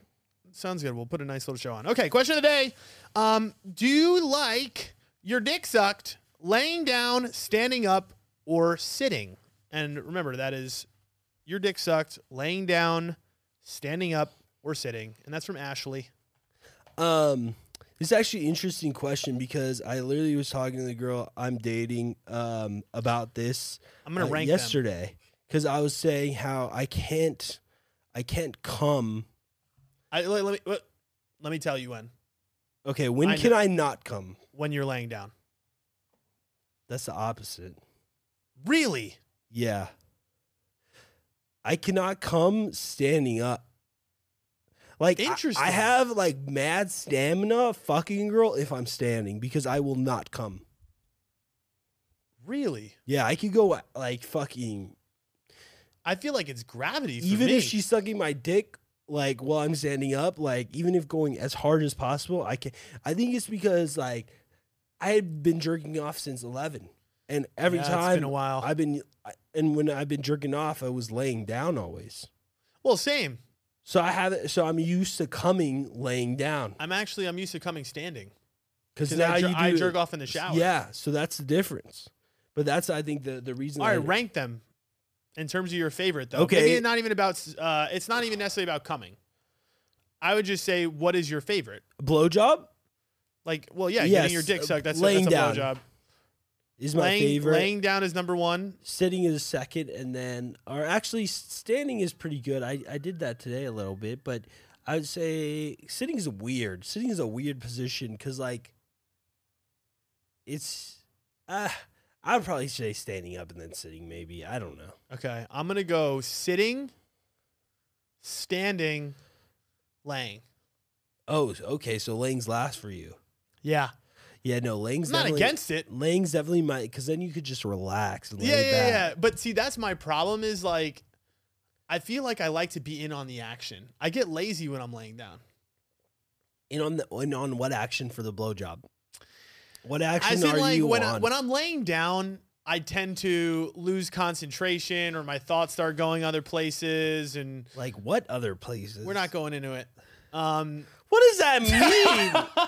Sounds good. We'll put a nice little show on. Okay, question of the day. Um, do you like your dick sucked laying down, standing up, or sitting? And remember, that is your dick sucked laying down, standing up, or sitting. And that's from Ashley.
Um, this is actually an interesting question because I literally was talking to the girl I'm dating um, about this.
I'm gonna
uh,
rank them.
yesterday because I was saying how I can't, I can't come.
I, let, let me, let, let me tell you when.
Okay, when
I
can
know.
I not come?
When you're laying down.
That's the opposite.
Really?
Yeah, I cannot come standing up. Like I- I,
Interesting.
have like mad stamina, fucking girl. If I'm standing, because I will not come.
Really?
Yeah, I could go like fucking
I feel like it's gravity. For
even
me.
if she's sucking my dick like while i'm standing up like even if going as hard as possible i can i think it's because like i had been jerking off since 11 and every
Yeah, it's been a
time
while.
i've been I- and when i've been jerking off i was laying down always
well, same.
so i have so i'm used to coming laying down
I'm actually I'm used to coming standing
because
because
now
I, jer-
you do
I jerk off in the shower.
yeah so that's the difference but that's i think the the reason
All right,
I-
rank them in terms of your favorite, though.
Okay.
Maybe not even about. Uh, it's not even necessarily about coming. I would just say, what is your favorite?
blowjob
Like, well, yeah,
Yes,
getting your dick
uh,
sucked. That's
laying
a, that's a
down.
blowjob.
is my
Laying,
favorite
laying down is number one.
sitting is second and then or actually standing is pretty good i, I did that today a little bit but i would say sitting is weird sitting is a weird position because like it's uh, i'd probably say standing up and then sitting maybe i don't know
Okay, I'm gonna go sitting, standing, laying.
oh okay so lang's last for you
Yeah,
yeah no lang's
I'm not
definitely,
against it.
lang's definitely my because then you could just relax and lay
Yeah, yeah,
back.
yeah. But see, that's my problem. Is like, I feel like I like to be in on the action. I get lazy when I'm laying down.
And on the and on what action for the blowjob? What action
As in,
are
like
you
when
on?
I, when I'm laying down, I tend to lose concentration or my thoughts start going other places, and
like what other places?
we're not going into it. Um,
What does that mean?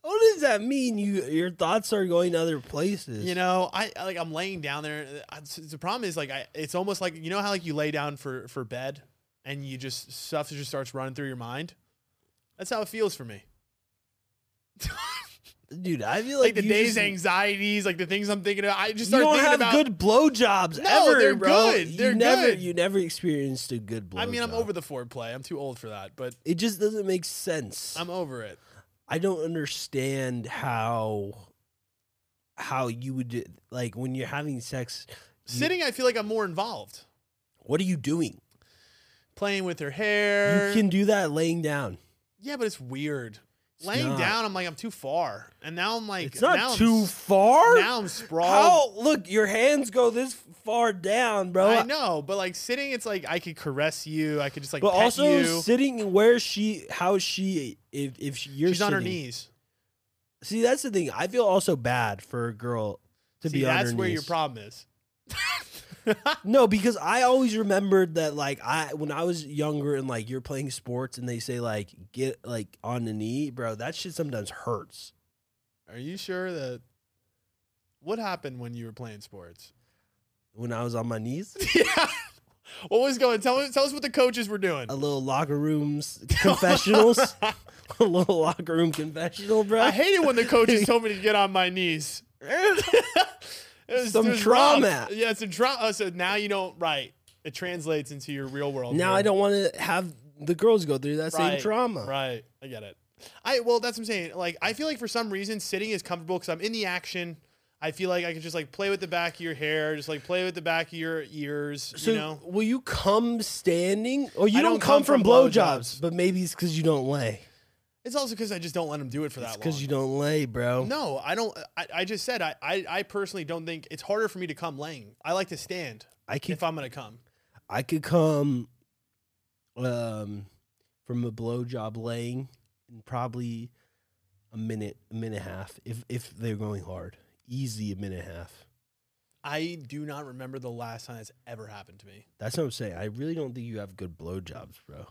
what does that mean? You your thoughts are going other places.
you know, I I- like I'm laying down there. I, the problem is like I, it's almost like you know how like you lay down for for bed and you just stuff just starts running through your mind. That's how it feels for me.
dude, I feel
Like
like,
the
you
day's
just-
anxieties, like the things I'm thinking about. I just
You
start
don't
thinking
have
about.
good blowjobs
No,
ever,
they're
bro.
good.
You
They're
never,
good.
You never experienced a good blowjob.
I mean, I'm over the foreplay. I'm too old for that, but
It just doesn't make sense.
I'm over it.
I don't understand how how you would like when you're having sex. you-
Sitting, I feel like I'm more involved.
What are you doing?
Playing with her hair.
You can do that laying down.
yeah, but it's weird.
It's
Laying
not-
down, I'm like I'm too far, and now I'm like
It's not
now I'm
too
s-
far.
Now I'm sprawled.
How? Look, your hands go this far down, bro.
I know, but like sitting, it's like I could caress you. I could just like
but
pet
also
you.
sitting where she, how she, if if she, you're
She's on her
sitting-
knees.
See, that's the thing. I feel also bad for a girl to
See,
be on
that's
her
where your
knees.
problem is.
No, because I always remembered that like I when I was younger and like you're playing sports and they say like get like on the knee, bro, that shit sometimes hurts.
Are you sure that what happened when you were playing sports?
When I was on my knees,
yeah. What was going? Tell us, tell us what the coaches were doing.
a little locker rooms confessionals, a little locker room confessional, bro.
I hated when the coaches told me to get on my knees. It was-
Some
it was
trauma.
rough. Yeah, it's a trauma. Oh, so now you don't. Right. It translates into your real world.
now
here.
I don't want to have the girls go through that same
Right,
trauma.
Right. I get it. I well, that's what I'm saying. Like, I feel like for some reason sitting is comfortable because I'm in the action. I feel like I can just like play with the back of your hair, just like play with the back of your ears.
So
you know.
will you come standing? Or you
I
don't,
don't
come,
come from
from blowjobs,
blowjobs.
but maybe it's because you don't lay.
It's also because I just don't let them do it for
It's
that long.
because you don't lay, bro.
no, I don't. I, I just said I, I. I personally don't think it's harder for me to come laying. I like to stand
I can
if I'm gonna come.
I could come um from a blowjob laying in probably a minute, a minute and a half, if if they're going hard. Easy a minute and a half.
I do not remember the last time that's ever happened to me.
That's what I'm saying. I really don't think you have good blowjobs, bro.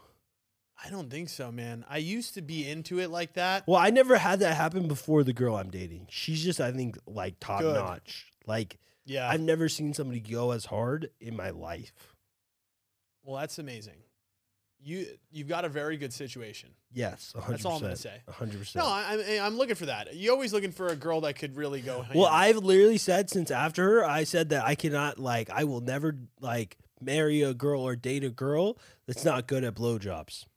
I don't think so, man. I used to be into it like that.
Well, I never had that happen before the girl I'm dating. She's just, I think, like top
Good.
notch. Like
Yeah.
I've never seen somebody go as hard in my life.
well, that's amazing. You you've got a very good situation.
Yes, 100%.
That's all I'm gonna say.
100%.
No, I, I'm I'm looking for that. You're always looking for a girl that could really go. ham.
Well, I've literally said since after her, I said that I cannot like I will never like marry a girl or date a girl that's not good at blowjobs.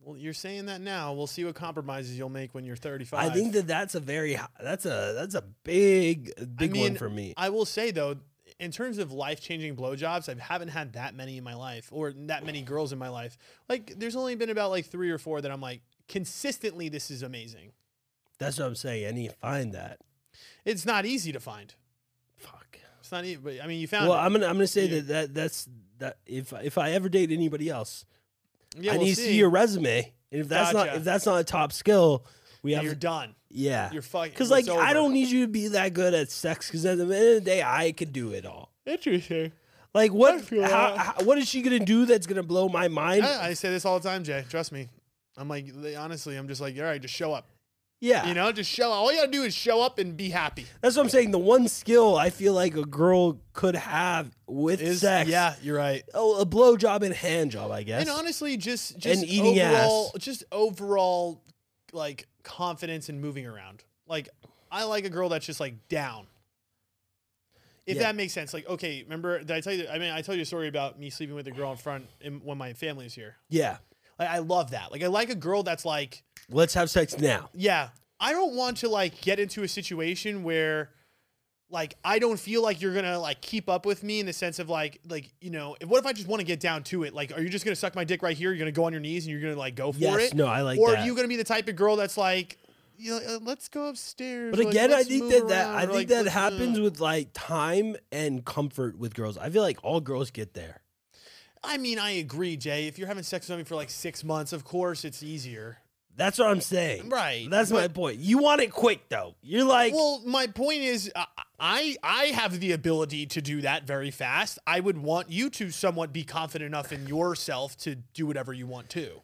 well, you're saying that now. We'll see what compromises you'll make when you're 35.
I think that that's a very hi- that's a that's a big big one
mean,
for me.
I will say though, in terms of life changing blowjobs, I haven't had that many in my life, or that many girls in my life. Like, there's only been about like three or four that I'm like consistently. This is amazing.
That's what I'm saying. I need to find that.
It's not easy to find.
Fuck.
It's not easy, but I mean, you found.
Well,
it.
I'm gonna I'm gonna say
You-
that, that that's that if if I ever date anybody else,
yeah,
I
we'll
need to see your resume. And if that's not
Gotcha.
if that's not a top skill, we
Yeah,
have
you're done.
yeah.
You're fucking.
Because like I don't need you to be that good at sex. Because at the end of the day, I could do it all.
Interesting.
Like what?
I feel
How,
that.
how, what is she gonna do that's gonna blow my mind?
I, I say this all the time, Jay. Trust me. I'm like, they- honestly, I'm just like, all right, just show up.
yeah,
You know, just show up. All you gotta do is show up and be happy.
that's what I'm saying. The one skill I feel like a girl could have with sex,
Yeah, you're right.
oh, a blowjob and hand job, I guess.
And honestly, just just
eating
overall, just overall, like confidence and moving around. Like, I like a girl that's just like down. If
Yeah.
that makes sense, like, okay, remember? Did I tell you? I mean, I told you a story about me sleeping with a girl in front in, when my family was here.
yeah,
Like, I love that. Like, I like a girl that's like,
let's have sex now.
yeah i don't want to like get into a situation where like i don't feel like you're gonna like keep up with me in the sense of like like you know if, what if i just want to get down to it like are you just gonna suck my dick right here you're gonna go on your knees and you're gonna like go for
Yes,
it
no, I like
or
that.
are you gonna be the type of girl that's like you know, uh, let's go upstairs
but
or, like,
again, I
let's
think
move
that that
around,
I
or,
think
like,
that
let's, uh,
happens with like time and comfort with girls. I feel like all girls get there.
I mean, I agree, Jay. If you're having sex with somebody for like six months, of course it's easier.
That's what I'm saying.
Right.
That's my point. You want it quick though. You're like,
Well, my point is, uh, I I have the ability to do that very fast. I would want you to somewhat be confident enough in yourself to do whatever you want to.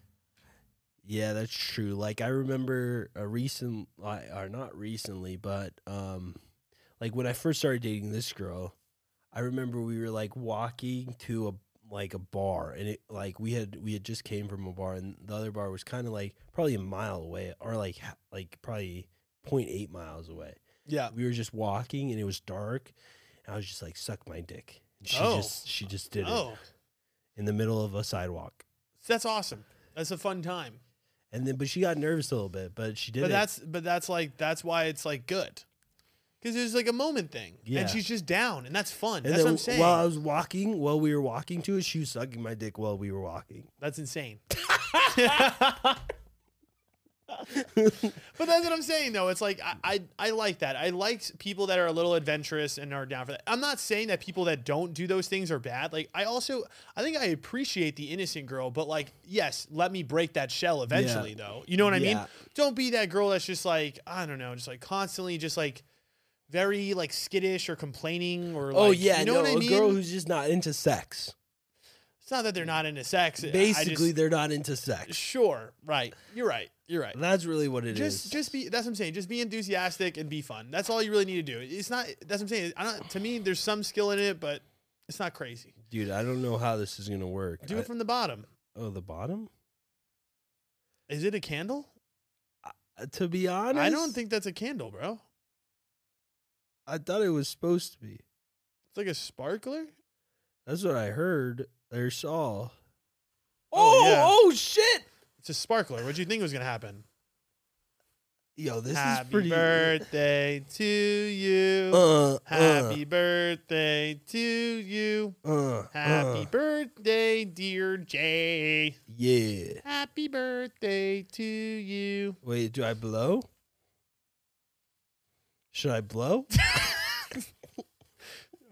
yeah, that's true. Like I remember a recent, I- or not recently, but um, like when I first started dating this girl, I remember we were like walking to a like a bar, and it like we had we had just came from a bar, and the other bar was kind of like probably a mile away, or like ha- like probably 0.8 miles away.
Yeah.
we were just walking and it was dark and i was just like suck my dick and she
Oh.
just she just did
Oh,
it in the middle of a sidewalk
that's awesome. That's a fun time.
and then but she got nervous a little bit but she did
but
it
that's but that's like that's why it's like good because it's like a moment thing
Yeah.
and she's just down and that's fun
and
that's
then
what i'm saying
while i was walking while we were walking to it she was sucking my dick while we were walking
that's insane but that's what i'm saying though it's like I, I i like that i like people that are a little adventurous and are down for that i'm not saying that people that don't do those things are bad like i also i think i appreciate the innocent girl but like yes let me break that shell eventually though you know what i mean
Yeah.
don't be that girl that's just like I don't know, just like constantly just like very like skittish or complaining or
oh
like,
yeah
you know
no
what I
a
mean.
girl who's just not into sex
it's not that they're not into sex. I- I
basically
just-
they're not into sex
sure, right. You're right. You're right.
that's really what it is.
just just be that's what I'm saying. Just be enthusiastic and be fun. That's all you really need to do. It's not that's what I'm saying. I don't to me there's some skill in it, but it's not crazy.
dude i don't know how this is gonna work
Do
I-
it from the bottom.
oh the bottom
Is it a candle?
Uh, to be honest
I don't think that's a candle, bro.
i thought it was supposed to be
It's like a sparkler.
That's what I heard or saw.
Oh, yeah.
oh shit!
It's a sparkler. What do you think was gonna happen?
Yo, this
Happy
is pretty.
birthday to you.
Uh,
Happy birthday to you.
uh, uh,
Happy
uh,
birthday, dear Jay.
yeah.
Happy birthday to you.
Wait, do I blow? Should I blow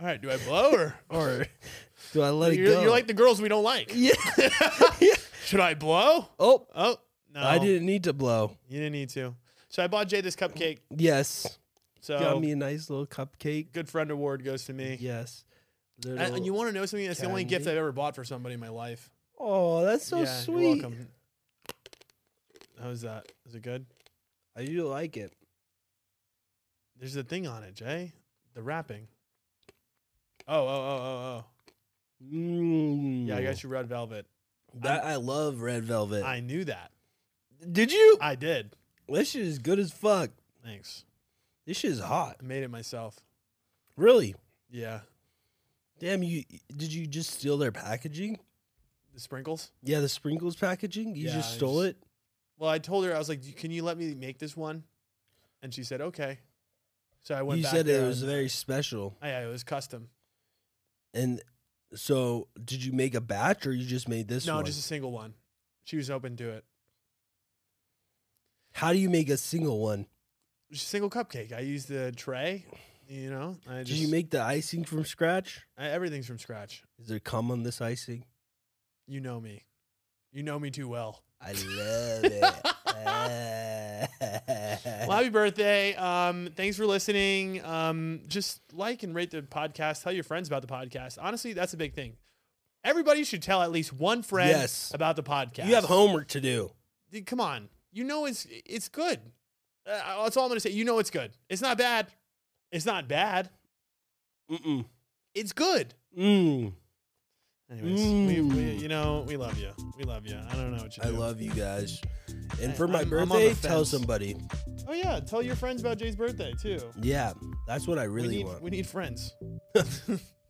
All right, do I blow or
or do I let it
you're,
go?
you're like the girls we don't like?
yeah. Yeah.
Should I blow?
Oh,
Oh no,
I didn't need to blow.
You didn't need to. So I bought Jay this cupcake.
Yes, got
So
me a nice little cupcake.
good friend award goes to me.
Yes.
Uh, And- And you want to know something? That's the only gift
candy.
I've ever bought for somebody in my life.
oh, that's so
yeah, You're
sweet.
welcome. How was that? Is it good?
I do like it.
There's a thing on it, Jay. The wrapping. Oh, oh, oh, oh, oh.
Mm.
Yeah, I got you red velvet.
That, I love red velvet.
I knew that.
Did you?
I did.
This shit is good as fuck.
Thanks.
This shit is hot.
I made it myself.
Really?
Yeah.
Damn, you did you just steal their packaging?
The sprinkles.
Yeah, the sprinkles packaging. You
Yeah,
just
I
stole
just-
it.
Well, I told her I was like, "Can you let me make this one?" And she said, "Okay." So I went.
You
back
said
there
it was
and-
very special.
Oh, yeah, it was custom.
And so, did you make a batch or you just made this
no,
one?
just a single one. She was open to it.
How do you make a single one?
Just a single cupcake. I used the tray. You know, I just
Did you make the icing from scratch?
I, everything's from scratch.
Is there cum on this icing?
You know me. You know me too well.
I love it.
Well, happy birthday. Um, thanks for listening. Um, just like and rate the podcast. Tell your friends about the podcast. Honestly, that's a big thing. Everybody should tell at least one friend
Yes.
about the podcast.
you have homework to do.
Dude, Come on. You know it's it's good. Uh, that's all I'm going to say. You know it's good. It's not bad. It's not bad.
Mm-mm.
It's good. Mm.
Mm.
Anyways, we, we, you know, we love you. We love you. I don't know what you
I
do.
love you guys. And
Hey,
for my
I'm- I'm on the
birthday, tell
fence.
somebody.
Oh, yeah. Tell your friends about Jay's birthday, too.
Yeah, that's what I really
we need,
want.
We need friends.